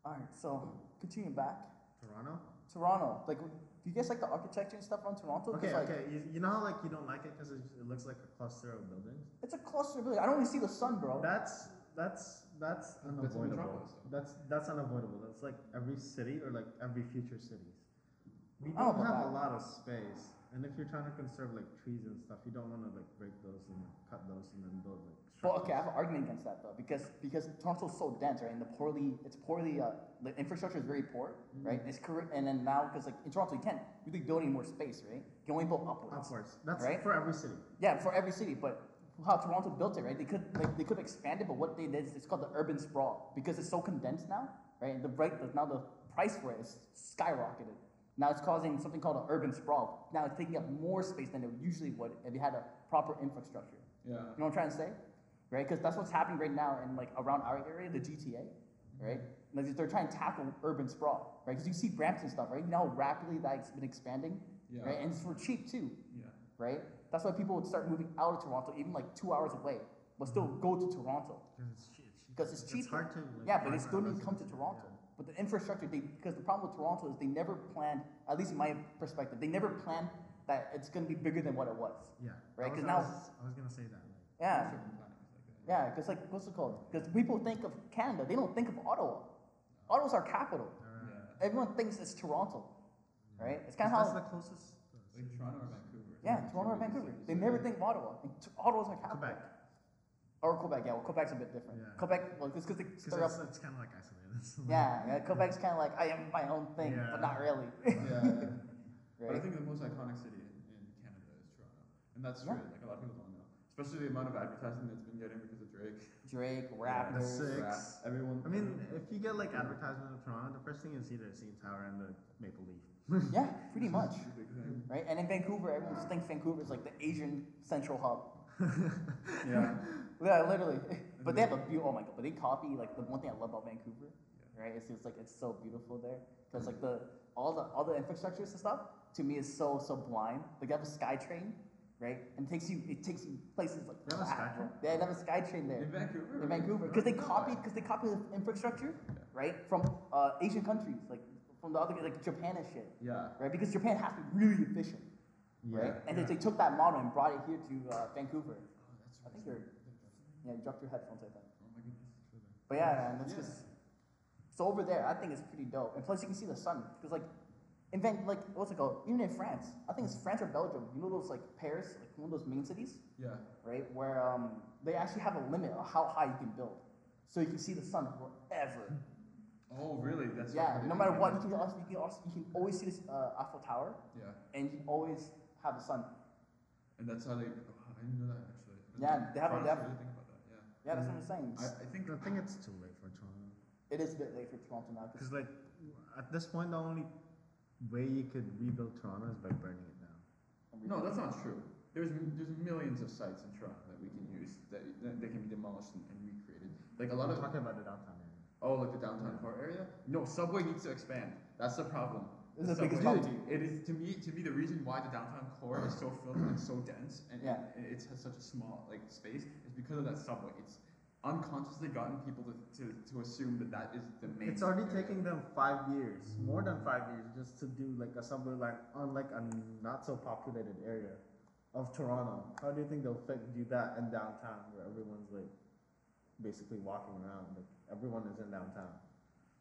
Speaker 1: All right, so continuing back,
Speaker 3: Toronto?
Speaker 1: Toronto. Like, do you guys like the architecture and stuff around Toronto? 'Cause,
Speaker 3: Okay,
Speaker 1: like,
Speaker 3: okay. You, you know how like you don't like it because it, it looks like a cluster of buildings.
Speaker 1: It's a cluster of buildings. I don't really see the sun, bro.
Speaker 3: That's that's that's unavoidable.
Speaker 2: metropolis, though.
Speaker 3: That's that's unavoidable. That's like every city or like every future cities. We
Speaker 1: I don't
Speaker 3: don't
Speaker 1: know
Speaker 3: have
Speaker 1: about
Speaker 3: a lot of space, and if you're trying to conserve like trees and stuff, you don't want to like break those and like, cut those and then build like.
Speaker 1: But
Speaker 3: structures.
Speaker 1: okay, I have an argument against that though, because because Toronto's so dense, right? And the poorly, it's poorly, uh, the infrastructure is very poor, right?
Speaker 3: Mm-hmm.
Speaker 1: It's cor- and then now because like in Toronto you can't really build any more space, right? You can only build upwards.
Speaker 3: Upwards. That's
Speaker 1: Right?
Speaker 3: for every city.
Speaker 1: Yeah, for every city, but how Toronto built it, right? They could like they could expand it, but what they did is it's called the urban sprawl because it's so condensed now, right? And the right now the price for it is skyrocketed. Now it's causing something called an urban sprawl. Now it's taking up more space than it usually would if you had a proper infrastructure.
Speaker 2: Yeah.
Speaker 1: You know what I'm trying to say, right? Because that's what's happening right now in like around our area, the GTA, right? Like they're trying to tackle urban sprawl, right? Because you see Brampton stuff, right? You know how rapidly that's been expanding,
Speaker 2: Yeah.
Speaker 1: right? And it's for cheap too,
Speaker 2: Yeah.
Speaker 1: right? That's why people would start moving out of Toronto, even like two hours away, but still go to Toronto
Speaker 3: Because it's cheap.
Speaker 1: because it's cheaper.
Speaker 3: It's hard to. Like,
Speaker 1: yeah, but they
Speaker 3: find
Speaker 1: still
Speaker 3: that
Speaker 1: need to come to
Speaker 3: residence.
Speaker 1: Toronto.
Speaker 3: Yeah.
Speaker 1: But the infrastructure, they because the problem with Toronto is they never planned, at least in my perspective, they never planned that it's going to be bigger than what it was.
Speaker 3: Yeah.
Speaker 1: Right,
Speaker 3: I was-
Speaker 1: 'cause
Speaker 3: I
Speaker 1: now-
Speaker 3: was- I was gonna say that. Like,
Speaker 1: Yeah.
Speaker 2: Certain planning is like that.
Speaker 1: Yeah, because like what's it called? Because people think of Canada, they don't think of Ottawa. Ottawa's our capital.
Speaker 2: Yeah.
Speaker 1: Everyone thinks it's Toronto, right? It's kind of
Speaker 3: that's
Speaker 1: how.
Speaker 3: the closest. uh,
Speaker 2: Like
Speaker 3: city.
Speaker 2: Toronto or Vancouver.
Speaker 1: yeah, Toronto or Vancouver. They never think of Ottawa. And T- Ottawa's our capital.
Speaker 3: Quebec.
Speaker 1: Or Quebec, yeah. Well, Quebec's a bit different.
Speaker 3: Yeah.
Speaker 1: Quebec, well, just because they
Speaker 3: Because
Speaker 1: stir up.
Speaker 3: it's, it's kind of like isolated. [LAUGHS]
Speaker 1: Yeah, yeah, Quebec's kind of like, I am my own thing,
Speaker 3: Yeah.
Speaker 1: but not
Speaker 3: [LAUGHS]
Speaker 1: really.
Speaker 2: Yeah.
Speaker 1: [LAUGHS]
Speaker 2: But I
Speaker 1: right?
Speaker 2: think the most iconic city in, in Canada is Toronto, and that's
Speaker 1: Yeah.
Speaker 2: true. Like a lot of people don't know, especially the amount of advertising that's been getting because of Drake.
Speaker 1: Drake,
Speaker 3: The
Speaker 1: [LAUGHS] rappers.
Speaker 3: six.
Speaker 2: Rap, Everyone.
Speaker 3: I mean, if you get like advertisement of Toronto, the first thing is either the CN Tower and the Maple Leaf.
Speaker 1: Yeah, pretty much.
Speaker 2: It's a big
Speaker 1: [LAUGHS]
Speaker 2: thing.
Speaker 1: Right? And in Vancouver, everyone just thinks Vancouver's like the Asian central hub.
Speaker 2: Yeah.
Speaker 1: Yeah, literally. [LAUGHS] But they have a
Speaker 3: Mm-hmm.
Speaker 1: beautiful. Oh my god! But they copy like the one thing I love about Vancouver, right? It's just like it's so beautiful there because like the all the all the infrastructures and stuff to me is so sublime. Like they have a sky train, right? And it takes you it takes you places like
Speaker 3: They have a
Speaker 1: that.
Speaker 3: SkyTrain?
Speaker 1: Yeah, they have a sky train there
Speaker 2: In Vancouver.
Speaker 1: in Vancouver because they copied because they copied the infrastructure, right? From uh, Asian countries like from the other like Japan and shit,
Speaker 2: Yeah.
Speaker 1: right? Because Japan has to be really efficient, right? And they, they took that model and brought it here to uh, Vancouver.
Speaker 2: Oh,
Speaker 1: I
Speaker 2: that's right.
Speaker 1: think you're. Yeah, you dropped your headphones, I think.
Speaker 2: Oh my goodness.
Speaker 1: But yeah, man, that's
Speaker 2: Yeah.
Speaker 1: just. So over there, I think it's pretty dope. And plus, you can see the sun. Because, like, invent like what's it called? Even in France, I think it's France or Belgium. You know those like Paris, like one of those main cities,
Speaker 2: Yeah.
Speaker 1: right? Where um, they actually have a limit of how high you can build, so you can see the sun forever.
Speaker 2: Oh, really? That's
Speaker 1: yeah,
Speaker 2: they
Speaker 1: no
Speaker 2: do
Speaker 1: matter
Speaker 2: in
Speaker 1: what, you
Speaker 2: England.
Speaker 1: can also you can also you can always see this uh, Eiffel Tower,
Speaker 2: Yeah,
Speaker 1: and you can always have the sun.
Speaker 2: and that's how they. Oh, I didn't know that actually.
Speaker 1: Yeah, they have- they
Speaker 2: France,
Speaker 1: have-
Speaker 2: I didn't think about that. Yeah.
Speaker 1: Yeah, that's what I'm saying.
Speaker 2: Mm. I, I think
Speaker 3: I think it's too late for Toronto.
Speaker 1: It is a bit late for Toronto now. 'cause-
Speaker 3: Because like at this point, the only way you could rebuild Toronto is by burning it down.
Speaker 2: no, that's not true. There's there's millions of sites in Toronto that we can use that, that they can be demolished and, and recreated. Like a lot
Speaker 3: I'm
Speaker 2: of
Speaker 3: talking about the downtown area.
Speaker 2: Oh, like the downtown core area? No, subway needs to expand. That's the problem.
Speaker 1: This is the biggest
Speaker 2: Subway-
Speaker 1: problem.
Speaker 2: It is to me to me the reason why the downtown core is so filled and so dense and
Speaker 1: Yeah.
Speaker 2: and it has such a small like space is because of that subway. It's unconsciously gotten people to, to, to assume that that is the main.
Speaker 3: It's already
Speaker 2: area.
Speaker 3: taking them five years, more than five years, just to do like a subway line on like a not so populated area of Toronto. How do you think they'll fi- do that in downtown where everyone's like basically walking around? Like everyone is in downtown.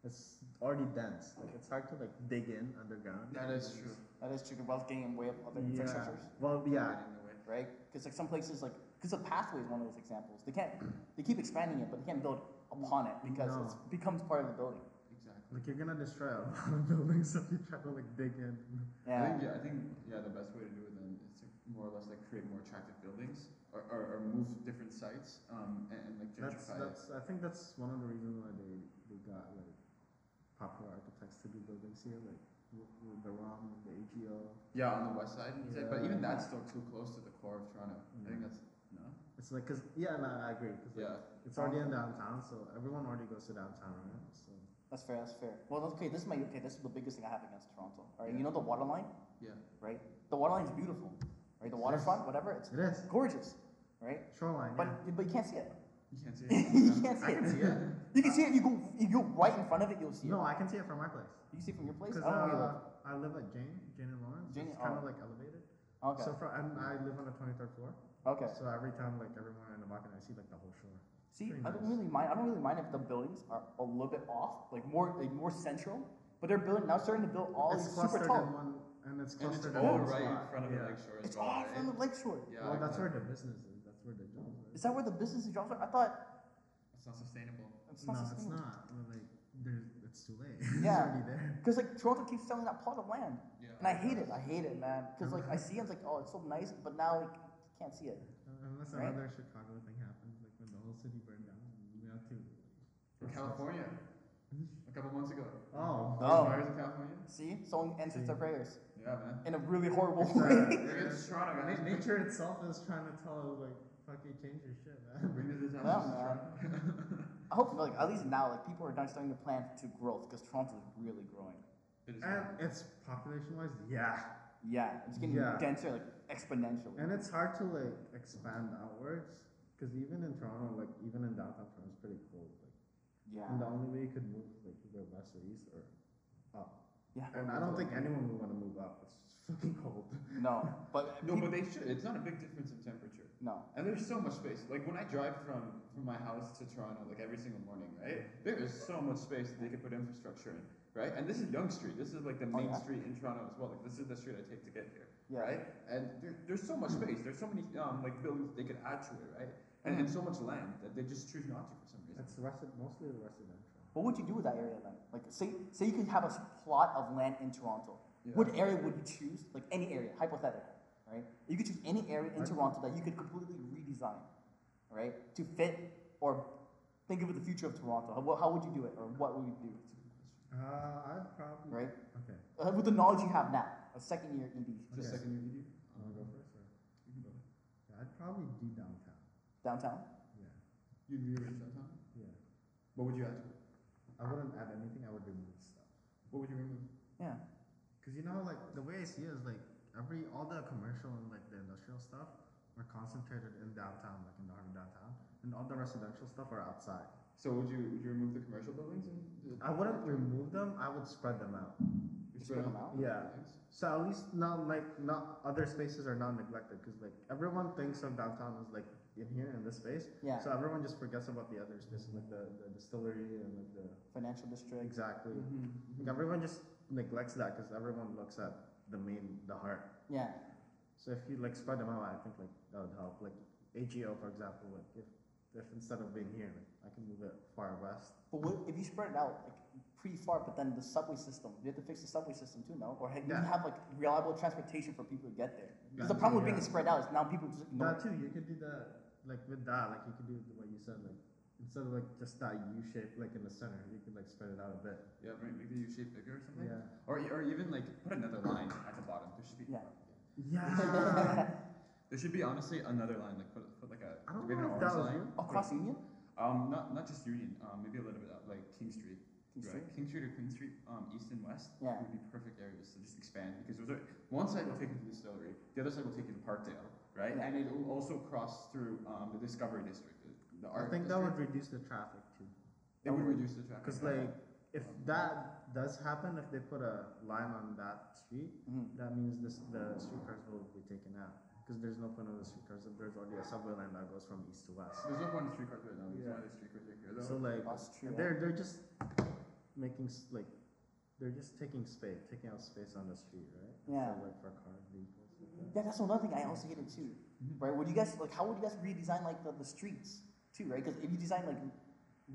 Speaker 3: It's already dense. Like it's hard to like dig in underground.
Speaker 2: That is true.
Speaker 1: that is true. The wealth getting in way of other
Speaker 3: Yeah.
Speaker 1: infrastructures.
Speaker 3: Well, yeah.
Speaker 2: Getting in the way.
Speaker 1: right? Because like some places, like because the pathway is one of those examples. They can't they keep expanding it, but they can't build upon it because
Speaker 3: No.
Speaker 1: it's it becomes part of the building.
Speaker 2: Exactly.
Speaker 3: Like you're gonna destroy a lot of [LAUGHS] buildings if you try to like dig in.
Speaker 2: I
Speaker 1: Yeah,
Speaker 2: think yeah, I think yeah, the best way to do it then is to more or less like create more attractive buildings or, or, or move different sites um, and, and like
Speaker 3: That's
Speaker 2: gentrify it.
Speaker 3: that's. I think that's one of the reasons why they they got like popular architects to do buildings here, like w- w- the ROM, the AGO.
Speaker 2: Yeah, on the west side. you said, But
Speaker 3: Yeah.
Speaker 2: even that's still too close to the core of Toronto. I think
Speaker 3: Mm.
Speaker 2: that's no.
Speaker 3: It's like cause yeah, no, I agree. 'cause, like,
Speaker 2: Yeah.
Speaker 3: it's already in downtown, so everyone already goes to downtown, right? So
Speaker 1: that's fair. That's fair. Well, okay, this is my okay. This is the biggest thing I have against Toronto. All right, you know the water line,
Speaker 2: Yeah.
Speaker 1: right? The water line is beautiful, right? The waterfront, whatever, it's
Speaker 3: it is
Speaker 1: gorgeous, right?
Speaker 3: shoreline.
Speaker 1: But
Speaker 3: yeah.
Speaker 1: but you can't see it.
Speaker 2: You can't [LAUGHS] see
Speaker 1: [LAUGHS] you
Speaker 2: it.
Speaker 1: can't see
Speaker 3: I can
Speaker 1: it.
Speaker 3: see it.
Speaker 1: You can see it. You go you go right in front of it. You'll [LAUGHS] see it.
Speaker 3: No, I can see it from my place.
Speaker 1: You can see it from your place.
Speaker 3: Cause
Speaker 1: I don't know where you
Speaker 3: uh, I live at Jane, Jane and Lawrence.
Speaker 1: Jane-
Speaker 3: it's kind of
Speaker 1: oh.
Speaker 3: like elevated.
Speaker 1: live. Okay.
Speaker 3: So from and I live on the 23rd floor.
Speaker 1: okay.
Speaker 3: So every time like every morning I walk in, I see like the whole shore.
Speaker 1: See,
Speaker 3: Pretty
Speaker 1: I don't
Speaker 3: nice.
Speaker 1: really mind. I don't really mind if the buildings are a little bit off, like more, like more central. But they're building now, starting to build all
Speaker 3: it's
Speaker 1: these super
Speaker 3: clustered
Speaker 1: tall.
Speaker 3: in one, and it's
Speaker 2: And it's
Speaker 3: clustered in
Speaker 2: all
Speaker 3: one
Speaker 2: right in
Speaker 3: spot.
Speaker 2: front of the
Speaker 3: yeah.
Speaker 2: lakeshore as
Speaker 1: It's
Speaker 2: well.
Speaker 1: all
Speaker 2: right?
Speaker 1: from the lakeshore.
Speaker 2: Yeah. uh,
Speaker 3: Well,
Speaker 2: I know.
Speaker 3: that's where the business is. That's where the jobs are.
Speaker 1: Is that where the business jobs are? I thought
Speaker 2: It's not sustainable.
Speaker 1: it's
Speaker 3: no,
Speaker 1: not
Speaker 3: it's
Speaker 1: sustainable.
Speaker 3: not. Well, like, there's, it's too late. [LAUGHS] it's
Speaker 1: Yeah.
Speaker 3: already there.
Speaker 1: Because like Toronto keeps selling that plot of land,
Speaker 2: Yeah.
Speaker 1: and I hate it. I hate it, man. Because like I see it, it's like oh, it's so nice, but now like you can't see it.
Speaker 3: Uh, Unless
Speaker 1: Right?
Speaker 3: another Chicago thing happens, like when the whole city burned down, we have to.
Speaker 2: In California. A couple months ago. [LAUGHS]
Speaker 3: Oh.
Speaker 1: Oh.
Speaker 2: Fires in California.
Speaker 1: See, someone answers their prayers
Speaker 2: Yeah, man.
Speaker 1: in a really horrible [LAUGHS]
Speaker 3: It's,
Speaker 1: way.
Speaker 3: uh,
Speaker 2: Look at Toronto, guys.
Speaker 3: na- nature itself is trying to tell us like, fucking change your shit, man.
Speaker 2: Bring it to the town.
Speaker 1: Yeah,
Speaker 2: this is
Speaker 1: man.
Speaker 2: [LAUGHS] Toronto.
Speaker 1: I hope like at least now like people are now starting to plan to growth because Toronto is really growing.
Speaker 2: It is
Speaker 3: and
Speaker 2: not.
Speaker 3: it's population wise, yeah.
Speaker 1: Yeah, it's getting
Speaker 3: Yeah.
Speaker 1: denser like exponentially.
Speaker 3: And it's hard to like expand outwards because even in Toronto, like even in downtown Toronto, it's pretty cold. Like,
Speaker 1: yeah.
Speaker 3: and the only way you could move is, like either west or east or up.
Speaker 1: Yeah.
Speaker 3: And I don't think anyone would want to move up. It's just fucking cold.
Speaker 1: No, but
Speaker 2: No, but they should. It's not a big difference in temperature.
Speaker 1: no.
Speaker 2: And there's so much space. Like when I drive from from my house to Toronto, like every single morning, right? There is so much space that they could put infrastructure in, right? And this is Young Street. This is like the
Speaker 1: Oh,
Speaker 2: main
Speaker 1: yeah.
Speaker 2: street in Toronto as well. Like this is the street I take to get here,
Speaker 1: Yeah.
Speaker 2: right? And there, there's so much space. There's so many um, like buildings they could add to it, right? And, and so much land that they just choose not to for some reason.
Speaker 3: It's resi- mostly residential.
Speaker 1: What would you do with that area then? Like, say, say you could have a s- plot of land in Toronto.
Speaker 2: Yeah.
Speaker 1: What area would you choose? Like any area, hypothetical, right? You could choose any area in
Speaker 3: Like-
Speaker 1: Toronto that you could completely redesign, right, to fit or think of the future of Toronto. How, how would you do it, or what would you do,
Speaker 3: Uh, I'd probably.
Speaker 1: right?
Speaker 3: Okay.
Speaker 1: Uh, with the knowledge you have now, a second year E ED
Speaker 2: Just
Speaker 3: Okay.
Speaker 2: like in your video.
Speaker 3: You wanna go first? Or? Yeah, I'd probably do downtown.
Speaker 1: downtown.
Speaker 3: Yeah.
Speaker 2: You do it sometime.
Speaker 3: Yeah.
Speaker 2: What would you add to it?
Speaker 3: I wouldn't add anything. I would remove stuff.
Speaker 2: What would you remove?
Speaker 1: Yeah.
Speaker 3: Cause you know, like the way I see it is like every all the commercial and like the industrial stuff are concentrated in downtown, like in the heart of downtown, and all the residential stuff are outside.
Speaker 2: So would you would you remove the commercial buildings and the-
Speaker 3: I wouldn't remove them. I would spread them out.
Speaker 2: you
Speaker 1: Spread them out.
Speaker 3: Yeah.
Speaker 2: buildings?
Speaker 3: So at least not like not other spaces are not neglected because like everyone thinks of downtown as like in here in this space.
Speaker 1: Yeah.
Speaker 3: So everyone just forgets about the other spaces like the, the distillery and like the
Speaker 1: Financial district.
Speaker 3: exactly.
Speaker 2: Mhm.
Speaker 3: Like everyone just neglects that because everyone looks at the main, the heart.
Speaker 1: Yeah.
Speaker 3: So if you like spread them out, I think like that would help. Like AGO, for example, like if, if instead of being here, like I can move it far west.
Speaker 1: But what, if you spread it out like pretty far, but then the subway system, you have to fix the subway system too, no? Or have, you
Speaker 3: Yeah.
Speaker 1: have like reliable transportation for people to get there. Because the
Speaker 3: Yeah,
Speaker 1: problem with
Speaker 3: yeah.
Speaker 1: being spread out is now people just ignore.
Speaker 3: That too, you could do that. Like with that, like you could do the way you said, like instead of like just that U shape, like in the center, you could like spread it out a bit.
Speaker 2: Yeah, right, make the U shape bigger or something.
Speaker 3: Yeah.
Speaker 2: Or, e- or even like put another line at the bottom. There should be.
Speaker 1: Yeah.
Speaker 3: Yeah.
Speaker 2: There should be honestly another line. Like put, put like a.
Speaker 3: I don't
Speaker 2: maybe an
Speaker 3: know if
Speaker 2: orange
Speaker 3: that was
Speaker 2: line.
Speaker 3: you.
Speaker 1: Across Union?
Speaker 2: Um, not not just Union. Um, maybe a little bit up, like King Street.
Speaker 1: King
Speaker 2: right?
Speaker 1: Street?
Speaker 2: King Street or Queen Street, um, east and west.
Speaker 1: Yeah.
Speaker 2: Would be perfect areas to just expand because those are one side will take you to the distillery, the other side will take you to Parkdale, right?
Speaker 1: Yeah.
Speaker 2: And it will also cross through um, the Discovery District. The, the
Speaker 3: [LAUGHS] I
Speaker 2: art
Speaker 3: think that
Speaker 2: [LAUGHS]
Speaker 3: would
Speaker 2: district.
Speaker 3: reduce the traffic too.
Speaker 2: it would reduce the traffic.
Speaker 3: Because
Speaker 2: yeah.
Speaker 3: like if that does happen, if they put a line on that street,
Speaker 1: Mhm.
Speaker 3: that means this the streetcars will be taken out. Because there's no point of the streetcars if there's already a subway line that goes from east to west.
Speaker 2: There's no one streetcar right now. There's one
Speaker 3: Yeah.
Speaker 2: other streetcar right here.
Speaker 3: So like
Speaker 1: That's true.
Speaker 3: they're they're just making s- like they're just taking space, taking out space on the street, right?
Speaker 1: Yeah.
Speaker 3: For, like for car vehicles. Like that.
Speaker 1: Yeah, that's another thing I also hated too.
Speaker 2: Mm-hmm.
Speaker 1: Right? Would you guys like how would you guys redesign like the, the streets too, right? Because if you design like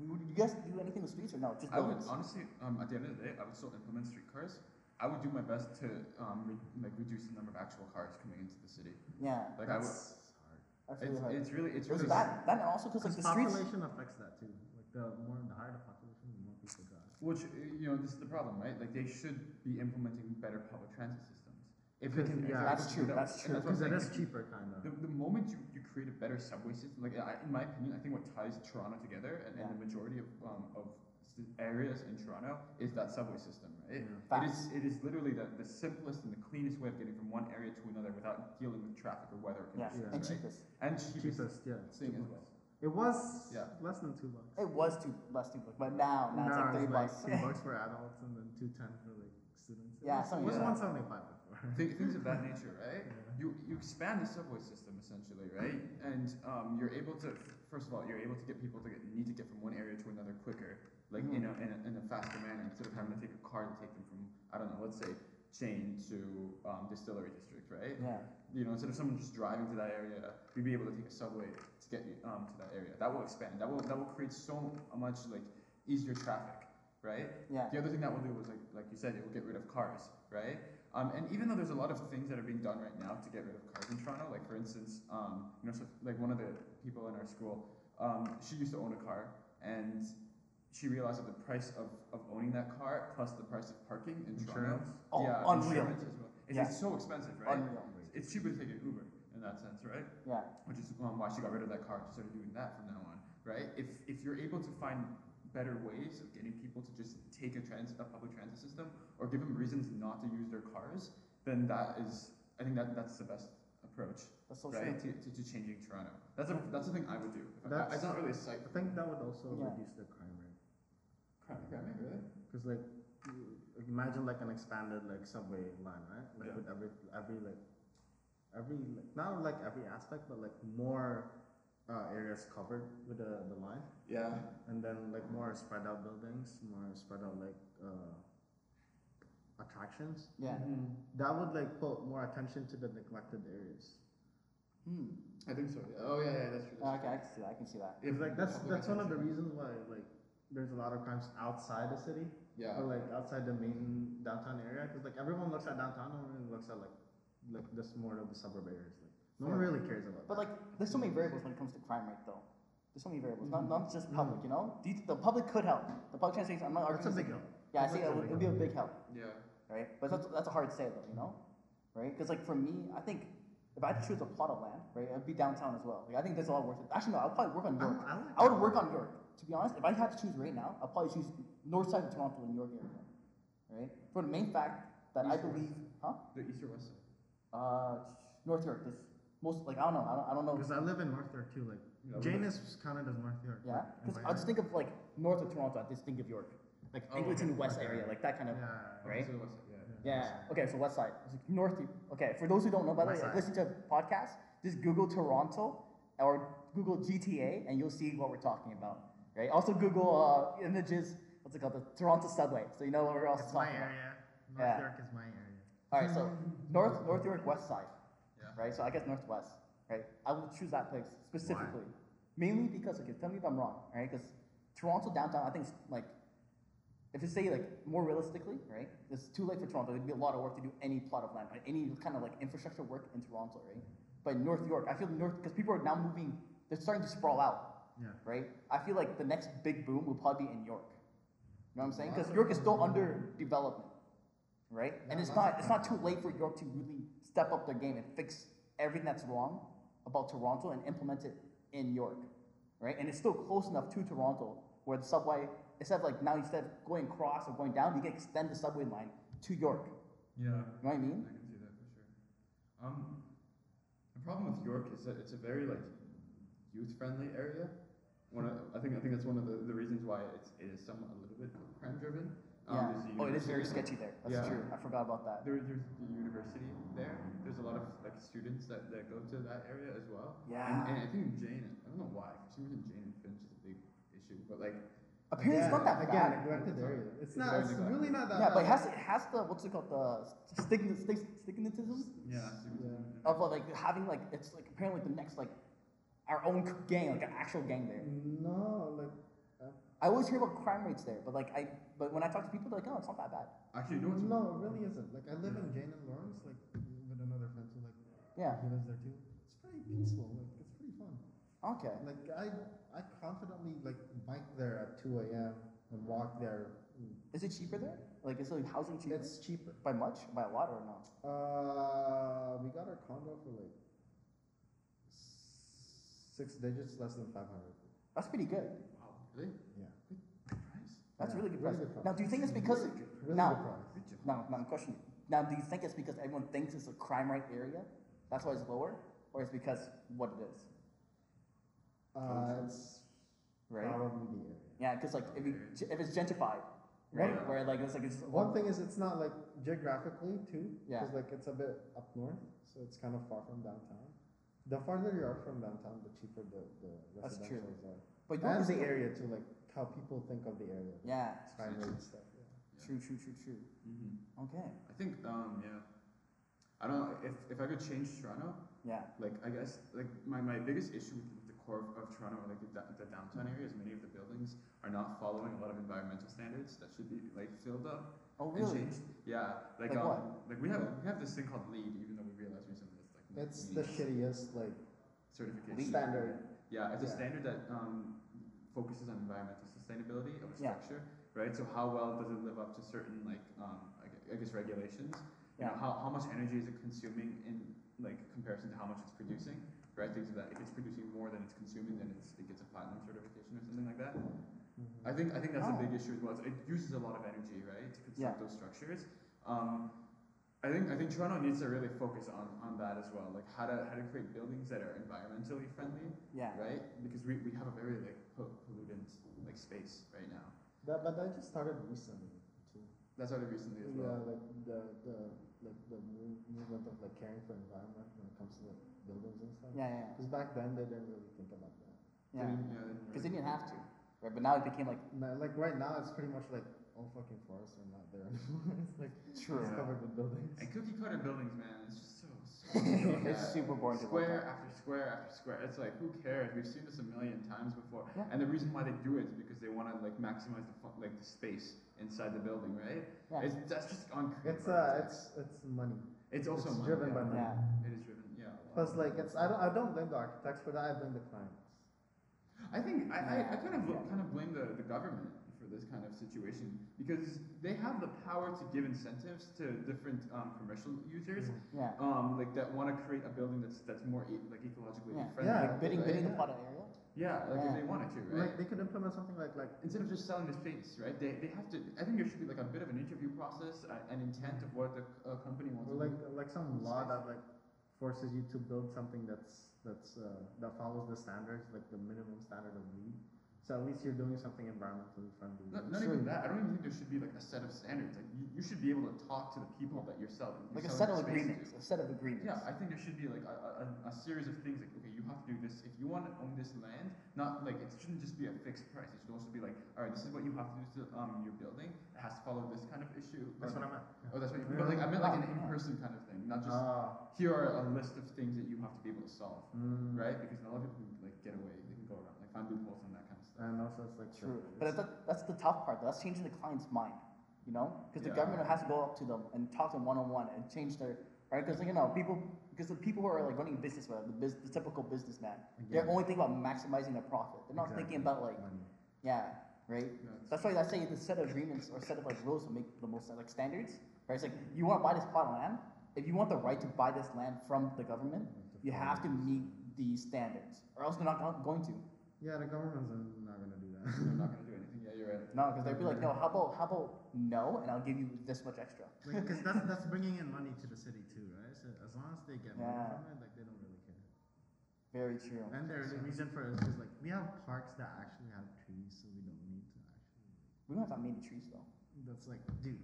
Speaker 1: would you guys do anything with streets or no? Just
Speaker 2: I would
Speaker 1: buildings?
Speaker 2: honestly, um, at the end of the day, I would still implement streetcars. I would do my best to um, re- like reduce the number of actual cars coming into the city.
Speaker 1: Yeah.
Speaker 2: Like
Speaker 3: That's hard.
Speaker 1: That's
Speaker 2: I would,
Speaker 1: really hard.
Speaker 2: it's, it's really, it's
Speaker 1: It was
Speaker 2: really.
Speaker 1: that, that and also because like
Speaker 3: Because
Speaker 1: the streets
Speaker 3: population affects that too. Like the more the higher the population, the more people drive.
Speaker 2: Which uh, you know, this is the problem, right? Like they should be implementing better public transit systems. If we
Speaker 3: Because-
Speaker 2: can, if
Speaker 3: yeah.
Speaker 2: they're
Speaker 1: That's
Speaker 2: able to
Speaker 1: true,
Speaker 2: do that-
Speaker 1: that's
Speaker 2: and
Speaker 1: true.
Speaker 2: what I'm
Speaker 3: Because it
Speaker 2: saying,
Speaker 3: is
Speaker 2: if you-
Speaker 3: cheaper, kind of.
Speaker 2: The, the moment you, you create a better subway system, like I, in my opinion, I think what ties Toronto together and, and the majority of um, of s- areas in Toronto is that subway system, right?
Speaker 3: Yeah.
Speaker 2: It
Speaker 1: Facts.
Speaker 2: is it is literally the, the simplest and the cleanest way of getting from one area to another without dealing with traffic or weather
Speaker 1: Yeah.
Speaker 2: conditions,
Speaker 1: And
Speaker 2: right?
Speaker 1: cheapest.
Speaker 2: And cheapest
Speaker 3: Cheapest, yeah. it's
Speaker 2: thing
Speaker 3: two
Speaker 2: as well.
Speaker 3: bucks. It was
Speaker 2: Yeah.
Speaker 3: less than two bucks.
Speaker 1: It was two less two bucks, but now now it's like three bucks. [LAUGHS]
Speaker 3: two bucks for adults and then two ten for like students.
Speaker 1: Yeah,
Speaker 3: it
Speaker 1: something
Speaker 3: was
Speaker 1: like
Speaker 3: one
Speaker 1: that.
Speaker 3: seventy five before. [LAUGHS]
Speaker 2: Thi- things of that nature, right?
Speaker 3: Yeah.
Speaker 2: You you expand the subway system essentially, right? And um, you're able to first of all you're able to get people to get, need to get from one area to another quicker, like in, a, in a in a faster manner instead of having to take a car to take them from I don't know, let's say Chain to um, Distillery District, right?
Speaker 1: yeah.
Speaker 2: You know, instead of someone just driving to that area, you'd be able to take a subway to get um, to that area. That will expand. That will that will create so much like easier traffic, right?
Speaker 1: Yeah.
Speaker 2: The other thing that will do was like like you said, it will get rid of cars, right? Um, and even though there's a lot of things that are being done right now to get rid of cars in Toronto, like for instance, um, you know, so, like one of the people in our school, um, she used to own a car, and she realized that the price of, of owning that car plus the price of parking in Toronto,
Speaker 3: Insurance?
Speaker 1: Oh,
Speaker 2: yeah,
Speaker 1: unreal.
Speaker 2: insurance as well. It's,
Speaker 1: Yeah.
Speaker 2: it's so expensive, right?
Speaker 1: Unreal.
Speaker 2: It's cheaper to take an Uber in that sense, right?
Speaker 1: Yeah.
Speaker 2: which is um, why she got rid of that car and started doing that from now on, right? If if you're able to find better ways of getting people to just take a trans a public transit system or give them reasons not to use their cars, then that is I think that that's the best approach,
Speaker 1: That's so
Speaker 2: right?
Speaker 1: true.
Speaker 2: To, to, to changing Toronto. That's a that's the thing I would do. If I-
Speaker 3: That's-
Speaker 2: it's not really a site
Speaker 3: I think that would also
Speaker 1: Yeah.
Speaker 3: reduce the crime rate.
Speaker 2: crime, crime, really.
Speaker 3: Because like, you- imagine like an expanded like subway line, right? Like
Speaker 2: Yeah.
Speaker 3: with every every like every like not like every aspect, but like more uh, areas covered with the, the line,
Speaker 2: Yeah.
Speaker 3: and then like more spread out buildings, more spread out like uh, attractions.
Speaker 1: Yeah.
Speaker 2: Mm-hmm.
Speaker 3: That would like put more attention to the neglected areas.
Speaker 1: Hmm.
Speaker 2: I think so. Yeah. Oh yeah, yeah, that's true.
Speaker 1: Uh, okay, I can see that. I can see that.
Speaker 2: If
Speaker 3: It's like that's
Speaker 2: public
Speaker 3: that's one of the
Speaker 2: attention-
Speaker 3: reasons why like there's a lot of crimes outside the city.
Speaker 2: Yeah.
Speaker 3: Or like outside the main downtown area, because like everyone looks at downtown, no one really looks at like like this more of the suburb areas. Like no one
Speaker 1: Yeah.
Speaker 3: really cares about.
Speaker 1: But
Speaker 3: that.
Speaker 1: like, there's so many variables when it comes to crime rate, though. There's so many variables.
Speaker 3: Mm-hmm.
Speaker 1: Not not just public, you know. The, the public could help. The public transportation. I'm not arguing.
Speaker 3: That's a
Speaker 1: it's-
Speaker 3: big help.
Speaker 1: Yeah, I
Speaker 3: That's
Speaker 1: see.
Speaker 3: a
Speaker 1: It would it'd
Speaker 3: big
Speaker 1: be a big help.
Speaker 2: Yeah.
Speaker 1: right? But that's, that's a hard say though, you know, right? Because like for me, I think if I had to choose a plot of land, right, it'd be downtown as well. Like I think that's a lot worth it. Actually, no, I'll probably work on
Speaker 3: I-
Speaker 1: York.
Speaker 3: I like
Speaker 1: would
Speaker 3: that.
Speaker 1: work on York. To be honest, if I had to choose right now, I'll probably choose north side of Toronto and York area, right? For the main fact that I
Speaker 2: East or
Speaker 1: believe, huh?
Speaker 2: The east or west side.
Speaker 1: Uh, North York. This most like I don't know. I don't, I don't know.
Speaker 3: because I live in North York too. Like
Speaker 2: Yeah, we
Speaker 3: Jane is counted as North York.
Speaker 1: Yeah,
Speaker 3: like, in
Speaker 1: because
Speaker 3: my
Speaker 1: I just
Speaker 3: area.
Speaker 1: think of like north of Toronto. I just think of York, like
Speaker 2: Oh,
Speaker 1: Eglinton
Speaker 2: okay.
Speaker 1: West
Speaker 2: Okay.
Speaker 1: area, like that kind of.
Speaker 3: Yeah.
Speaker 1: Right?
Speaker 2: So the west side, yeah.
Speaker 1: Yeah. Okay, so West Side. It's like North. Okay, for those who don't know, by the way,
Speaker 3: West
Speaker 1: like,
Speaker 3: Side.
Speaker 1: listen to podcasts. Just Google Toronto or Google GTA, and you'll see what we're talking about. Right. Also Google uh, images. What's it called? The Toronto subway. So you know what we're also
Speaker 3: It's my
Speaker 1: talking about.
Speaker 3: area.
Speaker 6: North
Speaker 1: Yeah.
Speaker 6: York is my area.
Speaker 1: All right,
Speaker 3: [LAUGHS]
Speaker 1: so
Speaker 3: Um,
Speaker 1: North North York West Side,
Speaker 2: Yeah.
Speaker 1: right? So I guess Northwest, right? I will choose that place specifically, mainly because okay, tell me if I'm wrong, all right? Because Toronto downtown, I think it's like if you say like more realistically, right? It's too late for Toronto. It'd be a lot of work to do any plot of land, right? any kind of like infrastructure work in Toronto, right? But North York, I feel North because people are now moving, they're starting to sprawl out,
Speaker 6: Yeah.
Speaker 1: right? I feel like the next big boom will probably be in York. You know what I'm saying? Because York is still under development, right? and it's not it's not too late for York to really step up their game and fix everything that's wrong about Toronto and implement it in York, right? And it's still close enough to Toronto where the subway instead of like now instead of going across or going down, you can extend the subway line to York.
Speaker 2: Yeah.
Speaker 1: You know what I mean?
Speaker 2: I can see that for sure. Um, the problem with York is that it's a very like youth-friendly area. One, of, I think I think that's one of the, the reasons why it's it is somewhat a little bit crime-driven. Um,
Speaker 1: yeah.
Speaker 2: there's the
Speaker 1: Oh, it is very
Speaker 2: university-
Speaker 1: sketchy there. That's
Speaker 2: Yeah.
Speaker 1: true. I forgot about that.
Speaker 2: There, there's the university there. There's a lot of like students that, that go to that area as well.
Speaker 1: Yeah.
Speaker 2: And, and I think Jane, I don't know why, for some reason Jane and Finch is a big issue, but like
Speaker 1: Apparently, it's not that
Speaker 3: again,
Speaker 1: bad.
Speaker 3: neglected area.
Speaker 6: It's
Speaker 2: not-
Speaker 6: not.
Speaker 2: very
Speaker 6: It's
Speaker 2: it's neglected.
Speaker 6: really
Speaker 2: really
Speaker 6: not that.
Speaker 1: yeah, but it has it has the what's it called the stigma, stig, stigmatism
Speaker 2: yeah.
Speaker 1: of uh, like having like it's like apparently the next like our own c- gang like an actual gang there.
Speaker 3: No, like
Speaker 1: I always hear about crime rates there, but like I but when I talk to people, they're like, oh, it's not that bad.
Speaker 2: Actually, no, it's
Speaker 3: no, it really isn't. Like I live in Jane and Lawrence, like with another friend who like
Speaker 1: Yeah.
Speaker 3: he lives there too. It's pretty peaceful. Like it's pretty fun.
Speaker 1: Okay.
Speaker 3: Like I I confidently like bike there at two a.m. and walk there.
Speaker 1: Is it cheaper there? Like is like housing cheaper?
Speaker 3: It's cheaper.
Speaker 1: by much? By a lot or no?
Speaker 3: Uh, we got our condo for like six digits, less than five hundred.
Speaker 1: That's pretty good.
Speaker 2: wow, really?
Speaker 3: Yeah.
Speaker 2: Price?
Speaker 1: That's
Speaker 3: Yeah,
Speaker 1: really good
Speaker 3: really
Speaker 1: price.
Speaker 3: good price.
Speaker 1: now, do you think it's because
Speaker 3: Really
Speaker 1: now,
Speaker 3: good price.
Speaker 1: now, now, I'm questioning. you. Now, do you think it's because everyone thinks it's a crime rate area, that's why it's lower, or it's because what it is,
Speaker 3: Uh, it's
Speaker 1: right?
Speaker 3: probably the area.
Speaker 1: Yeah, because like if, you, if it's gentrified, right,
Speaker 2: One-
Speaker 1: where like it's like it's
Speaker 3: One thing is it's not like geographically too,
Speaker 1: Yeah.
Speaker 3: because like it's a bit up north, so it's kind of far from downtown. The farther you are from downtown, the cheaper the, the
Speaker 1: That's true.
Speaker 3: residential are.
Speaker 1: but York
Speaker 3: And
Speaker 1: is
Speaker 3: the
Speaker 1: still-
Speaker 3: area too, like how people think of the area.
Speaker 1: Yeah,
Speaker 3: Crime rate and stuff. Yeah.
Speaker 1: true, true, true, true.
Speaker 2: Mm-hmm.
Speaker 1: Okay,
Speaker 2: I think um yeah. I don't if if I could change Toronto,
Speaker 1: yeah,
Speaker 2: like I guess like my, my biggest issue with the core of, of Toronto or like the, da- the downtown area is many of the buildings are not following a lot of environmental standards that should be like filled up
Speaker 1: oh
Speaker 2: and
Speaker 1: really?
Speaker 2: changed. Yeah,
Speaker 1: Like
Speaker 2: like, um,
Speaker 1: what?
Speaker 2: like we have we have this thing called LEED, even though we realized recently it's like
Speaker 3: That's the
Speaker 2: LEED
Speaker 3: shittiest like
Speaker 2: certification
Speaker 1: LEED.
Speaker 3: standard.
Speaker 2: Yeah, it's a
Speaker 3: Yeah.
Speaker 2: standard that um, focuses on environmental sustainability of a
Speaker 1: Yeah.
Speaker 2: structure, right? So how well does it live up to certain like um, I gue- I guess regulations? You know,
Speaker 1: Yeah.
Speaker 2: how, how much energy is it consuming in like comparison to how much it's producing, right? Things like that. If it's producing more than it's consuming, then it's, it gets a platinum certification or something like that. I think I think that's
Speaker 1: Oh.
Speaker 2: a big issue as well. It uses a lot of energy, right, to construct
Speaker 1: Yeah.
Speaker 2: those structures. Um, I think I think Toronto needs to really focus on, on that as well, like how to how to create buildings that are environmentally friendly,
Speaker 1: Yeah,
Speaker 2: right? Because we, we have a very like po- pollutant like space right now.
Speaker 3: That, but that just started recently too.
Speaker 2: That's already recently as
Speaker 3: Yeah,
Speaker 2: well.
Speaker 3: like the the like the move, movement of like caring for environment when it comes to like buildings and stuff.
Speaker 1: yeah, yeah,
Speaker 3: Because back then they didn't really think about that.
Speaker 1: yeah. Because
Speaker 2: They didn't- yeah, they
Speaker 1: they
Speaker 2: didn't
Speaker 1: didn't have to, right? But now it became like
Speaker 3: No, like right now, it's pretty much like all fucking forests are not there anymore. [LAUGHS] it's like
Speaker 1: true.
Speaker 3: it's covered with buildings.
Speaker 2: really- and cookie cutter buildings, man, it's just so, so
Speaker 1: it's
Speaker 2: bad.
Speaker 1: super boring to look at.
Speaker 2: Square after square after square. It's like who cares? We've seen this a million times before.
Speaker 1: Yeah.
Speaker 2: And the reason why they do it is because they want to like maximize the fu- like the space inside the building, right?
Speaker 1: Yeah.
Speaker 2: It's, that's just on.
Speaker 3: [LAUGHS] It's uh, it's it's money.
Speaker 2: it's also
Speaker 3: it's
Speaker 2: money,
Speaker 3: driven
Speaker 2: yeah.
Speaker 3: by money.
Speaker 1: Yeah,
Speaker 2: It is driven, yeah. a lot.
Speaker 3: Plus, like it's I don't I don't blame the architects for that. I blame the clients.
Speaker 2: I think I, I, I kind of
Speaker 1: Yeah.
Speaker 2: kind of blame the, the government for this kind of situation because they have the power to give incentives to different um, commercial users,
Speaker 1: yeah.
Speaker 2: um, like that want to create a building that's that's more e- like ecologically
Speaker 1: Yeah.
Speaker 2: friendly.
Speaker 3: Yeah.
Speaker 2: right?
Speaker 1: Bidding, bidding
Speaker 2: yeah.
Speaker 1: upon an area.
Speaker 2: like if
Speaker 1: Yeah.
Speaker 2: they wanted to, right?
Speaker 3: Like they could implement something like like
Speaker 2: Instead of just selling the space, right? They, they have to. I think there should be like a bit of an interview process, uh, an intent of what the uh, company wants.
Speaker 3: or
Speaker 2: to
Speaker 3: like
Speaker 2: do.
Speaker 3: like some law that like forces you to build something that's that's uh, that follows the standards like the minimum standard of lead. So at least you're doing something environmentally friendly.
Speaker 2: Not, not even that. I don't even think there should be like a set of standards. Like you, you should be able to talk to the people that you're selling. you're
Speaker 1: Like a set of
Speaker 2: selling the space
Speaker 1: agreements. A
Speaker 2: to.
Speaker 1: set of agreements.
Speaker 2: Yeah, I think there should be like a, a, a- a series of things like okay, you have to do this if you want to own this land. Not like it shouldn't just be a fixed price. It should also be like all right, this is what you have to do to um your building. It has to follow this kind of issue.
Speaker 6: That's what I meant.
Speaker 2: Oh, that's what you. But like, I meant like an in-person kind of thing, not just
Speaker 3: Ah.
Speaker 2: here are a list of things that you have to be able to solve,
Speaker 3: Mm.
Speaker 2: right? Because a lot of people can like get away, they can go around, like find loopholes and that kind of stuff.
Speaker 3: And also, it's like the-
Speaker 1: True. But that's, that's the tough part, though. That's changing the client's mind, you know? Because the
Speaker 2: Yeah.
Speaker 1: government has to go up to them and talk to them one on one and change their, right? Because, you know, people, because the people who are like running a business, right, the, bus the typical businessman, they're
Speaker 3: Again.
Speaker 1: only thinking about maximizing their profit. They're not thinking about, like,
Speaker 3: money.
Speaker 1: yeah, right?
Speaker 2: That's-
Speaker 1: That's why I say the set of agreements or set of like rules will make the most sense, like standards. Right? It's like you want to buy this plot of land. If you want the right to buy this land from the government, you have to meet these standards, or else they're not go- going to.
Speaker 3: Yeah, the government's not gonna do that.
Speaker 2: [LAUGHS] They're not gonna do anything. Yeah, you're right.
Speaker 1: No, because they'd be like, no, how about how about no, and I'll give you this much extra.
Speaker 3: Because that's that's bringing in money to the city too, right? So as long as they get money
Speaker 1: Yeah.
Speaker 3: from it, like they don't really care.
Speaker 1: Very true.
Speaker 3: And there's a reason for it is 'cause, like we have parks that actually have trees, so we don't need to actually.
Speaker 1: We don't have that many trees though.
Speaker 3: That's like, dude,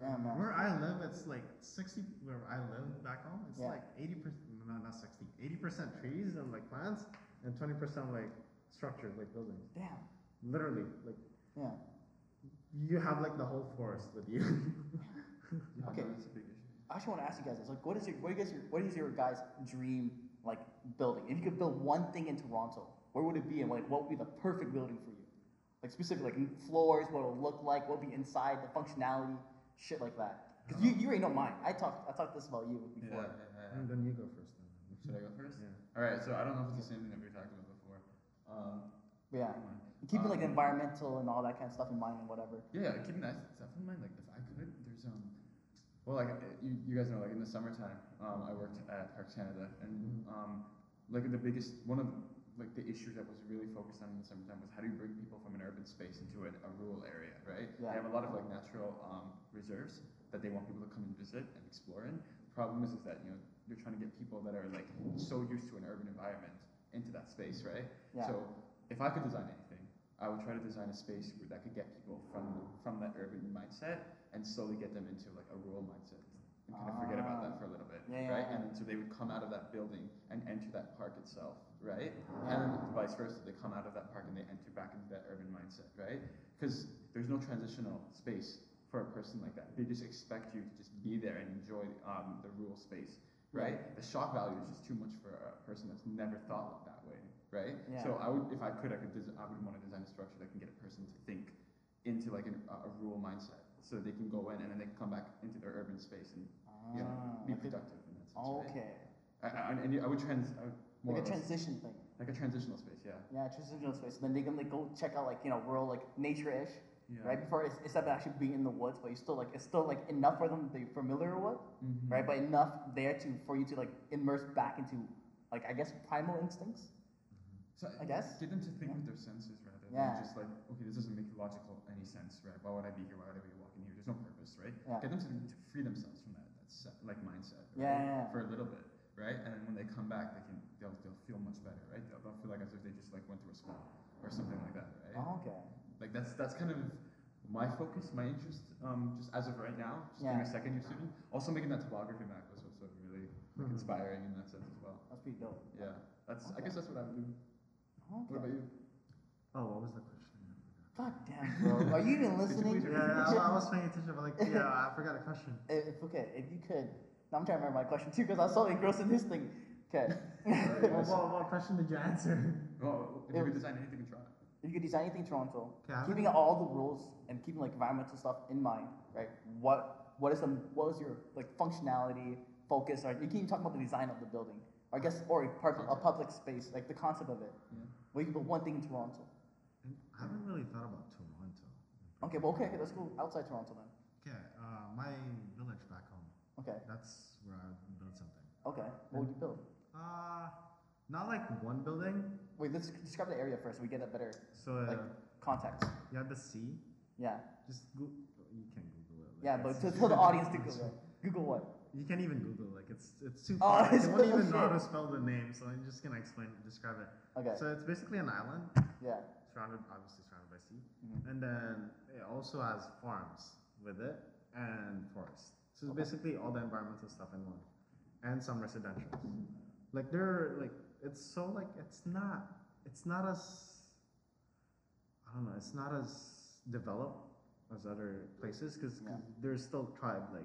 Speaker 1: Damn man.
Speaker 3: where I live, it's like sixty. Where I live back home, it's
Speaker 1: Yeah.
Speaker 3: like eighty percent. No, not sixty. Eighty percent trees and like plants, and twenty percent like structures, like buildings.
Speaker 1: Damn.
Speaker 3: Literally, like
Speaker 1: Yeah.
Speaker 3: you have like the whole forest with you. [LAUGHS]
Speaker 2: Yeah,
Speaker 1: Okay.
Speaker 2: no, that's a big issue.
Speaker 1: I actually want to ask you guys this. Like, what is your what is your what is your guys' dream like building? If you could build one thing in Toronto, where would it be, and like what would be the perfect building for you? Like specifically, like floors, what it'll look like, what would be inside, the functionality, shit like that. Because you, you already know mine. I talked I talked this about you
Speaker 2: Yeah,
Speaker 1: before.
Speaker 2: yeah, yeah.
Speaker 3: and then you go first. Then.
Speaker 2: Should I go first?
Speaker 3: Hmm. Yeah.
Speaker 2: All right. So I don't know if it's the same thing that we talked about before. Um,
Speaker 1: But yeah, keeping like the environmental and all that kind of stuff in mind and whatever.
Speaker 2: Yeah, keeping that stuff in mind. Like, if I could, there's um, well, like uh, you, you guys know, like in the summertime, um, I worked at Parks Canada, and um, like the biggest one of like the issues that was really focused on in the summertime was how do you bring people from an urban space into an, a rural area, right?
Speaker 1: Yeah.
Speaker 2: They have a lot of like natural um, reserves that they want people to come and visit and explore in. Problem is, is that you know you're trying to get people that are like so used to an urban environment into that space, right?
Speaker 1: Yeah.
Speaker 2: So if I could design anything, I would try to design a space where that could get people from from that urban mindset and slowly get them into like a rural mindset and kind of forget about that for a little bit,
Speaker 1: Yeah, yeah,
Speaker 2: right?
Speaker 1: yeah.
Speaker 2: And then so they would come out of that building and enter that park itself, right?
Speaker 1: Mm-hmm.
Speaker 2: And then vice versa, they come out of that park and they enter back into that urban mindset, right? Because there's no transitional space for a person like that. They just expect you to just be there and enjoy um, the rural space, right? The shock value is just too much for a person that's never thought that way, right?
Speaker 1: Yeah.
Speaker 2: So I would, if I could, I could, des- I would want to design a structure that can get a person to think into like an, a a rural mindset, so they can go in and then they can come back into their urban space and you know,
Speaker 1: Ah,
Speaker 2: be
Speaker 1: like a- Oh,
Speaker 2: productive in that sense. right?
Speaker 1: okay.
Speaker 2: I, I, and you- I would trans, I would more
Speaker 1: Like
Speaker 2: or
Speaker 1: a
Speaker 2: less-
Speaker 1: transition thing.
Speaker 2: like a transitional space, yeah.
Speaker 1: Yeah, transitional space. Then they can like go check out like you know rural like nature ish,
Speaker 2: Yeah.
Speaker 1: right? Before it's, it's not actually being in the woods, but you still like it's still like enough for them they're familiar with,
Speaker 2: Mm-hmm.
Speaker 1: right? But enough there to for you to like immerse back into like I guess primal instincts.
Speaker 3: Mm-hmm.
Speaker 2: So
Speaker 1: I guess.
Speaker 2: get them to think with their senses rather
Speaker 1: Yeah.
Speaker 2: than just like, okay, this doesn't make logical any sense, right? Why would I be here? Why would I be walking here? There's no purpose, right?
Speaker 1: Yeah.
Speaker 2: Get them to, to free themselves from that, that se- like mindset,
Speaker 1: Yeah,
Speaker 2: right?
Speaker 1: yeah, yeah.
Speaker 2: for a little bit, right? And then when they come back, they can they'll, they'll feel much better, right? They'll, they'll feel like as if they just like went through a spell or something like that, right?
Speaker 1: Oh, okay.
Speaker 2: Like that's that's kind of my focus, my interest, um, just as of right now, just being
Speaker 1: Yeah.
Speaker 2: a second year student. Also making that topography map was also really
Speaker 1: Hmm.
Speaker 2: like, inspiring in that sense as well.
Speaker 1: That's pretty dope.
Speaker 2: Yeah, that's I guess that's what I would do. What about
Speaker 1: Okay. [LAUGHS]
Speaker 2: you?
Speaker 3: Oh, what was the question?
Speaker 1: God damn, bro. Are
Speaker 2: [LAUGHS]
Speaker 1: you even listening?
Speaker 2: Yeah,
Speaker 3: Yeah, yeah, I, I was trying to teach you, but like, yeah, I forgot the question.
Speaker 1: [LAUGHS] If, if- okay, if you could. Now I'm trying to remember my question too because I was so engrossed in this thing. Okay.
Speaker 2: Sorry,
Speaker 3: [LAUGHS] What,
Speaker 2: guys.
Speaker 3: what, what question did you answer?
Speaker 2: Well, if you could design anything in Toronto.
Speaker 1: if you could design anything in Toronto,
Speaker 3: Yeah, I
Speaker 1: keeping all the rules and keeping like environmental stuff in mind, right? What what is some what was your like functionality focus? Or you can even talk about the design of the building, or I guess, or a, part, a
Speaker 2: Concept.
Speaker 1: public space, like the concept of it.
Speaker 2: Yeah.
Speaker 1: Well, you can put one thing in Toronto.
Speaker 3: I haven't really thought about Toronto.
Speaker 1: Okay, well, okay, okay, let's go outside Toronto then.
Speaker 3: Okay, uh, my village back home.
Speaker 1: Okay,
Speaker 3: That's where I would build something.
Speaker 1: okay. What would you build?
Speaker 3: Uh, not like one building.
Speaker 1: Wait, let's describe the area first. so We get a better
Speaker 3: So uh,
Speaker 1: like context.
Speaker 3: you have the sea.
Speaker 1: Yeah,
Speaker 3: Just go- you can Google it. like,
Speaker 1: yeah, but
Speaker 3: it's-
Speaker 1: to
Speaker 3: [LAUGHS]
Speaker 1: tell the audience to Google. it. Google what?
Speaker 3: you can't even Google like it's it's too.
Speaker 1: Oh,
Speaker 3: far.
Speaker 1: [LAUGHS] it's
Speaker 3: they won't even know how to
Speaker 1: bullshit.
Speaker 3: spell the name, so I'm just gonna explain describe it.
Speaker 1: Okay.
Speaker 3: So it's basically an island
Speaker 1: Yeah.
Speaker 3: surrounded obviously surrounded by sea, and then it also has farms with it and forest. So it's basically all the environmental stuff in one, and some residential. Like they're like it's so like it's not it's not as I don't know it's not as developed as other places because
Speaker 7: Yeah.
Speaker 3: there's still tribe like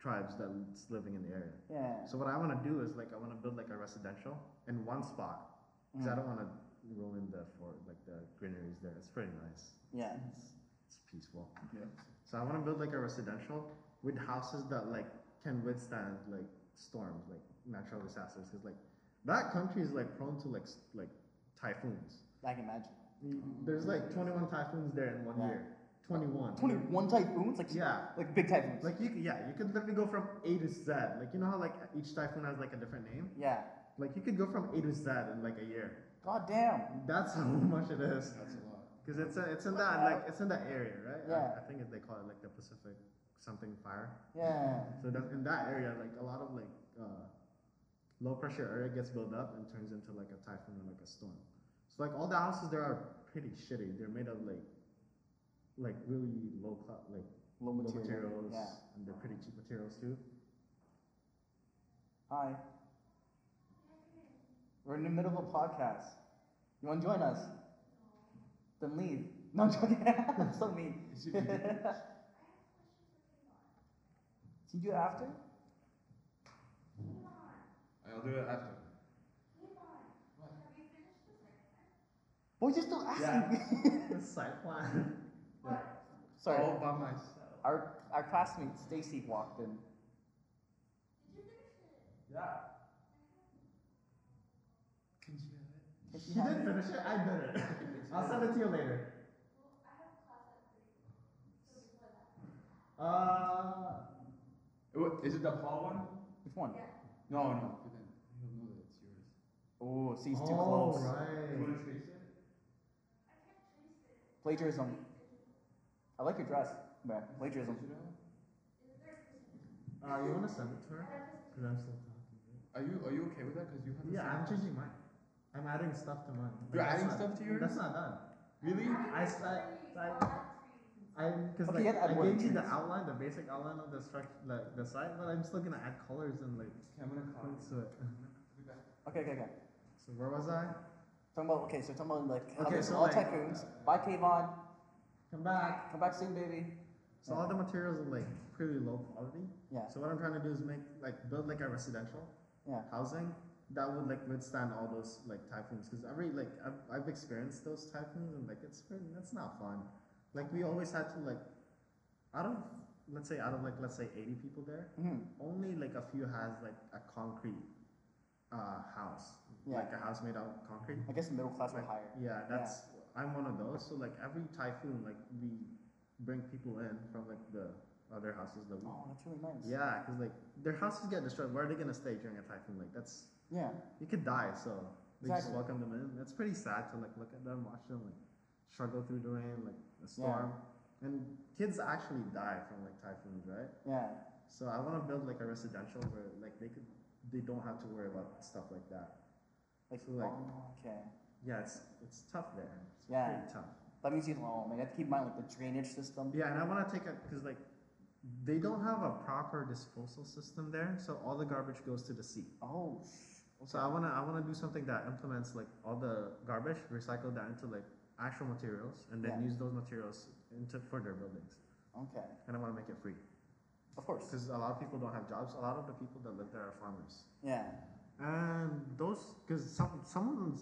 Speaker 3: tribes that's living in the area.
Speaker 7: Yeah.
Speaker 3: So what I want to do is like I want to build like a residential in one spot because I don't want to ruin the for like the greeneries there. It's pretty nice.
Speaker 7: Yeah.
Speaker 3: It's, it's peaceful.
Speaker 2: Yeah.
Speaker 3: So I want to build like a residential with houses that like can withstand like storms, like natural disasters. Because like that country is like prone to like s- like typhoons.
Speaker 1: I can imagine.
Speaker 3: There's like 21 typhoons there in one
Speaker 1: Yeah.
Speaker 3: year. 21.
Speaker 1: Twenty one typhoons, like
Speaker 3: Yeah.
Speaker 1: like big typhoons.
Speaker 3: Like you, c- yeah, you could literally go from A to Z. Like you know how like each typhoon has like a different name.
Speaker 1: yeah.
Speaker 3: Like you could go from A to Z in like a year.
Speaker 1: God damn.
Speaker 3: That's how [LAUGHS] much it is.
Speaker 2: That's a lot.
Speaker 3: Cause it's a, it's in that like it's in that area, right? I-
Speaker 1: Yeah.
Speaker 3: I, think it, they call it like the Pacific something fire.
Speaker 1: Yeah.
Speaker 3: So that, in that area, like a lot of like uh, low pressure area gets built up and turns into like a typhoon or like a storm. So like all the houses there are pretty shitty. They're made of like like really low cla- like
Speaker 1: Low
Speaker 3: low
Speaker 1: material.
Speaker 3: materials
Speaker 1: Yeah.
Speaker 3: and they're pretty cheap materials too. [LAUGHS]
Speaker 1: Hi. We're in the middle of a podcast. You want to join us? Then leave. No, I'm joking. [LAUGHS] I'm so mean. Can [LAUGHS] you do it after?
Speaker 2: I'll do it after.
Speaker 1: Boy, you're still asking me. [LAUGHS]
Speaker 3: The site plan.
Speaker 1: Sorry.
Speaker 2: All by myself.
Speaker 1: Our, our classmate Stacy walked in.
Speaker 2: Yeah. Can you have it?
Speaker 1: If
Speaker 3: she
Speaker 1: you have
Speaker 3: didn't finish it. I did
Speaker 2: [LAUGHS]
Speaker 3: it. I'll send it to you later. Uh,
Speaker 2: Wait, Is it the Paul one?
Speaker 1: Which one?
Speaker 2: No, no. But then he'll know that it's yours.
Speaker 1: Oh, see, he's too
Speaker 3: oh,
Speaker 1: close.
Speaker 2: You
Speaker 3: right.
Speaker 2: want to trace it?
Speaker 1: Plagiarism. I like your dress. Yeah, plagiarism.
Speaker 2: You know?
Speaker 3: Uh, you want to send it to her? 'Cause I'm still talking.
Speaker 2: Are you are you okay with that? Because you have the
Speaker 3: Yeah,
Speaker 2: same
Speaker 3: I'm
Speaker 2: house.
Speaker 3: changing mine. I'm adding stuff to mine. Like,
Speaker 2: You're
Speaker 3: that's
Speaker 2: adding
Speaker 3: not-
Speaker 2: stuff to yours?
Speaker 3: That's not done.
Speaker 2: Really? [LAUGHS]
Speaker 3: I s- I I because
Speaker 1: Okay,
Speaker 3: like,
Speaker 1: yeah, add
Speaker 3: I
Speaker 1: more
Speaker 3: gave you the
Speaker 1: trees.
Speaker 3: outline, the basic outline of the structure, the, the site, but I'm still gonna add colors and like
Speaker 2: Okay, I'm gonna call
Speaker 3: things to it.
Speaker 2: I'll be back.
Speaker 1: Okay, okay, okay.
Speaker 3: So where was I?
Speaker 1: Talking about okay, so talking about like how
Speaker 3: Okay,
Speaker 1: there's
Speaker 3: so,
Speaker 1: all
Speaker 3: like,
Speaker 1: typhoons. Bye, Kayvon.
Speaker 3: Come back.
Speaker 1: Come back soon, baby.
Speaker 3: So all the materials are like pretty low quality.
Speaker 1: Yeah.
Speaker 3: So what I'm trying to do is make like build like a residential
Speaker 1: Yeah.
Speaker 3: housing that would like withstand all those like typhoons because every like I've, I've experienced those typhoons and like it's pretty, that's not fun. Like we always had to like out of let's say out of like let's say 80 people there,
Speaker 1: Mhm.
Speaker 3: only like a few has like a concrete uh, house,
Speaker 1: Yeah.
Speaker 3: like a house made out of concrete.
Speaker 1: I guess the middle class were
Speaker 3: Like,
Speaker 1: higher.
Speaker 3: Yeah, that's I'm one of those. So like every typhoon, like we bring people in from like the other houses that we.
Speaker 1: Oh, that's really nice.
Speaker 3: Yeah, because like their houses get destroyed. Where are they gonna stay during a typhoon? Like that's
Speaker 1: Yeah.
Speaker 3: you could die. So they just
Speaker 1: Exactly.
Speaker 3: welcome them in. That's pretty sad to like look at them, watch them like struggle through the rain, like a storm. And kids actually die from like typhoons, right?
Speaker 1: Yeah.
Speaker 3: So I want to build like a residential where like they could they don't have to worry about stuff like that.
Speaker 1: Like,
Speaker 3: So, like-
Speaker 1: oh, okay.
Speaker 3: Yeah, it's it's tough there. It's
Speaker 1: Yeah.
Speaker 3: pretty tough.
Speaker 1: That means you oh man, you have to keep in mind like the drainage system.
Speaker 3: Yeah, and I want to take it because like they don't have a proper disposal system there, so all the garbage goes to the sea.
Speaker 1: Oh sh-
Speaker 3: So I wanna I wanna do something that implements like all the garbage, recycle that into like actual materials, and then
Speaker 1: Yeah.
Speaker 3: use those materials into for their buildings.
Speaker 1: okay.
Speaker 3: And I wanna make it free
Speaker 1: Of course.
Speaker 3: because a lot of people don't have jobs. A lot of the people that live there are farmers,
Speaker 1: Yeah.
Speaker 3: and those because some some of them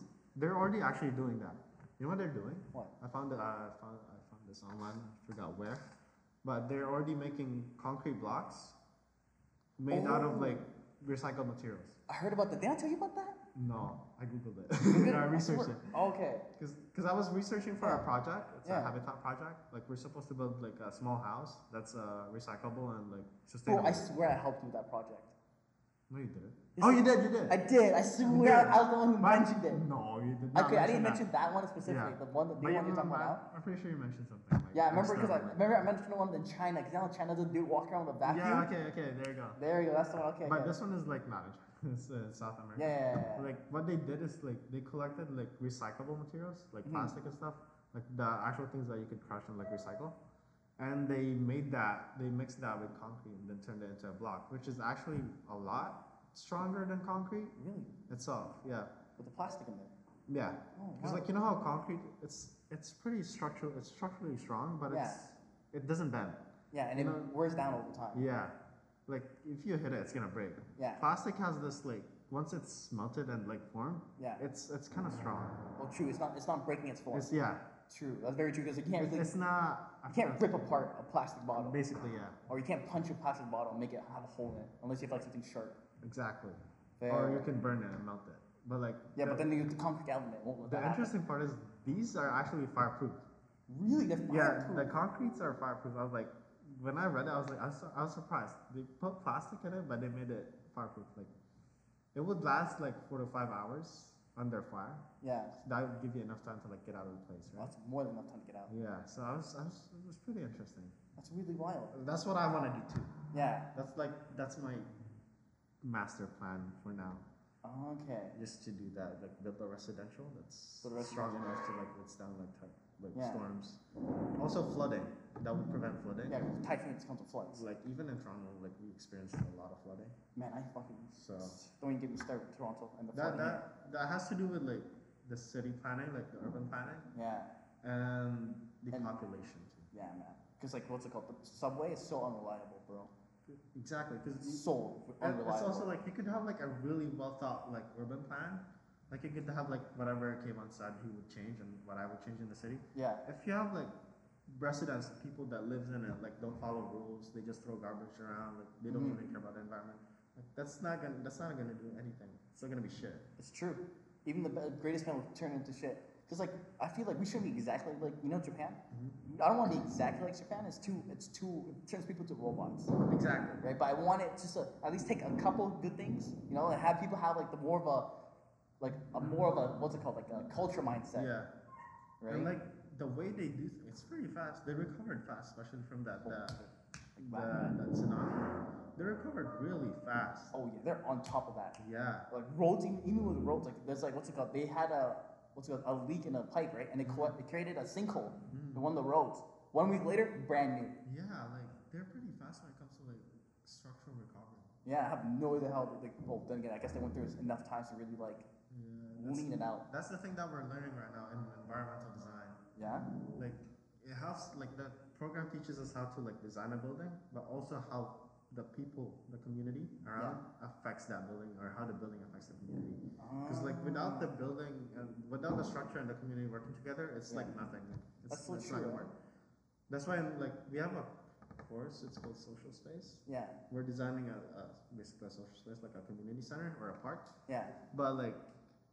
Speaker 3: they're already actually doing that. You know what they're doing?
Speaker 1: What?
Speaker 3: I found it. I found I found this online. I forgot where, but they're already making concrete blocks made out
Speaker 1: Oh.
Speaker 3: of like recycled materials.
Speaker 1: I heard about that. Did I tell you about that?
Speaker 3: [CLEARS THROAT] No, I googled [LAUGHS] it. and I researched it
Speaker 1: Okay.
Speaker 3: because I was researching for our project. It's
Speaker 1: Yeah.
Speaker 3: a habitat project. Like we're supposed to build like a small house that's uh, recyclable and like
Speaker 1: Oh,
Speaker 3: sustainable.
Speaker 1: I swear I helped you with that project.
Speaker 3: no, you didn't.
Speaker 1: Yes,
Speaker 3: Oh,
Speaker 1: I-
Speaker 3: you did. You did.
Speaker 1: I did. I swear.
Speaker 3: Yeah.
Speaker 1: I was the one who
Speaker 3: But-
Speaker 1: mentioned it.
Speaker 3: No, you did not.
Speaker 1: Okay, I didn't
Speaker 3: that.
Speaker 1: mention that one specifically. The one that the
Speaker 3: But
Speaker 1: one
Speaker 3: you
Speaker 1: you're talking
Speaker 3: remember-
Speaker 1: about. now.
Speaker 3: I'm pretty sure you mentioned something. Like,
Speaker 1: Yeah, I remember because I
Speaker 3: external, like-
Speaker 1: remember I mentioned the one in China. Because now China's a dude walking around with a vacuum.
Speaker 3: Yeah. Okay. Okay. There you go.
Speaker 1: There you go. That's the one. Okay.
Speaker 3: But
Speaker 1: okay.
Speaker 3: this one is like not in China. [LAUGHS] It's uh, South America.
Speaker 1: Yeah, yeah, yeah, yeah.
Speaker 3: Like what they did is like they collected like recyclable materials, like
Speaker 1: Mm-hmm.
Speaker 3: plastic and stuff, like the actual things that you could crush and like recycle, and they made that they mixed that with concrete and then turned it into a block, which is actually a lot stronger than concrete
Speaker 1: Really?
Speaker 3: itself. Yeah,
Speaker 1: With the plastic in there.
Speaker 3: yeah.
Speaker 1: Oh,
Speaker 3: Because
Speaker 1: wow.
Speaker 3: like you know how concrete it's it's pretty structural, it's structurally strong, but
Speaker 1: Yeah.
Speaker 3: it's It doesn't bend.
Speaker 1: Yeah, and it wears down over time.
Speaker 3: Yeah. Like if you hit it, it's gonna break.
Speaker 1: Yeah.
Speaker 3: Plastic has this like once it's melted and like formed,
Speaker 1: Yeah.
Speaker 3: it's it's kind of strong.
Speaker 1: Well, true. It's not. It's not breaking its form.
Speaker 3: It's yeah.
Speaker 1: true. That's very true because you can't. Really,
Speaker 3: It's not. I
Speaker 1: you can't
Speaker 3: forgot-
Speaker 1: rip apart a plastic bottle,
Speaker 3: Basically, yeah.
Speaker 1: or you can't punch a plastic bottle and make it have a hole in it, unless you have like something sharp.
Speaker 3: Exactly.
Speaker 1: Fair.
Speaker 3: Or you can burn it and melt it. But like
Speaker 1: Yeah,
Speaker 3: the,
Speaker 1: but then you the concrete element won't let
Speaker 3: the
Speaker 1: that happen.
Speaker 3: interesting part is these are actually fireproof.
Speaker 1: Really, that's
Speaker 3: Yeah,
Speaker 1: fireproof.
Speaker 3: the concretes are fireproof. I was like, when I read it, I was like, I was, su- I was surprised. They put plastic in it, but they made it fireproof. Like, it would last like four to five hours under fire.
Speaker 1: Yeah,
Speaker 3: That would give you enough time to like get out of the place, right?
Speaker 1: that's more than enough time to get out.
Speaker 3: Yeah. So I was, I was, it was pretty interesting.
Speaker 1: That's really wild.
Speaker 3: That's what I want to do too.
Speaker 1: Yeah.
Speaker 3: That's like, that's my master plan for now.
Speaker 1: Okay.
Speaker 3: Just to do that, like build a residential that's
Speaker 1: Build a
Speaker 3: strong enough to like withstand like type, like
Speaker 1: Yeah.
Speaker 3: storms. Also flooding. That would prevent flooding.
Speaker 1: Yeah, 'cause typhoons come to floods.
Speaker 3: Like even in Toronto, like we experienced a lot of flooding.
Speaker 1: Man, I fucking
Speaker 3: So
Speaker 1: don't even get me started with Toronto and the
Speaker 3: that
Speaker 1: flooding.
Speaker 3: that that has to do with like the city planning, like the urban planning,
Speaker 1: Yeah,
Speaker 3: and the
Speaker 1: And-
Speaker 3: population too.
Speaker 1: yeah, man. Because like, what's it called? The subway is so unreliable, bro.
Speaker 3: Exactly, because it's
Speaker 1: So unreliable.
Speaker 3: also like you could have like a really well thought like urban plan. Like you could have like whatever Kayvon said he would change and what I would change in the city.
Speaker 1: yeah,
Speaker 3: If you have like residents, people that lives in it, like don't follow rules, they just throw garbage around, like they don't
Speaker 1: Mhm.
Speaker 3: really care about the environment. Like that's not gonna that's not gonna do anything. It's still gonna be shit.
Speaker 1: it's true. Even the be- greatest man will turn into shit. Because like, I feel like we shouldn't be exactly like you know Japan.
Speaker 3: Mm-hmm.
Speaker 1: I don't want to be exactly like Japan. It's too. It's too. It turns people to robots.
Speaker 3: Exactly.
Speaker 1: right? But I want it just to at least take a couple good things, you know, and have people have like the more of a, like a more of a what's it called, like a culture mindset,
Speaker 3: Yeah.
Speaker 1: right?
Speaker 3: And like the way they do th- it's pretty fast. They recovered fast, especially from that uh, the,
Speaker 1: Wow.
Speaker 3: that tsunami. They recovered really fast.
Speaker 1: oh yeah, they're on top of that.
Speaker 3: Yeah.
Speaker 1: Like roads, even, even with roads, like there's like what's it called? They had a what's it called, a leak in a pipe, right? And it,
Speaker 3: Mm-hmm.
Speaker 1: co- it created a sinkhole in one of the roads. One week later, brand new.
Speaker 3: Yeah, like they're pretty fast when it comes to like structural recovery.
Speaker 1: Yeah, I have no idea how. Like, well, then again, I guess they went through enough times to really like
Speaker 3: Yeah.
Speaker 1: lean it out.
Speaker 3: That's the thing that we're learning right now in environmental design.
Speaker 1: Yeah.
Speaker 3: Like it helps like the program teaches us how to like design a building, but also how the people, the community around affects that building or how the building affects the community. Because like without the
Speaker 1: Ah.
Speaker 3: building and without the structure and the community working together, it's like nothing. It's,
Speaker 1: That's so
Speaker 3: it's not
Speaker 1: true.
Speaker 3: gonna work. That's why like we have a course. It's called social space.
Speaker 1: Yeah.
Speaker 3: We're designing a, a basically a social space like a community center or a park.
Speaker 1: Yeah.
Speaker 3: But like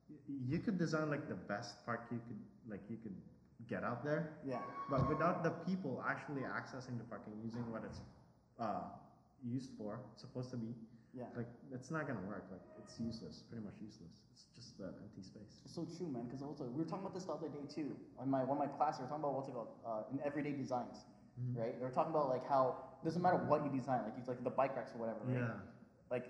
Speaker 3: y- you could design like the best park you could like you could get out there,
Speaker 1: Yeah.
Speaker 3: but without the people actually accessing the park and using what it's uh, used for, supposed to be,
Speaker 1: Yeah.
Speaker 3: like it's not gonna work. Like it's useless, pretty much useless. It's just an empty space.
Speaker 1: It's so true, man. Because also we were talking about this the other day too. On my one of my classes, we were talking about what's it called uh, in everyday designs,
Speaker 3: Mm-hmm.
Speaker 1: right? They were talking about like how it doesn't matter what you design, like you like the bike racks or whatever, right?
Speaker 3: Yeah.
Speaker 1: Like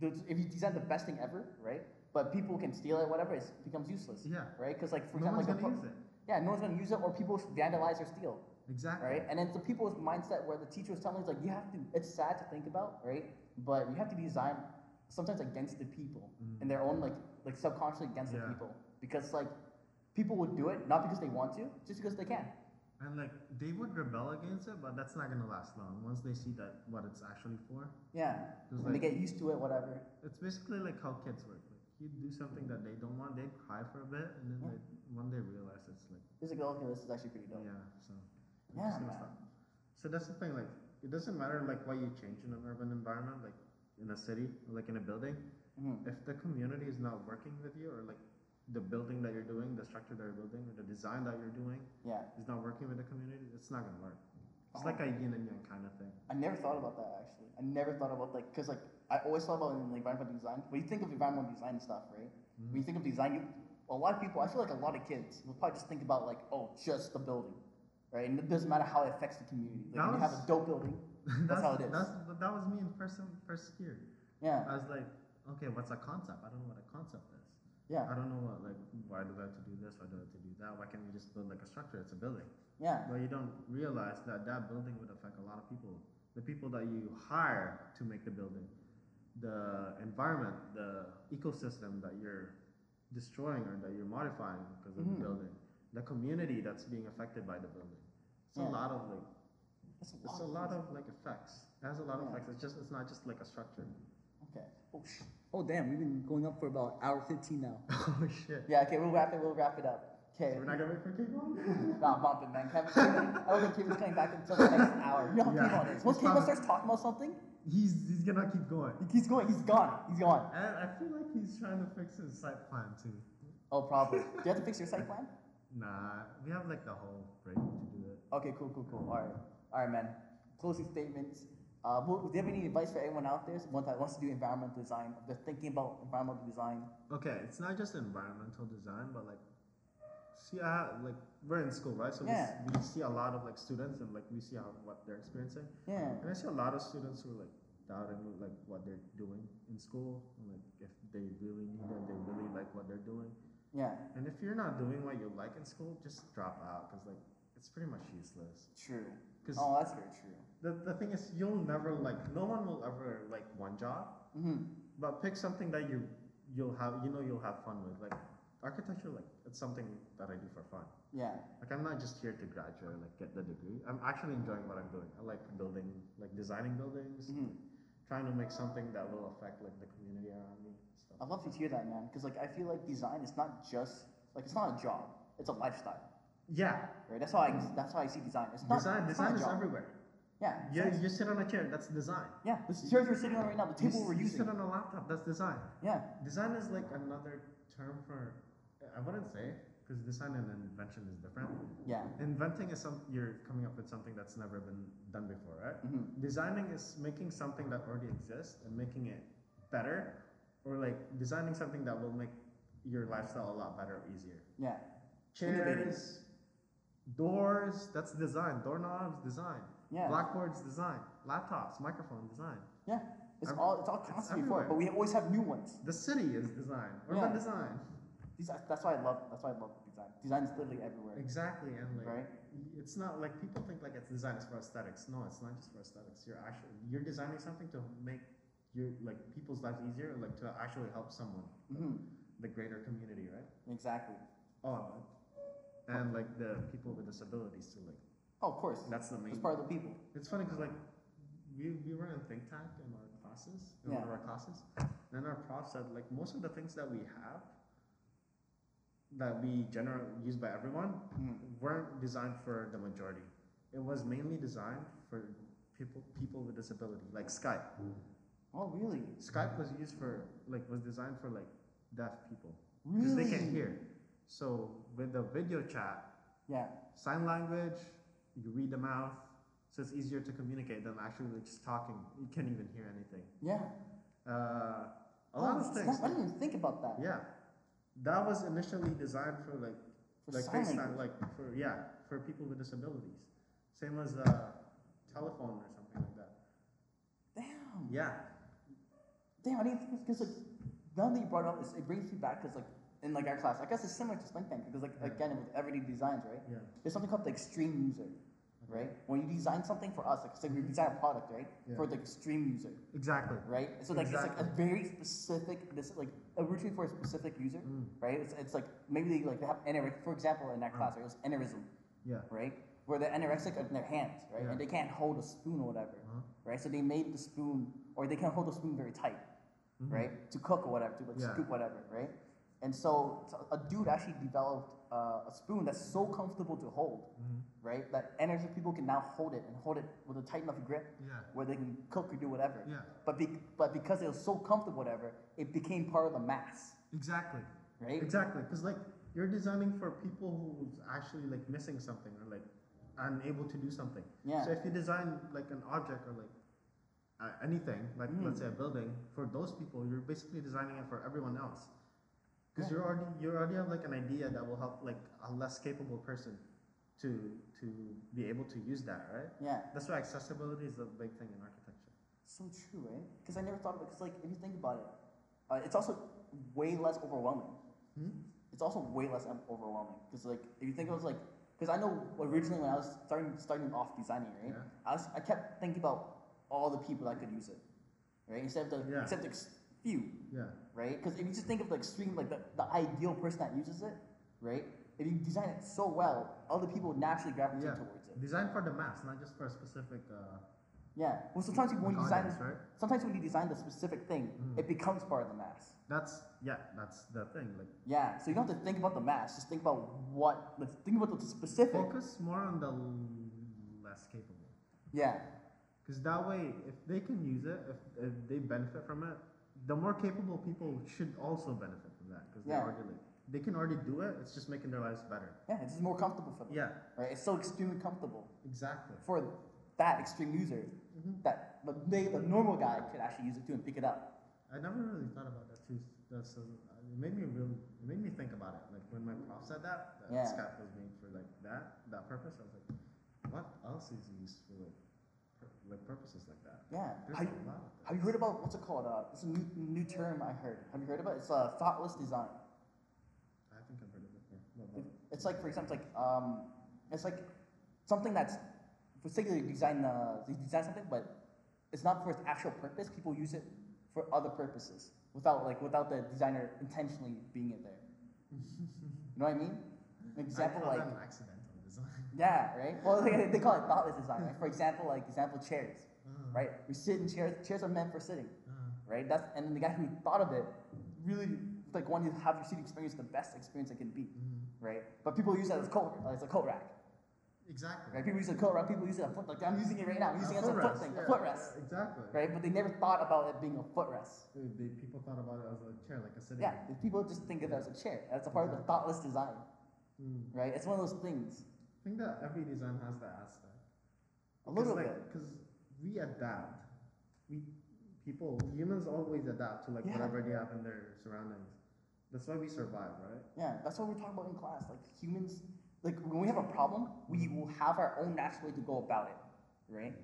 Speaker 1: the- if you design the best thing ever, right? But people can steal it, whatever. It becomes useless.
Speaker 3: Yeah.
Speaker 1: Right? Because like for
Speaker 3: No
Speaker 1: example,
Speaker 3: one's
Speaker 1: like, the
Speaker 3: gonna
Speaker 1: pro-
Speaker 3: use it.
Speaker 1: yeah, no one's gonna use it, or people vandalize or steal
Speaker 3: Exactly.
Speaker 1: right? And then the people's mindset where the teacher was telling us like you have to. It's sad to think about, right? But you have to be designed sometimes against the people and their own like like subconsciously against the
Speaker 3: Mm. Yeah.
Speaker 1: people because like people would do it not because they want to, just because they can.
Speaker 3: And like they would rebel against it, but that's not gonna last long. Once they see that what it's actually for,
Speaker 1: Yeah,
Speaker 3: Just
Speaker 1: and
Speaker 3: like-
Speaker 1: they get used to it, whatever.
Speaker 3: it's basically like how kids work. Like you do something that they don't want, they cry for a bit, and then
Speaker 1: Yeah.
Speaker 3: like when they realize it's like
Speaker 1: It's like okay, this is actually pretty dope.
Speaker 3: yeah, so
Speaker 1: Yeah,
Speaker 3: interesting
Speaker 1: man.
Speaker 3: stuff. So that's the thing. Like it doesn't matter like what you change in an urban environment, like in a city, or, like in a building.
Speaker 1: Mhm.
Speaker 3: If the community is not working with you, or like the building that you're doing, the structure that you're building, or the design that you're doing
Speaker 1: Yeah,
Speaker 3: is not working with the community, it's not gonna work. It's
Speaker 1: Oh.
Speaker 3: like a yin and yang kind of thing. [LAUGHS]
Speaker 1: I never thought about that actually. I never thought about like because like I always thought about in like, environmental design. When you think of environmental design and stuff, right?
Speaker 3: Mm-hmm.
Speaker 1: When you think of design, you, a lot of people, I feel like a lot of kids will probably just think about like oh, just the building, right? And it doesn't matter how it affects the community. Like
Speaker 3: That
Speaker 1: when you have
Speaker 3: was-
Speaker 1: a dope building, that's, how it is.
Speaker 3: [LAUGHS] That's, but that was me in first sem- first year.
Speaker 1: yeah,
Speaker 3: I was like, okay, what's a concept? I don't know what a concept is.
Speaker 1: yeah,
Speaker 3: I don't know what like why do I have to do this? Why do I have to do that? Why can't we just build like a structure? It's a building.
Speaker 1: yeah,
Speaker 3: But you don't realize that that building would affect a lot of people. The people that you hire to make the building, the environment, the ecosystem that you're destroying or that you're modifying because of the building, the community that's being affected by the building. It's
Speaker 1: Yeah.
Speaker 3: a lot of like
Speaker 1: That's a lot.
Speaker 3: It's a lot of like effects. It has a lot of effects. It's just it's not just like a structure. [LAUGHS]
Speaker 1: Okay. Oh, sh- oh damn, we've been going up for about hour fifteen now.
Speaker 3: oh shit.
Speaker 1: [LAUGHS] Yeah. Okay, we'll wrap it. We'll wrap it up. Okay.
Speaker 3: We're not gonna wait for K-pop.
Speaker 1: Nah, bump it, man. Kevin, Kevin, I don't think Kevin's coming back until the next hour. You know how
Speaker 3: [LAUGHS] Yeah.
Speaker 1: Kevin is. Once
Speaker 3: He's
Speaker 1: Kevin
Speaker 3: probably-
Speaker 1: starts talking about something,
Speaker 3: [LAUGHS] He's he's gonna keep going.
Speaker 1: he's going. He's gone. He's gone.
Speaker 3: And I feel like he's trying to fix his site plan too.
Speaker 1: Oh, probably. Do you have to fix your site plan?
Speaker 3: Nah, we have like the whole break to do it.
Speaker 1: Okay, cool, cool, cool. All right, all right, man. Closing statements. Uh, what, do you have any advice for everyone out there one that wants to do environmental design? They're thinking about environmental design.
Speaker 3: Okay, it's not just environmental design, but like, see how like we're in school, right? So
Speaker 1: Yeah.
Speaker 3: we, s- we see a lot of like students, and like we see how what they're experiencing.
Speaker 1: Yeah.
Speaker 3: And I see a lot of students who are like doubting like what they're doing in school, and, like if they really need it, they really like what they're doing.
Speaker 1: Yeah.
Speaker 3: And if you're not doing what you like in school, just drop out because like it's pretty much useless.
Speaker 1: True.
Speaker 3: 'Cause-
Speaker 1: Oh, that's very true.
Speaker 3: The, the thing is, you'll never like no one will ever like one job,
Speaker 1: Mm-hmm.
Speaker 3: but pick something that you you'll have you know you'll have fun with. Like architecture, like it's something that I do for fun.
Speaker 1: Yeah.
Speaker 3: Like I'm not just here to graduate, like get the degree. I'm actually enjoying what I'm doing. I like building, like designing buildings,
Speaker 1: Mhm.
Speaker 3: trying to make something that will affect like the community around me. and Stuff.
Speaker 1: I'd love to hear that, man. Because like I feel like design is not just like it's not a job. It's a lifestyle.
Speaker 3: Yeah,
Speaker 1: Right. That's how I that's how I see design. It's not
Speaker 3: design
Speaker 1: It's
Speaker 3: design
Speaker 1: not a
Speaker 3: is
Speaker 1: job.
Speaker 3: everywhere.
Speaker 1: Yeah.
Speaker 3: Yeah, you sit on a chair, that's design.
Speaker 1: Yeah. This chairs we're sitting on right now, the
Speaker 3: You
Speaker 1: table
Speaker 3: s-
Speaker 1: we're
Speaker 3: you
Speaker 1: using.
Speaker 3: sit on a laptop, that's design.
Speaker 1: Yeah.
Speaker 3: Design is like another term for, I wouldn't say, because design and invention is different.
Speaker 1: Yeah.
Speaker 3: Inventing is some you're coming up with something that's never been done before, right?
Speaker 1: Mhm.
Speaker 3: Designing is making something that already exists and making it better, or like designing something that will make your lifestyle a lot better, easier.
Speaker 1: Yeah. Innovating.
Speaker 3: Chairs, doors, that's design. Doorknobs, design.
Speaker 1: Yeah.
Speaker 3: Blackboards, design. Laptops, microphone, design.
Speaker 1: Yeah. It's
Speaker 3: Ev-
Speaker 1: all it's all
Speaker 3: it's
Speaker 1: constantly for it,
Speaker 3: everywhere.
Speaker 1: but we always have new ones.
Speaker 3: The city is design. Urban
Speaker 1: Yeah.
Speaker 3: design.
Speaker 1: These, that's why I love. That's why I love design. Design is literally everywhere.
Speaker 3: Exactly, and like
Speaker 1: Right.
Speaker 3: y- it's not like people think like it's design is for aesthetics. No, it's not just for aesthetics. You're actually you're designing something to make your like people's lives easier, like to actually help someone,
Speaker 1: Mm-hmm.
Speaker 3: like, the greater community, right?
Speaker 1: Exactly.
Speaker 3: Oh, and like the people with disabilities too. Like
Speaker 1: Oh, of course.
Speaker 3: that's the
Speaker 1: it's
Speaker 3: main.
Speaker 1: part of the people.
Speaker 3: It's funny because like we we were in think tank in our classes in one of
Speaker 1: Yeah.
Speaker 3: our classes, and our prof said like most of the things that we have that we generally used by everyone
Speaker 1: Mm-hmm.
Speaker 3: weren't designed for the majority. It was mainly designed for people people with disability, like Skype.
Speaker 1: Oh, really?
Speaker 3: Skype was used for like was designed for like deaf people because they
Speaker 1: Really?
Speaker 3: can't hear. So with the video chat,
Speaker 1: Yeah.
Speaker 3: sign language, you read the mouth, so it's easier to communicate than actually like, just talking. You can't even hear anything.
Speaker 1: Yeah.
Speaker 3: Uh, a
Speaker 1: oh,
Speaker 3: lot of
Speaker 1: snap,
Speaker 3: things.
Speaker 1: I didn't even think about that.
Speaker 3: yeah, that was initially designed for like
Speaker 1: For
Speaker 3: like
Speaker 1: sign
Speaker 3: FaceTime,
Speaker 1: language.
Speaker 3: like for yeah for people with disabilities. Same as uh, telephone or something like that.
Speaker 1: Damn.
Speaker 3: Yeah,
Speaker 1: Damn. I didn't think because like now that you brought it up, it's, it brings me back because like in like our class, I guess it's similar to Splink Tank because like again with everyday designs, right?
Speaker 3: Yeah.
Speaker 1: There's something called the extreme user. Right? When you design something for us, like, say we design a product, right?
Speaker 3: Mm-hmm. Yeah.
Speaker 1: For the extreme user.
Speaker 3: exactly.
Speaker 1: right? So like it's like a
Speaker 3: Exactly.
Speaker 1: very specific, this like a routine for a specific user,
Speaker 3: Mm.
Speaker 1: right? It's, it's like maybe they like they have aneurysm. For example, in that class, right, it was aneurysm,
Speaker 3: Yeah.
Speaker 1: right? Where they're anorexic in their hands, right?
Speaker 3: Yeah. Mm-hmm.
Speaker 1: And they can't hold a spoon or whatever, right? So they made the spoon, or they can't hold the spoon very tight,
Speaker 3: Mm-hmm.
Speaker 1: right? To cook or whatever, to like
Speaker 3: Yeah.
Speaker 1: scoop whatever, right? And so t- a dude actually developed uh, a spoon that's so comfortable to hold,
Speaker 3: Mm-hmm.
Speaker 1: right? That aneurysmic people can now hold it and hold it with a tight enough grip
Speaker 3: Yeah.
Speaker 1: where they can cook or do whatever.
Speaker 3: Yeah.
Speaker 1: But be- but because it was so comfortable, whatever, it became part of the mass,
Speaker 3: Exactly.
Speaker 1: right?
Speaker 3: Exactly, because like you're designing for people who's actually like missing something or like unable to do something.
Speaker 1: Yeah.
Speaker 3: So if you design like an object or like uh, anything, like
Speaker 1: Mm.
Speaker 3: let's say a building, for those people, you're basically designing it for everyone else. Because
Speaker 1: Yeah.
Speaker 3: you're already you already have like an idea that will help like a less capable person to to be able to use that, right?
Speaker 1: Yeah.
Speaker 3: That's why accessibility is a big thing in architecture.
Speaker 1: So true, right? Because I never thought of it. Because like if you think about it, uh, it's also way less overwhelming.
Speaker 3: Hmm?
Speaker 1: It's also way less um, overwhelming. Because like if you think of it, like because I know originally when I was starting starting off designing, right?
Speaker 3: Yeah.
Speaker 1: I was I kept thinking about all the people that could use it, right? Instead of the
Speaker 3: Yeah.
Speaker 1: except the ex- few.
Speaker 3: Yeah.
Speaker 1: right? Because if you just think of the extreme, like the, the ideal person that uses it, right? If you design it so well, other people would naturally gravitate
Speaker 3: Yeah.
Speaker 1: towards it,
Speaker 3: Designed for the mass, not just for a specific. Uh,
Speaker 1: Yeah. Well, sometimes you- when you
Speaker 3: Like
Speaker 1: design,
Speaker 3: audience, right? Mm.
Speaker 1: sometimes when you design the specific thing, it becomes part of the mass.
Speaker 3: that's yeah, that's the thing. Like
Speaker 1: Yeah. So you don't have to think about the mass. Just think about what. Let's think about the specific.
Speaker 3: focus more on the l- less capable,
Speaker 1: Yeah.
Speaker 3: because that way, if they can use it, if, if they benefit from it, the more capable people should also benefit from that because
Speaker 1: Yeah.
Speaker 3: they already like, they can already do it. It's just making their lives better.
Speaker 1: Yeah. It's just more comfortable for them.
Speaker 3: Yeah,
Speaker 1: Right. It's so extremely comfortable
Speaker 3: exactly.
Speaker 1: for that extreme user
Speaker 3: Mm-hmm.
Speaker 1: that but they, the normal guy could actually use it too and pick it up.
Speaker 3: I never really thought about that too. That's uh, it made me real. It made me think about it. Like when my prof said that, that
Speaker 1: Yeah.
Speaker 3: Scott was made for like that that purpose. I was like, what else is used for like pur- like purposes like that?
Speaker 1: Yeah.
Speaker 3: There's
Speaker 1: Have,
Speaker 3: a lot of
Speaker 1: have you heard about what's it called? Uh, it's a new, new term I heard. Have you heard about it? It's uh, thoughtless design.
Speaker 3: I think I've heard of it before. What about it?
Speaker 1: It's like, for example, it's like um, it's like something that's for sake of design, uh, they design something, but it's not for its actual purpose. People use it for other purposes without like without the designer intentionally being it there. you know what I mean? An example
Speaker 3: I call
Speaker 1: like
Speaker 3: that an accidental [LAUGHS] design.
Speaker 1: yeah, right. Well, they, they call it thoughtless design. Right? For example, like example chairs,
Speaker 3: uh,
Speaker 1: right? We sit in chairs. Chairs are meant for sitting, right? That's and then the guy who thought of it really like wanted to have your seating experience the best experience it can be,
Speaker 3: mm,
Speaker 1: right? But people use that as coat as a coat rack,
Speaker 3: Exactly.
Speaker 1: right? People use it as a coat rack. People use it as a foot. Like I'm using it right now. I'm using it as a foot
Speaker 3: footrest,
Speaker 1: thing,
Speaker 3: yeah,
Speaker 1: a footrest,
Speaker 3: yeah, Exactly.
Speaker 1: right? But they never thought about it being a footrest.
Speaker 3: Uh, They, people thought about it as a chair, like a sitting.
Speaker 1: Yeah, if people just think of it as a chair. That's a part of the thoughtless design,
Speaker 3: Mm.
Speaker 1: right? It's one of those things.
Speaker 3: I think that every design has that aspect.
Speaker 1: A little bit.
Speaker 3: because we adapt. We people humans always adapt to like
Speaker 1: Yeah.
Speaker 3: whatever they have in their surroundings. That's why we survive, right?
Speaker 1: Yeah, that's what we're talking about in class. Like humans, like when we have a problem, we
Speaker 3: Mm-hmm.
Speaker 1: will have our own natural way to go about it, right?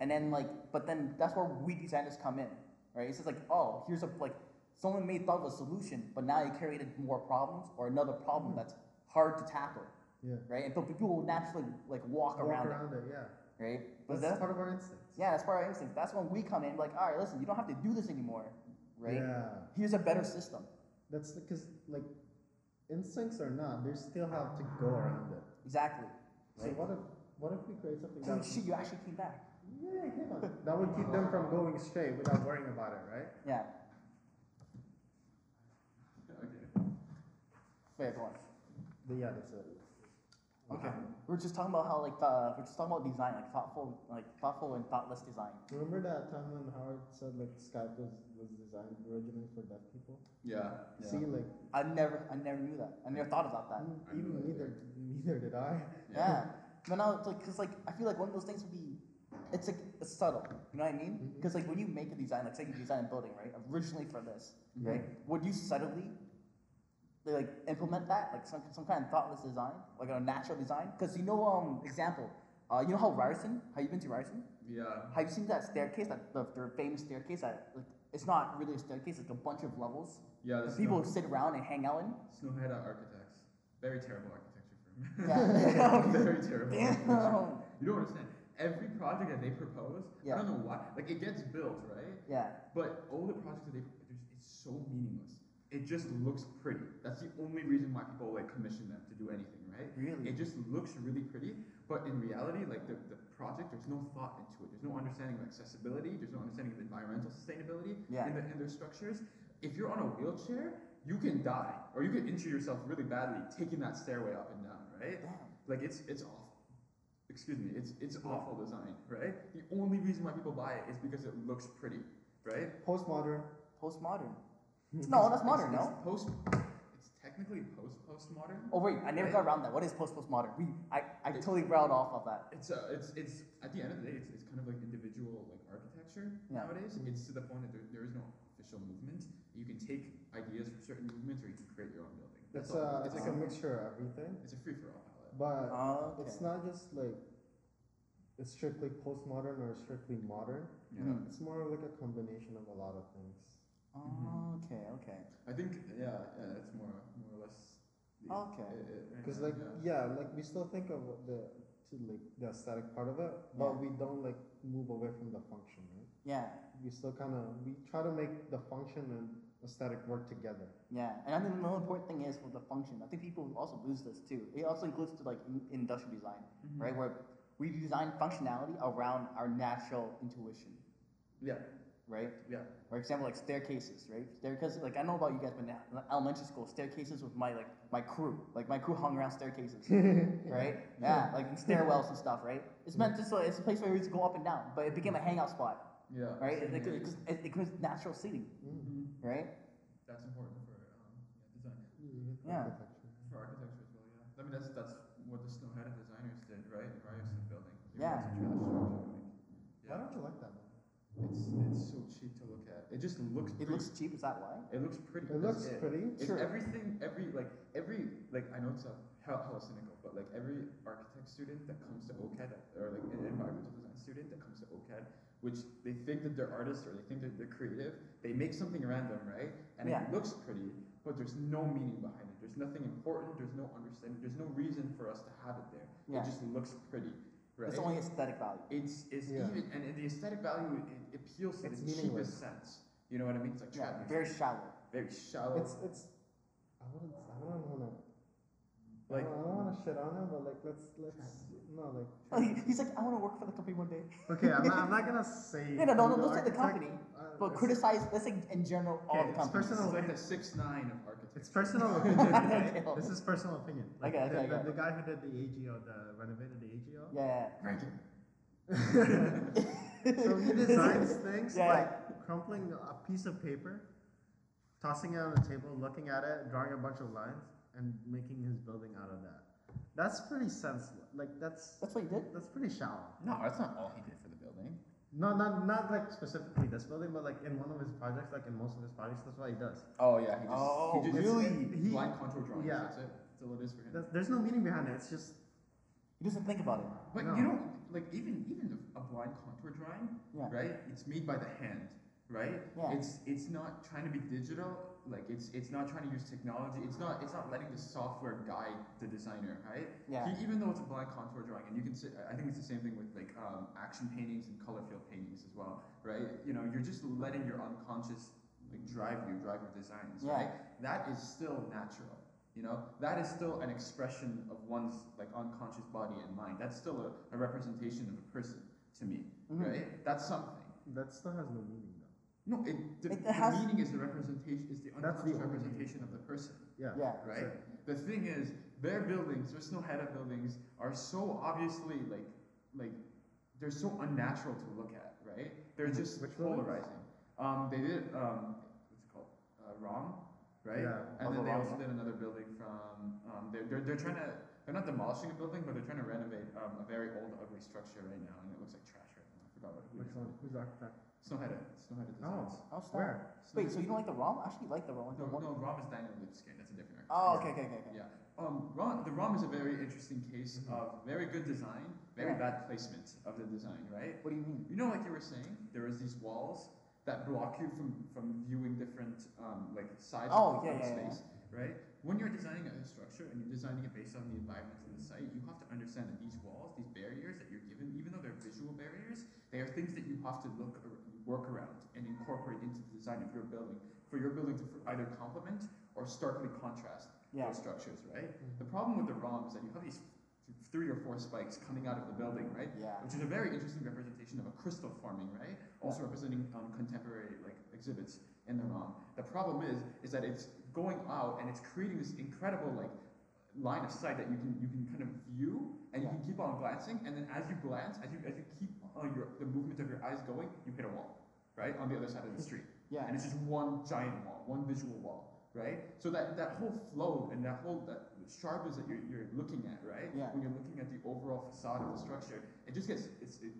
Speaker 1: And then like, but then that's where we designers come in, right? It's just like, oh, here's a like, someone may thought of a solution, but now they created more problems or another problem
Speaker 3: Mm-hmm.
Speaker 1: that's hard to tackle,
Speaker 3: Yeah.
Speaker 1: right? And so people will naturally like walk,
Speaker 3: Walk
Speaker 1: around,
Speaker 3: around it, yeah.
Speaker 1: it, right?
Speaker 3: That's,
Speaker 1: But that's
Speaker 3: part of our instincts.
Speaker 1: yeah, that's part of our instincts. That's when we come in, like, all right, listen, you don't have to do this anymore, right?
Speaker 3: Yeah.
Speaker 1: Here's a better system.
Speaker 3: That's because like instincts or not, they still have to go around it.
Speaker 1: Exactly.
Speaker 3: So what if what if we create something
Speaker 1: Holy
Speaker 3: that
Speaker 1: shit, you actually came back.
Speaker 3: yeah, yeah, that would keep them from going straight without worrying about it, right?
Speaker 1: Yeah.
Speaker 2: Okay.
Speaker 1: Wait, go on.
Speaker 3: But yeah, that's it.
Speaker 2: Uh-huh.
Speaker 1: Okay. We were just talking about how like uh, we're just talking about design, like thoughtful, like thoughtful and thoughtless design.
Speaker 3: Remember that time when Howard said like Skype was, was designed originally for deaf people?
Speaker 2: Yeah. yeah.
Speaker 3: See, like
Speaker 1: I never, I never knew that. I never thought about that.
Speaker 3: Mm,
Speaker 2: I
Speaker 3: Even
Speaker 2: knew that,
Speaker 3: neither, neither did I.
Speaker 1: Yeah. But now it's like, cause like I feel like one of those things would be, it's like it's subtle. You know what I mean? Because like when you make a design, like say you design a building, right? Originally for this, right? Would you subtly, like implement that, like some some kind of thoughtless design, like a natural design? Cause you know, um, example, uh, you know how Ryerson? Have you been to Ryerson?
Speaker 2: Yeah.
Speaker 1: Have you seen that staircase, that the, the famous staircase? That like, it's not really a staircase; it's a bunch of levels.
Speaker 2: Yeah.
Speaker 1: that
Speaker 2: The
Speaker 1: people
Speaker 2: people.
Speaker 1: sit around and hang out
Speaker 2: [LAUGHS]
Speaker 1: in.
Speaker 2: Snowhead architects. Very terrible architecture firm.
Speaker 1: Yeah.
Speaker 2: [LAUGHS] Very terrible. architecture.
Speaker 1: Damn.
Speaker 2: You don't understand. Every project that they propose,
Speaker 1: Yeah.
Speaker 2: I don't know why. Like it gets built, right?
Speaker 1: Yeah.
Speaker 2: But all the projects that they they're just- it's so meaningless. It just looks pretty. That's the only reason why people like commission them to do anything, right?
Speaker 1: Really?
Speaker 2: It just looks really pretty, but in reality, like the, the project, there's no thought into it. There's no understanding of accessibility. There's no understanding of environmental sustainability
Speaker 1: Yeah.
Speaker 2: in, the, in their structures. If you're on a wheelchair, you can die or you can injure yourself really badly taking that stairway up and down, right?
Speaker 1: Damn.
Speaker 2: Like it's it's awful. Excuse me, it's it's awful design, right? The only reason why people buy it is because it looks pretty, right?
Speaker 3: Postmodern.
Speaker 1: Postmodern. No, that's modern.
Speaker 2: It's,
Speaker 1: No.
Speaker 2: it's post. It's technically post postmodern.
Speaker 1: Oh wait, I never got around that. What is post postmodern? We, I, I
Speaker 2: It-
Speaker 1: totally riled off of that.
Speaker 2: It's uh, it's it's at the end of the day, it's, it's kind of like individual like architecture
Speaker 1: Yeah.
Speaker 2: nowadays. It's to the point that there, there is no official movement. You can take ideas from certain movements, or you can create your own building. That's
Speaker 3: It's a
Speaker 2: all. Uh-huh.
Speaker 3: it's
Speaker 2: it's
Speaker 3: like a mixture of everything,
Speaker 2: it's a free for all palette.
Speaker 3: but
Speaker 1: Oh, okay.
Speaker 3: it's not just like it's strictly postmodern or strictly modern.
Speaker 2: Yeah.
Speaker 1: Mhm.
Speaker 3: It's more of like a combination of a lot of things.
Speaker 1: Oh, okay. Okay.
Speaker 2: I think yeah, yeah, that's more more or less. The,
Speaker 1: Okay.
Speaker 2: it- it- right
Speaker 3: Because
Speaker 2: now,
Speaker 3: Oh, like
Speaker 2: yeah.
Speaker 3: yeah. like we still think of the to like the aesthetic part of it, but
Speaker 1: Yeah.
Speaker 3: we don't like move away from the function, right?
Speaker 1: Yeah.
Speaker 3: We still kind of we try to make the function and aesthetic work [LAUGHS] together.
Speaker 1: Yeah. And I think another important thing is with the function. I think people also lose this too. It also includes to like in, industrial design, right? Where we design functionality around our natural intuition,
Speaker 2: Yeah,
Speaker 1: right?
Speaker 2: yeah.
Speaker 1: For example, like staircases, right? Staircases, like I don't know about you guys, but in elementary school, staircases with my like my crew, like my crew hung around
Speaker 3: [LAUGHS]
Speaker 1: staircases, right? Yeah, like stairwells and stuff, right? It's meant just like it's a place where we just go up and down, but it became a hangout spot,
Speaker 2: Yeah. Mm-hmm.
Speaker 1: right? It, it, it, it becomes natural seating,
Speaker 3: Mm-hmm.
Speaker 1: right?
Speaker 2: That's important for um, yeah, design.
Speaker 3: Mm.
Speaker 1: Yeah.
Speaker 2: For architecture as well, yeah. I mean, that's that's what the Snowhead designers did, right? In Ryerson building. They
Speaker 1: Yeah.
Speaker 2: wanted to try to structure, like,
Speaker 4: Why
Speaker 3: Oh,
Speaker 2: Yeah.
Speaker 4: don't you like that one?
Speaker 2: It's it's so cheap to look at. It just looks.
Speaker 1: It
Speaker 2: pretty.
Speaker 1: looks cheap. Is that why?
Speaker 2: It looks pretty.
Speaker 4: It
Speaker 2: that's
Speaker 4: looks pretty.
Speaker 2: It's
Speaker 1: Sure.
Speaker 2: everything. Every like every like I know it's a hell, hella cynical, but like every architect student that comes to OCAD or like an environmental design student that comes to OCAD, which they think that they're artists or they think that they're creative, they make something random, right? And
Speaker 1: Yeah.
Speaker 2: it looks pretty, but there's no meaning behind it. There's nothing important. There's no understanding. There's no reason for us to have it there.
Speaker 1: Yeah.
Speaker 2: It just looks pretty, right?
Speaker 1: It's only aesthetic value.
Speaker 2: it's it's
Speaker 4: Yeah.
Speaker 2: even and the aesthetic value it, it appeals to
Speaker 4: It's
Speaker 2: the
Speaker 4: meaningless.
Speaker 2: cheapest sense. You know what I mean? It's like
Speaker 1: Yeah,
Speaker 2: trap music,
Speaker 1: very shallow.
Speaker 2: very shallow.
Speaker 4: It's it's. I wouldn't. I don't wanna.
Speaker 2: like
Speaker 4: I don't wanna shit on him, but like let's let's no like.
Speaker 1: Oh, he- he's [LAUGHS] like, I want to work for the company one day.
Speaker 3: Okay, I'm not, I'm not gonna say.
Speaker 1: [LAUGHS] Yeah, no, no,
Speaker 3: who
Speaker 1: no, don't say the
Speaker 3: architect-
Speaker 1: company,
Speaker 3: uh,
Speaker 1: but
Speaker 3: it's-
Speaker 1: criticize. Let's say in general, all
Speaker 3: Okay,
Speaker 1: the
Speaker 3: it's
Speaker 1: companies.
Speaker 3: personal.
Speaker 2: it's like the six nine of architecture.
Speaker 3: It's
Speaker 2: [LAUGHS]
Speaker 1: [LAUGHS]
Speaker 3: personal opinion.
Speaker 1: Okay.
Speaker 3: right? This is personal opinion. Like
Speaker 1: Okay, okay, I
Speaker 3: the,
Speaker 1: got
Speaker 3: the, the guy who did the AGO, the renovated the AGO.
Speaker 1: Yeah.
Speaker 3: So
Speaker 1: [LAUGHS]
Speaker 3: he designs things
Speaker 1: Yeah.
Speaker 3: like crumpling a piece of paper, tossing it on the table, looking at it, drawing a bunch of lines, and making his building out of that. That's pretty senseless. Like that's
Speaker 1: That's what you did.
Speaker 3: that's pretty shallow.
Speaker 2: No, that's not all he did for the building.
Speaker 3: No, not not like specifically this building, but like in one of his projects, like in most of his projects, that's what he does.
Speaker 2: Oh yeah, he just
Speaker 1: Oh,
Speaker 2: he just
Speaker 1: really?
Speaker 3: He-
Speaker 2: line contour drawings.
Speaker 3: yeah.
Speaker 2: That's it. That's all it is for him.
Speaker 3: That, there's no meaning behind it. It's just
Speaker 1: He doesn't think about it.
Speaker 2: but
Speaker 3: no.
Speaker 2: you don't like even even the- a blind contour drawing,
Speaker 1: Yeah.
Speaker 2: right? It's made by the hand, right?
Speaker 1: Yeah.
Speaker 2: It's it's not trying to be digital. Like it's it's not trying to use technology. It's not it's not letting the software guide the designer, right?
Speaker 1: Yeah.
Speaker 2: He- E, even though it's a blind contour drawing, and you can say, I think it's the same thing with like um, action paintings and color field paintings as well, right? You know, you're just letting your unconscious like drive you, drive your designs,
Speaker 1: Yeah.
Speaker 2: right? That is still natural. You know, that is still an expression of one's like unconscious body and mind. That's still a, a representation of a person to me,
Speaker 1: Mm-hmm.
Speaker 2: right? That's something.
Speaker 3: that still has no meaning though.
Speaker 2: No, it, the,
Speaker 1: It
Speaker 2: the
Speaker 1: has-
Speaker 2: meaning is the representation is the
Speaker 3: That's the
Speaker 2: unconscious
Speaker 3: only
Speaker 2: representation of the person,
Speaker 3: Yeah.
Speaker 1: Yeah.
Speaker 2: right? The thing is, their buildings, their Snowhead buildings, are so obviously like, like, they're so unnatural to look at, right? They're just
Speaker 3: Which buildings?
Speaker 2: polarizing. Um, they did um, what's it called? Uh, wrong, right?
Speaker 3: Yeah.
Speaker 2: And then
Speaker 1: Puzzle
Speaker 2: they
Speaker 1: Wrong,
Speaker 2: also
Speaker 1: yeah.
Speaker 2: did another building from. Um, they're, they're they're trying to they're not demolishing a building, but they're trying to renovate um, a very old, ugly structure right now, and it looks like trash right now. I forgot what
Speaker 3: Which one? Who's the architect?
Speaker 2: Snowhead. Snowhead
Speaker 3: Oh,
Speaker 2: Designs.
Speaker 1: I'll stop.
Speaker 3: where?
Speaker 1: Wait, so you don't like the ROM? I actually like the ROM. Like the
Speaker 2: No,
Speaker 1: one-
Speaker 2: no, Rom is Daniel Lipskin. That's a different architect.
Speaker 1: Oh, okay, okay, okay. okay.
Speaker 2: Yeah. Um, Rom, the Rom is a very interesting case
Speaker 1: Mm-hmm.
Speaker 2: of very good design, very
Speaker 1: Yeah.
Speaker 2: bad placement of the design, right?
Speaker 1: What do you mean?
Speaker 2: You know, like you were saying, there is these walls that block you from, from viewing different um, like sides
Speaker 1: Oh,
Speaker 2: of
Speaker 1: yeah,
Speaker 2: of
Speaker 1: yeah, yeah.
Speaker 2: space, right? When you're designing a structure and you're designing it based on the environment of the site, you have to understand that these walls, these barriers that you're given, even though they're visual barriers, they are things that you have to look ar- work around and incorporate into the design of your building for your building to f- either complement or starkly contrast
Speaker 1: Yeah. Mm-hmm.
Speaker 2: those structures, right? The problem with the ROM is that you have these th- three or four spikes coming out of the building, right?
Speaker 1: Yeah.
Speaker 2: which is a very interesting representation of a crystal forming, right? Also representing um, contemporary like exhibits in the ROM. The problem is, is that it's going out and it's creating this incredible like line of sight that you can you can kind of view and you
Speaker 1: Yeah.
Speaker 2: can keep on glancing, and then as you glance, as you as you keep on your the movement of your eyes going, you hit a wall, right, on the other side
Speaker 1: [LAUGHS]
Speaker 2: of the street.
Speaker 1: Yeah.
Speaker 2: And it's just one giant wall, one visual wall, right? So that, that whole flow and that whole that sharpness that you're, you're looking at, right?
Speaker 1: Yeah.
Speaker 2: When you're looking at the overall facade of the structure, it just gets it's it,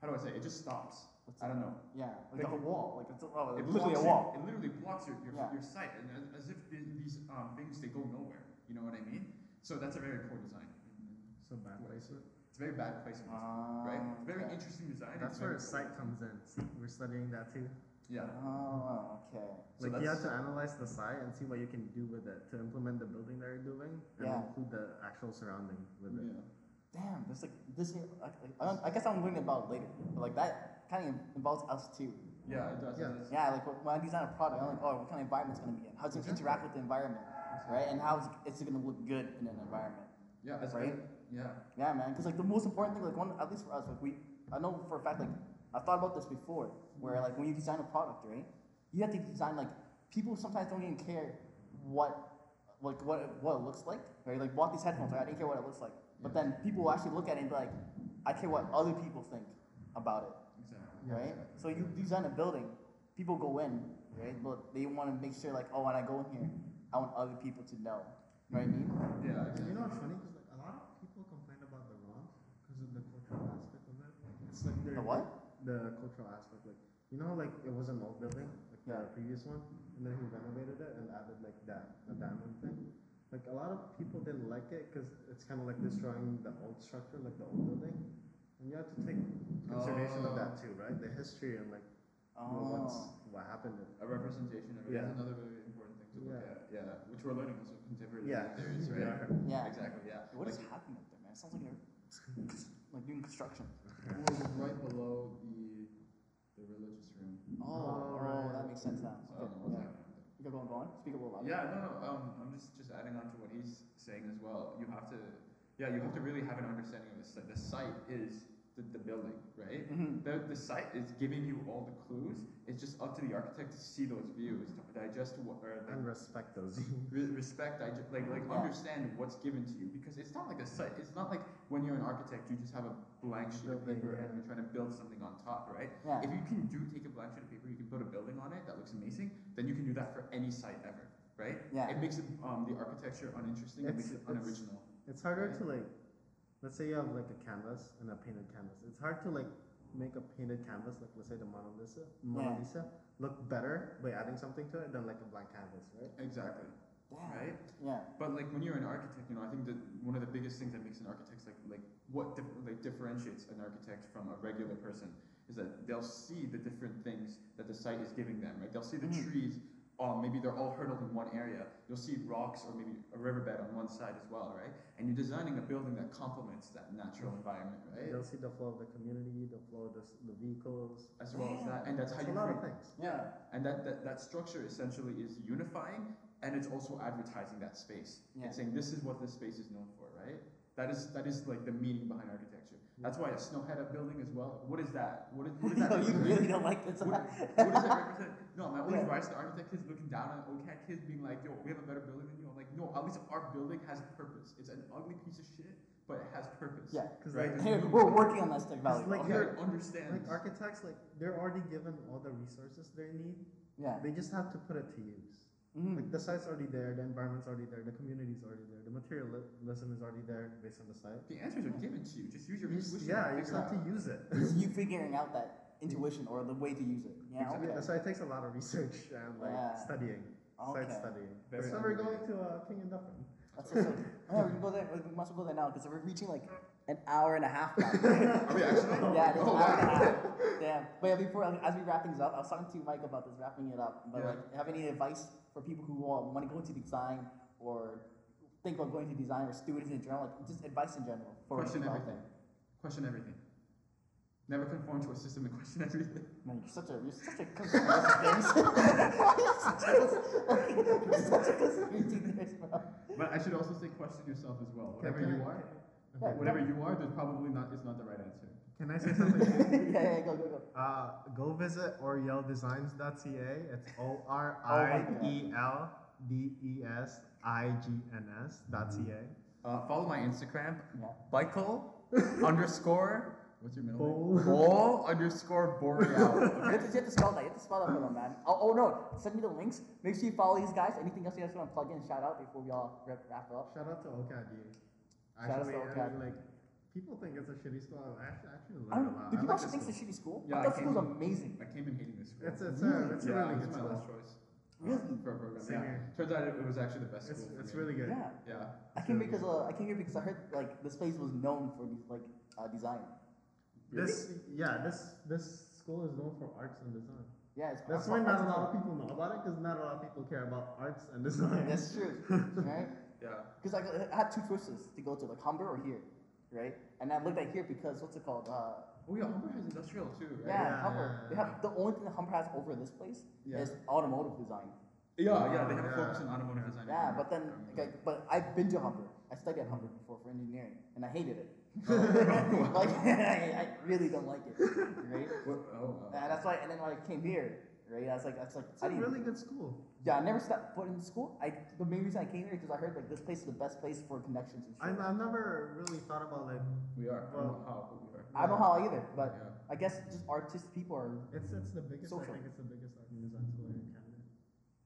Speaker 2: how do I say? It just stops.
Speaker 1: What's
Speaker 2: I don't know.
Speaker 1: Yeah, like
Speaker 2: Like
Speaker 1: the whole
Speaker 2: it-
Speaker 1: wall. Like it's, oh,
Speaker 2: It
Speaker 1: it's literally a
Speaker 2: blocks
Speaker 1: wall.
Speaker 2: Your, it literally blocks your your,
Speaker 1: Yeah.
Speaker 2: your sight, and as- as if the- these um, things they go nowhere. You know what I mean? So that's a very poor design.
Speaker 3: So bad placement.
Speaker 2: It's a very bad placement, right? It's a very
Speaker 1: Ah, okay.
Speaker 2: interesting design.
Speaker 3: That's
Speaker 2: it's very
Speaker 3: where sight comes in. See, we're studying that too.
Speaker 2: Yeah.
Speaker 1: Oh, okay.
Speaker 2: So
Speaker 3: Like you have
Speaker 2: that's-
Speaker 3: to analyze the site and see what you can do with it to implement the building that you're doing and
Speaker 1: Yeah.
Speaker 3: include the actual surrounding with it.
Speaker 2: Yeah.
Speaker 1: Damn, there's like this. Like, I, don't, I guess I'm learning about it later, but like that kind of involves us too.
Speaker 2: Yeah, it does.
Speaker 3: Yeah.
Speaker 2: It does.
Speaker 1: Yeah, like when I design a product, I'm like, oh, what kind of environment it's gonna be in? How it's gonna interact with the environment, right? And how it's, it's gonna look good in an environment.
Speaker 2: Yeah, as,
Speaker 1: Right?
Speaker 2: as, Yeah.
Speaker 1: Yeah, man. Because like the most important thing, like one at least for us, like we, I know for a fact, like I've thought about this before, where like when you design a product, right, you have to design like people sometimes don't even care what, like what it- what it looks like, right? Like bought these headphones, right? I didn't care what it looks like, but then people will actually look at it and be like, I care what other people think about it,
Speaker 2: Exactly.
Speaker 1: right? So you design a building, people go in, right? But they want to make sure like, oh, when I go in here, I want other people to know, right? I mean,
Speaker 2: Yeah.
Speaker 3: And
Speaker 2: Exactly.
Speaker 3: you know what's funny? Because like a lot of people complain about the ROM because of the cultural aspect of it. It's like
Speaker 1: the what?
Speaker 3: The cultural aspect, like you know, like it was an old building, like
Speaker 1: Yeah.
Speaker 3: the previous one, and then he renovated it and added like that the diamond thing. Like a lot of people didn't like it because it's kind of like destroying the old structure, like the old building, and you have to take consideration of that too, right? The history and like you know, what's
Speaker 1: Oh,
Speaker 3: what happened. And,
Speaker 2: A representation of it
Speaker 3: Yeah.
Speaker 2: is another very important thing to look
Speaker 3: Yeah.
Speaker 2: at. Yeah. Which we're learning as a contemporary
Speaker 3: Yeah.
Speaker 2: theories, right?
Speaker 1: Um, yeah.
Speaker 2: Exactly. Yeah.
Speaker 1: What is
Speaker 2: Like,
Speaker 1: happening up there, man? It sounds like they're
Speaker 2: [LAUGHS]
Speaker 1: like doing construction.
Speaker 2: well, right below the the religious room.
Speaker 1: Oh,
Speaker 3: Oh,
Speaker 1: oh,
Speaker 3: right.
Speaker 1: that makes sense now.
Speaker 2: So I
Speaker 1: Okay,
Speaker 2: don't know what's
Speaker 1: yeah.
Speaker 2: happening.
Speaker 1: You go on, go on. Speak a little louder.
Speaker 2: Yeah, no, no. Um, I'm just just adding on to what he's saying as well. You have to, yeah, you have to really have an understanding of the site. The site is the, the building, right?
Speaker 1: Mhm.
Speaker 2: The, the site is giving you all the clues. It's just up to the architect to see those views, to digest what, or
Speaker 3: and
Speaker 2: like,
Speaker 3: respect those.
Speaker 2: re- respect, digest, like like
Speaker 1: Yeah.
Speaker 2: understand what's given to you because it's not like a site. It's not like when you're an architect, you just have a blank sheet of
Speaker 3: Building,
Speaker 2: paper and
Speaker 3: yeah.
Speaker 2: you're trying to build something on top, right?
Speaker 1: Yeah.
Speaker 2: If you can do take a blank sheet of paper, you can put a building on it that looks amazing. Then you can do that for any site ever, right?
Speaker 1: Yeah.
Speaker 2: It makes it, um, the architecture uninteresting. It
Speaker 3: It's-
Speaker 2: makes it
Speaker 3: it's-
Speaker 2: unoriginal.
Speaker 3: It's harder to like, let's say you have like a canvas and a painted canvas. It's hard to like make a painted canvas, like let's say the Mona Lisa, Mona
Speaker 1: Yeah.
Speaker 3: Lisa, look better by adding something to it than like a blank canvas, right?
Speaker 2: Exactly.
Speaker 1: Damn.
Speaker 2: Right.
Speaker 1: Yeah.
Speaker 2: But like when you're an architect, you know, I think that one of the biggest things that makes an architect like like what dif- like differentiates an architect from a regular person is that they'll see the different things that the site is giving them, right? They'll see the
Speaker 3: Mm.
Speaker 1: Mhm.
Speaker 2: trees. Um, maybe they're all hurdled in one area. You'll see rocks or maybe a riverbed on one side as well, right? And you're designing a building that complements that
Speaker 3: Mm.
Speaker 2: natural environment, right?
Speaker 3: You'll see the flow of the community, the flow of the, s- the vehicles.
Speaker 2: As well as that, and that's how
Speaker 3: It's
Speaker 2: you
Speaker 3: a lot
Speaker 2: create
Speaker 3: of things.
Speaker 2: yeah, and that, that, that structure essentially is unifying and it's also advertising that space.
Speaker 1: Yeah.
Speaker 2: It's saying this is what this space is known for, right? That is that is like the meaning behind architecture. That's why a snowhead up building as well. What is that? What is
Speaker 1: [LAUGHS]
Speaker 2: what is that?
Speaker 1: No, you
Speaker 2: [LAUGHS] represent?
Speaker 1: really don't like this.
Speaker 2: what, what does that represent? No, my only
Speaker 1: Yeah.
Speaker 2: advice to architect kids looking down on OCAD kids being like, yo, we have a better building than you. I'm like, no, at least our building has purpose. It's an ugly piece of shit, but it has purpose.
Speaker 1: Yeah.
Speaker 3: Because
Speaker 2: Right.
Speaker 3: like,
Speaker 1: Hey, [LAUGHS] [LAUGHS] we're working on that stuff, Valley.
Speaker 3: like-
Speaker 2: Okay,
Speaker 3: you're-
Speaker 2: understand.
Speaker 3: like architects, like they're already given all the resources they need.
Speaker 1: yeah.
Speaker 2: [LAUGHS]
Speaker 3: They just have to put it to use.
Speaker 2: Hmm.
Speaker 1: Mm.
Speaker 3: Like the site's already there, the environment's already there, the community's already there, the materialism is already there based on the site.
Speaker 2: the answers are given to you. Just use your
Speaker 3: You just-
Speaker 2: intuition.
Speaker 3: yeah,
Speaker 2: and
Speaker 3: you just
Speaker 2: figure
Speaker 3: have
Speaker 2: out.
Speaker 3: to use it.
Speaker 1: It's you figuring out that intuition or the way to use it. Yeah.
Speaker 2: Exactly.
Speaker 1: Okay.
Speaker 3: Yeah, so it takes a lot of research [LAUGHS] and like
Speaker 1: Yeah.
Speaker 3: studying,
Speaker 1: Okay.
Speaker 3: site studying.
Speaker 2: Very
Speaker 3: so we're going
Speaker 2: underrated.
Speaker 3: to uh, King and Dufferin.
Speaker 1: That's [LAUGHS] so sick. Yeah, we can go there. We must go there now because we're reaching like an hour and a half now.
Speaker 2: [LAUGHS] Are we actually?
Speaker 1: [LAUGHS] Yeah, it's
Speaker 2: Oh,
Speaker 1: hour and a
Speaker 2: wow.
Speaker 1: half. Damn. But yeah, before as we wrap things up, I was talking to Mike about this wrapping it up. But
Speaker 2: Yeah.
Speaker 1: like, have any advice for people who want to go into design or think about going to design or students in general? Like, just advice in general for
Speaker 2: Question
Speaker 1: people out
Speaker 2: everything. Question everything. Never conform to a system and question [LAUGHS] everything.
Speaker 1: there. Man, you're such a you're such a [LAUGHS] conspiracy theorist. [LAUGHS] You're such a conspiracy theorist, bro.
Speaker 2: But I should also say question yourself as well.
Speaker 3: Can-
Speaker 2: Whatever
Speaker 3: can
Speaker 2: you
Speaker 3: I-
Speaker 2: are,
Speaker 1: Yeah,
Speaker 2: whatever you are, there's probably not. It's not the right answer.
Speaker 3: Can I say something?
Speaker 1: [LAUGHS] yeah,
Speaker 3: [LAUGHS]
Speaker 1: yeah, go, go, go.
Speaker 3: uh, go visit oreldesigns.ca. It's O R
Speaker 1: Oh my
Speaker 3: I
Speaker 1: God.
Speaker 3: E L D E S I G N S dot C A.
Speaker 2: Uh, follow my Instagram,
Speaker 1: Yeah.
Speaker 2: [LAUGHS] Michael underscore. What's your middle name?
Speaker 3: Bol.
Speaker 2: Bol underscore [LAUGHS] Boreal.
Speaker 1: You have, to, you have to spell that. You have to spell that for them, man. Oh, oh no, send me the links. Make sure you follow these guys. Anything else you guys want to plug in, shout out before we all wrap, wrap it up.
Speaker 3: Shout out to
Speaker 1: Shout
Speaker 3: OCAD.
Speaker 1: out to
Speaker 3: Actually, I
Speaker 1: OCAD.
Speaker 3: mean, like, people think it's a shitty school. I actually, actually
Speaker 1: I
Speaker 3: learned a
Speaker 1: don't,
Speaker 3: lot.
Speaker 1: do
Speaker 3: I
Speaker 1: people
Speaker 3: like
Speaker 1: actually
Speaker 3: this
Speaker 1: think it's a shitty school?
Speaker 2: Yeah,
Speaker 1: I
Speaker 2: I
Speaker 1: thought school was
Speaker 2: came-
Speaker 1: amazing.
Speaker 2: I came in hating this school.
Speaker 3: school. It's, it's,
Speaker 1: Really?
Speaker 3: a, it's
Speaker 2: yeah,
Speaker 3: a really
Speaker 2: it's
Speaker 3: good
Speaker 2: my
Speaker 3: school.
Speaker 2: last choice
Speaker 1: Really?
Speaker 2: for a program.
Speaker 3: Same
Speaker 2: Yeah.
Speaker 3: here.
Speaker 2: Turns out it, it was actually the best
Speaker 3: It's,
Speaker 2: school. for
Speaker 3: it's
Speaker 2: me.
Speaker 3: really good.
Speaker 1: Yeah.
Speaker 2: Yeah.
Speaker 1: I came because uh, I came here because I heard like this place was known for these like uh, design.
Speaker 3: This, yeah, this this school is known for arts and design.
Speaker 1: Yeah, it's
Speaker 3: That's
Speaker 1: I-
Speaker 3: why
Speaker 1: I-
Speaker 3: not a
Speaker 1: [LAUGHS]
Speaker 3: lot of people know about it, because not a lot of people care about arts and design.
Speaker 1: That's
Speaker 3: [LAUGHS]
Speaker 1: true, right?
Speaker 2: Yeah.
Speaker 1: Because I, I had two choices to go to like Humber or here, right? And I looked at here because what's it called? Uh,
Speaker 2: Oh yeah, Humber has industrial too, right?
Speaker 1: yeah,
Speaker 3: Yeah,
Speaker 1: Humber.
Speaker 3: yeah,
Speaker 1: They have the only thing that Humber has over this place
Speaker 2: Yeah.
Speaker 1: is automotive design.
Speaker 2: Yeah, yeah, they have a
Speaker 3: yeah.
Speaker 2: focus on automotive design. and
Speaker 1: Yeah,
Speaker 2: engineering.
Speaker 1: but then,
Speaker 2: Um,
Speaker 1: okay, but I've been to Humber. I studied at Humber before for engineering, and I hated
Speaker 3: [LAUGHS]
Speaker 1: it.
Speaker 2: Oh.
Speaker 1: like, [LAUGHS] I, I really don't like it,
Speaker 3: [LAUGHS]
Speaker 1: right?
Speaker 2: What, oh, wow.
Speaker 1: And that's why, and then when I came here, right, I was like, that's like,
Speaker 3: It's
Speaker 1: I
Speaker 3: a
Speaker 1: didn't,
Speaker 3: really good school.
Speaker 1: yeah, I never stepped foot in school. I, the main reason I came here is because I heard like this place is the best place for connections and
Speaker 3: I,
Speaker 1: shit.
Speaker 3: I've never really thought about like
Speaker 2: we are. I don't know
Speaker 3: Well-
Speaker 2: how, but we are.
Speaker 1: I don't know how either, but
Speaker 2: Yeah.
Speaker 1: I guess just artistic people are.
Speaker 3: it's it's the biggest.
Speaker 1: Social.
Speaker 3: I think it's the biggest art and design school here in Canada.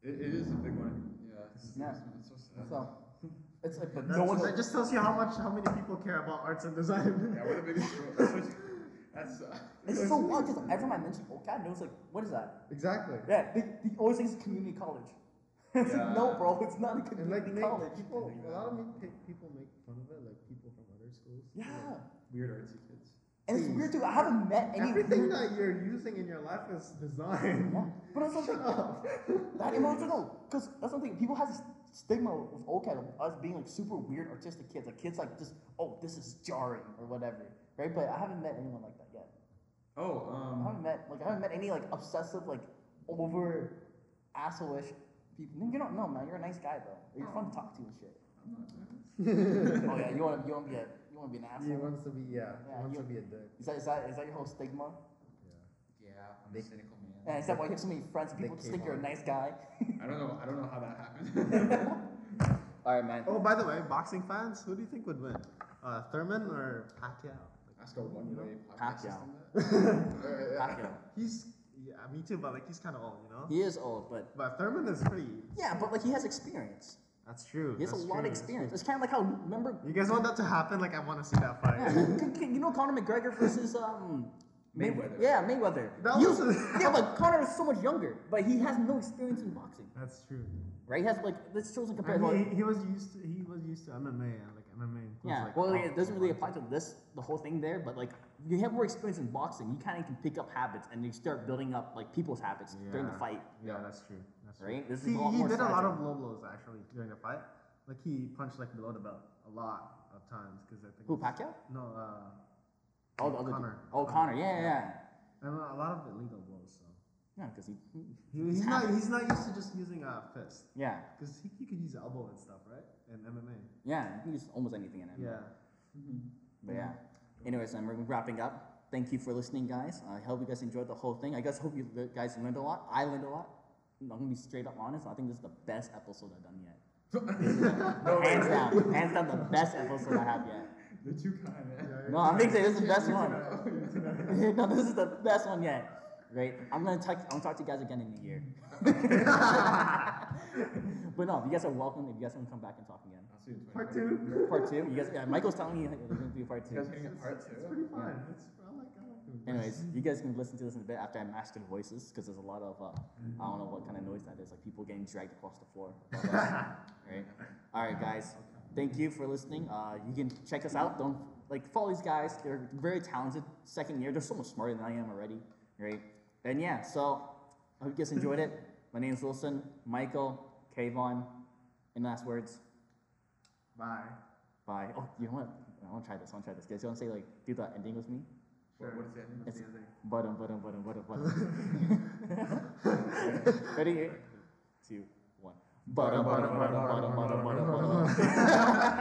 Speaker 2: It, it is a big one. Yeah. It's,
Speaker 1: Yeah.
Speaker 2: it's- it's so sad.
Speaker 1: So, [LAUGHS] it's like, but
Speaker 3: That's,
Speaker 1: no one.
Speaker 3: that just tells you how much how many people care about arts and design.
Speaker 1: [LAUGHS]
Speaker 2: Yeah, we're the biggest. group. That's what you- that's. Uh,
Speaker 1: It's
Speaker 3: [LAUGHS]
Speaker 1: so wild because every time I mention OCAD, it was like, what is that?
Speaker 3: exactly.
Speaker 1: Yeah, they, they always think it's community college. [LAUGHS] it's like, no,
Speaker 2: Yeah.
Speaker 1: bro, it's not a
Speaker 3: And like
Speaker 1: community
Speaker 3: make,
Speaker 1: college.
Speaker 3: people, a lot of me- pe- people make fun of it, like people from other schools.
Speaker 1: Yeah.
Speaker 2: Weird artsy kids.
Speaker 1: And it's weird too. I haven't met any
Speaker 3: Everything
Speaker 1: weird-
Speaker 3: that you're using in your life is design.
Speaker 1: [LAUGHS] Yeah. But that's
Speaker 3: [LAUGHS] Shut
Speaker 1: something
Speaker 3: up.
Speaker 1: that emotional. Because that's something people have this stigma with OCAD of us being like super weird artistic kids. Like kids like just oh this is jarring or whatever, right? But I haven't met anyone like that yet.
Speaker 2: Oh,
Speaker 1: I
Speaker 2: um,
Speaker 1: haven't met like I haven't met any like obsessive like over assholeish people. No, you don't know, man. You're a nice guy though. You're fun to talk to and shit.
Speaker 2: I'm not doing
Speaker 3: [LAUGHS]
Speaker 1: oh yeah, you want to you want to be a you want to be an
Speaker 3: He
Speaker 1: asshole.
Speaker 3: wants to be yeah.
Speaker 1: Yeah,
Speaker 3: he wants
Speaker 1: you-
Speaker 3: to be a dick.
Speaker 1: Is that, is that is that your whole stigma?
Speaker 2: Yeah, I'm a cynical
Speaker 1: And
Speaker 2: man.
Speaker 1: is that why you have so many friends? and People just think you're a nice
Speaker 3: [LAUGHS]
Speaker 1: guy.
Speaker 2: I don't know. I don't know how that
Speaker 1: [LAUGHS]
Speaker 2: happened.
Speaker 5: All right, man.
Speaker 3: Oh, by the way, boxing fans, who do you think would win? Uh, Thurman or Pacquiao?
Speaker 2: Ask a one-way
Speaker 5: Pacquiao.
Speaker 2: podcast system.
Speaker 1: [LAUGHS]
Speaker 2: there. [LAUGHS]
Speaker 5: Pacquiao.
Speaker 3: He's yeah, me too, but like he's kind of old, you know.
Speaker 5: He is old, but
Speaker 3: But Thurman is pretty.
Speaker 1: Yeah, but like he has experience.
Speaker 3: That's true.
Speaker 1: He has
Speaker 3: that's
Speaker 1: a lot
Speaker 3: true,
Speaker 1: of
Speaker 3: that's
Speaker 1: experience. It's kind of like how remember,
Speaker 3: true. You guys want that to happen? Like I want to see that fight.
Speaker 1: yeah,
Speaker 3: [LAUGHS]
Speaker 1: c- c- you know Conor McGregor versus um May-
Speaker 2: Mayweather.
Speaker 1: Yeah, Mayweather.
Speaker 3: That
Speaker 1: You-
Speaker 3: was [LAUGHS] a-
Speaker 1: yeah, but Conor is so much younger, but he has no experience in boxing,
Speaker 3: That's true.
Speaker 1: right? He has like this shows in
Speaker 3: And
Speaker 1: comparison.
Speaker 3: he, he was used to he was used to MMA and like MMA includes
Speaker 1: yeah,
Speaker 3: like
Speaker 1: well,
Speaker 3: all-
Speaker 1: it doesn't really apply to this the whole thing there, but like you have more experience in boxing, you kind of can pick up habits and you start building up like people's habits during the
Speaker 3: Yeah.
Speaker 1: fight,
Speaker 3: Yeah, that's true. That's true.
Speaker 1: right? This
Speaker 3: He,
Speaker 1: a lot
Speaker 3: he
Speaker 1: more
Speaker 3: did a lot
Speaker 1: strategy.
Speaker 3: of low blows actually during the fight. Like he punched like below the belt a lot of times because I think
Speaker 1: who
Speaker 3: it's-
Speaker 1: Pacquiao?
Speaker 3: No, uh,
Speaker 1: Oh, the other dude.
Speaker 3: Conor.
Speaker 1: Oh, Conor. Yeah, yeah. yeah.
Speaker 3: and a lot of illegal blows. So
Speaker 1: Yeah, because he,
Speaker 3: he, he's not he's not used to just using a fist
Speaker 1: yeah,
Speaker 3: because he, he could use elbow and stuff, right? In MMA.
Speaker 1: yeah, he can use almost anything in it.
Speaker 3: Yeah.
Speaker 1: But yeah. Anyways, I'm wrapping up. Thank you for listening, guys. I hope you guys enjoyed the whole thing. I guys hope you le- guys learned a lot. I learned a lot. I'm gonna be straight up honest. I think this is the best episode I've done yet.
Speaker 2: no, wait,
Speaker 1: Hands down, hands down, the best episode I have yet.
Speaker 2: they're too kind, man.
Speaker 1: No, I'm excited. This is the best one. [LAUGHS] no, this is the best one yet. Right? I'm gonna talk. I'll talk to you guys again in a year. [LAUGHS] but no, you guys are welcome. If you guys want to come back and talk again,
Speaker 2: I'll see you in
Speaker 3: Part
Speaker 2: 20.
Speaker 3: two.
Speaker 1: part two. You guys, yeah, Michael's telling me there's gonna be a part
Speaker 2: You guys
Speaker 1: two.
Speaker 2: hitting a part two?
Speaker 3: It's pretty fun. It's I like I like doing this.
Speaker 1: Anyways, you guys can listen to this in a bit after I master the voices because there's a lot of uh, I don't know what kind of noise that is, like people getting dragged across the floor. uh, right. All right, guys. Thank you for listening. Uh, you can check us out. Don't like follow these guys. They're very talented. Second year, they're so much smarter than I am already. Right. And yeah, so I hope you guys enjoyed it. My name's Wilson, Michael, Kayvon. Any last words?
Speaker 3: Bye.
Speaker 1: Bye. Oh, you know what? I want to try this. I want to try this. Guys, you want to say like do the ending with me?
Speaker 2: What, what is that?
Speaker 1: It's bottom, bottom, bottom, bottom, [LAUGHS] bottom. Ready? Eight, two, one. Bottom, bottom, bottom, bottom, bottom, bottom, bottom.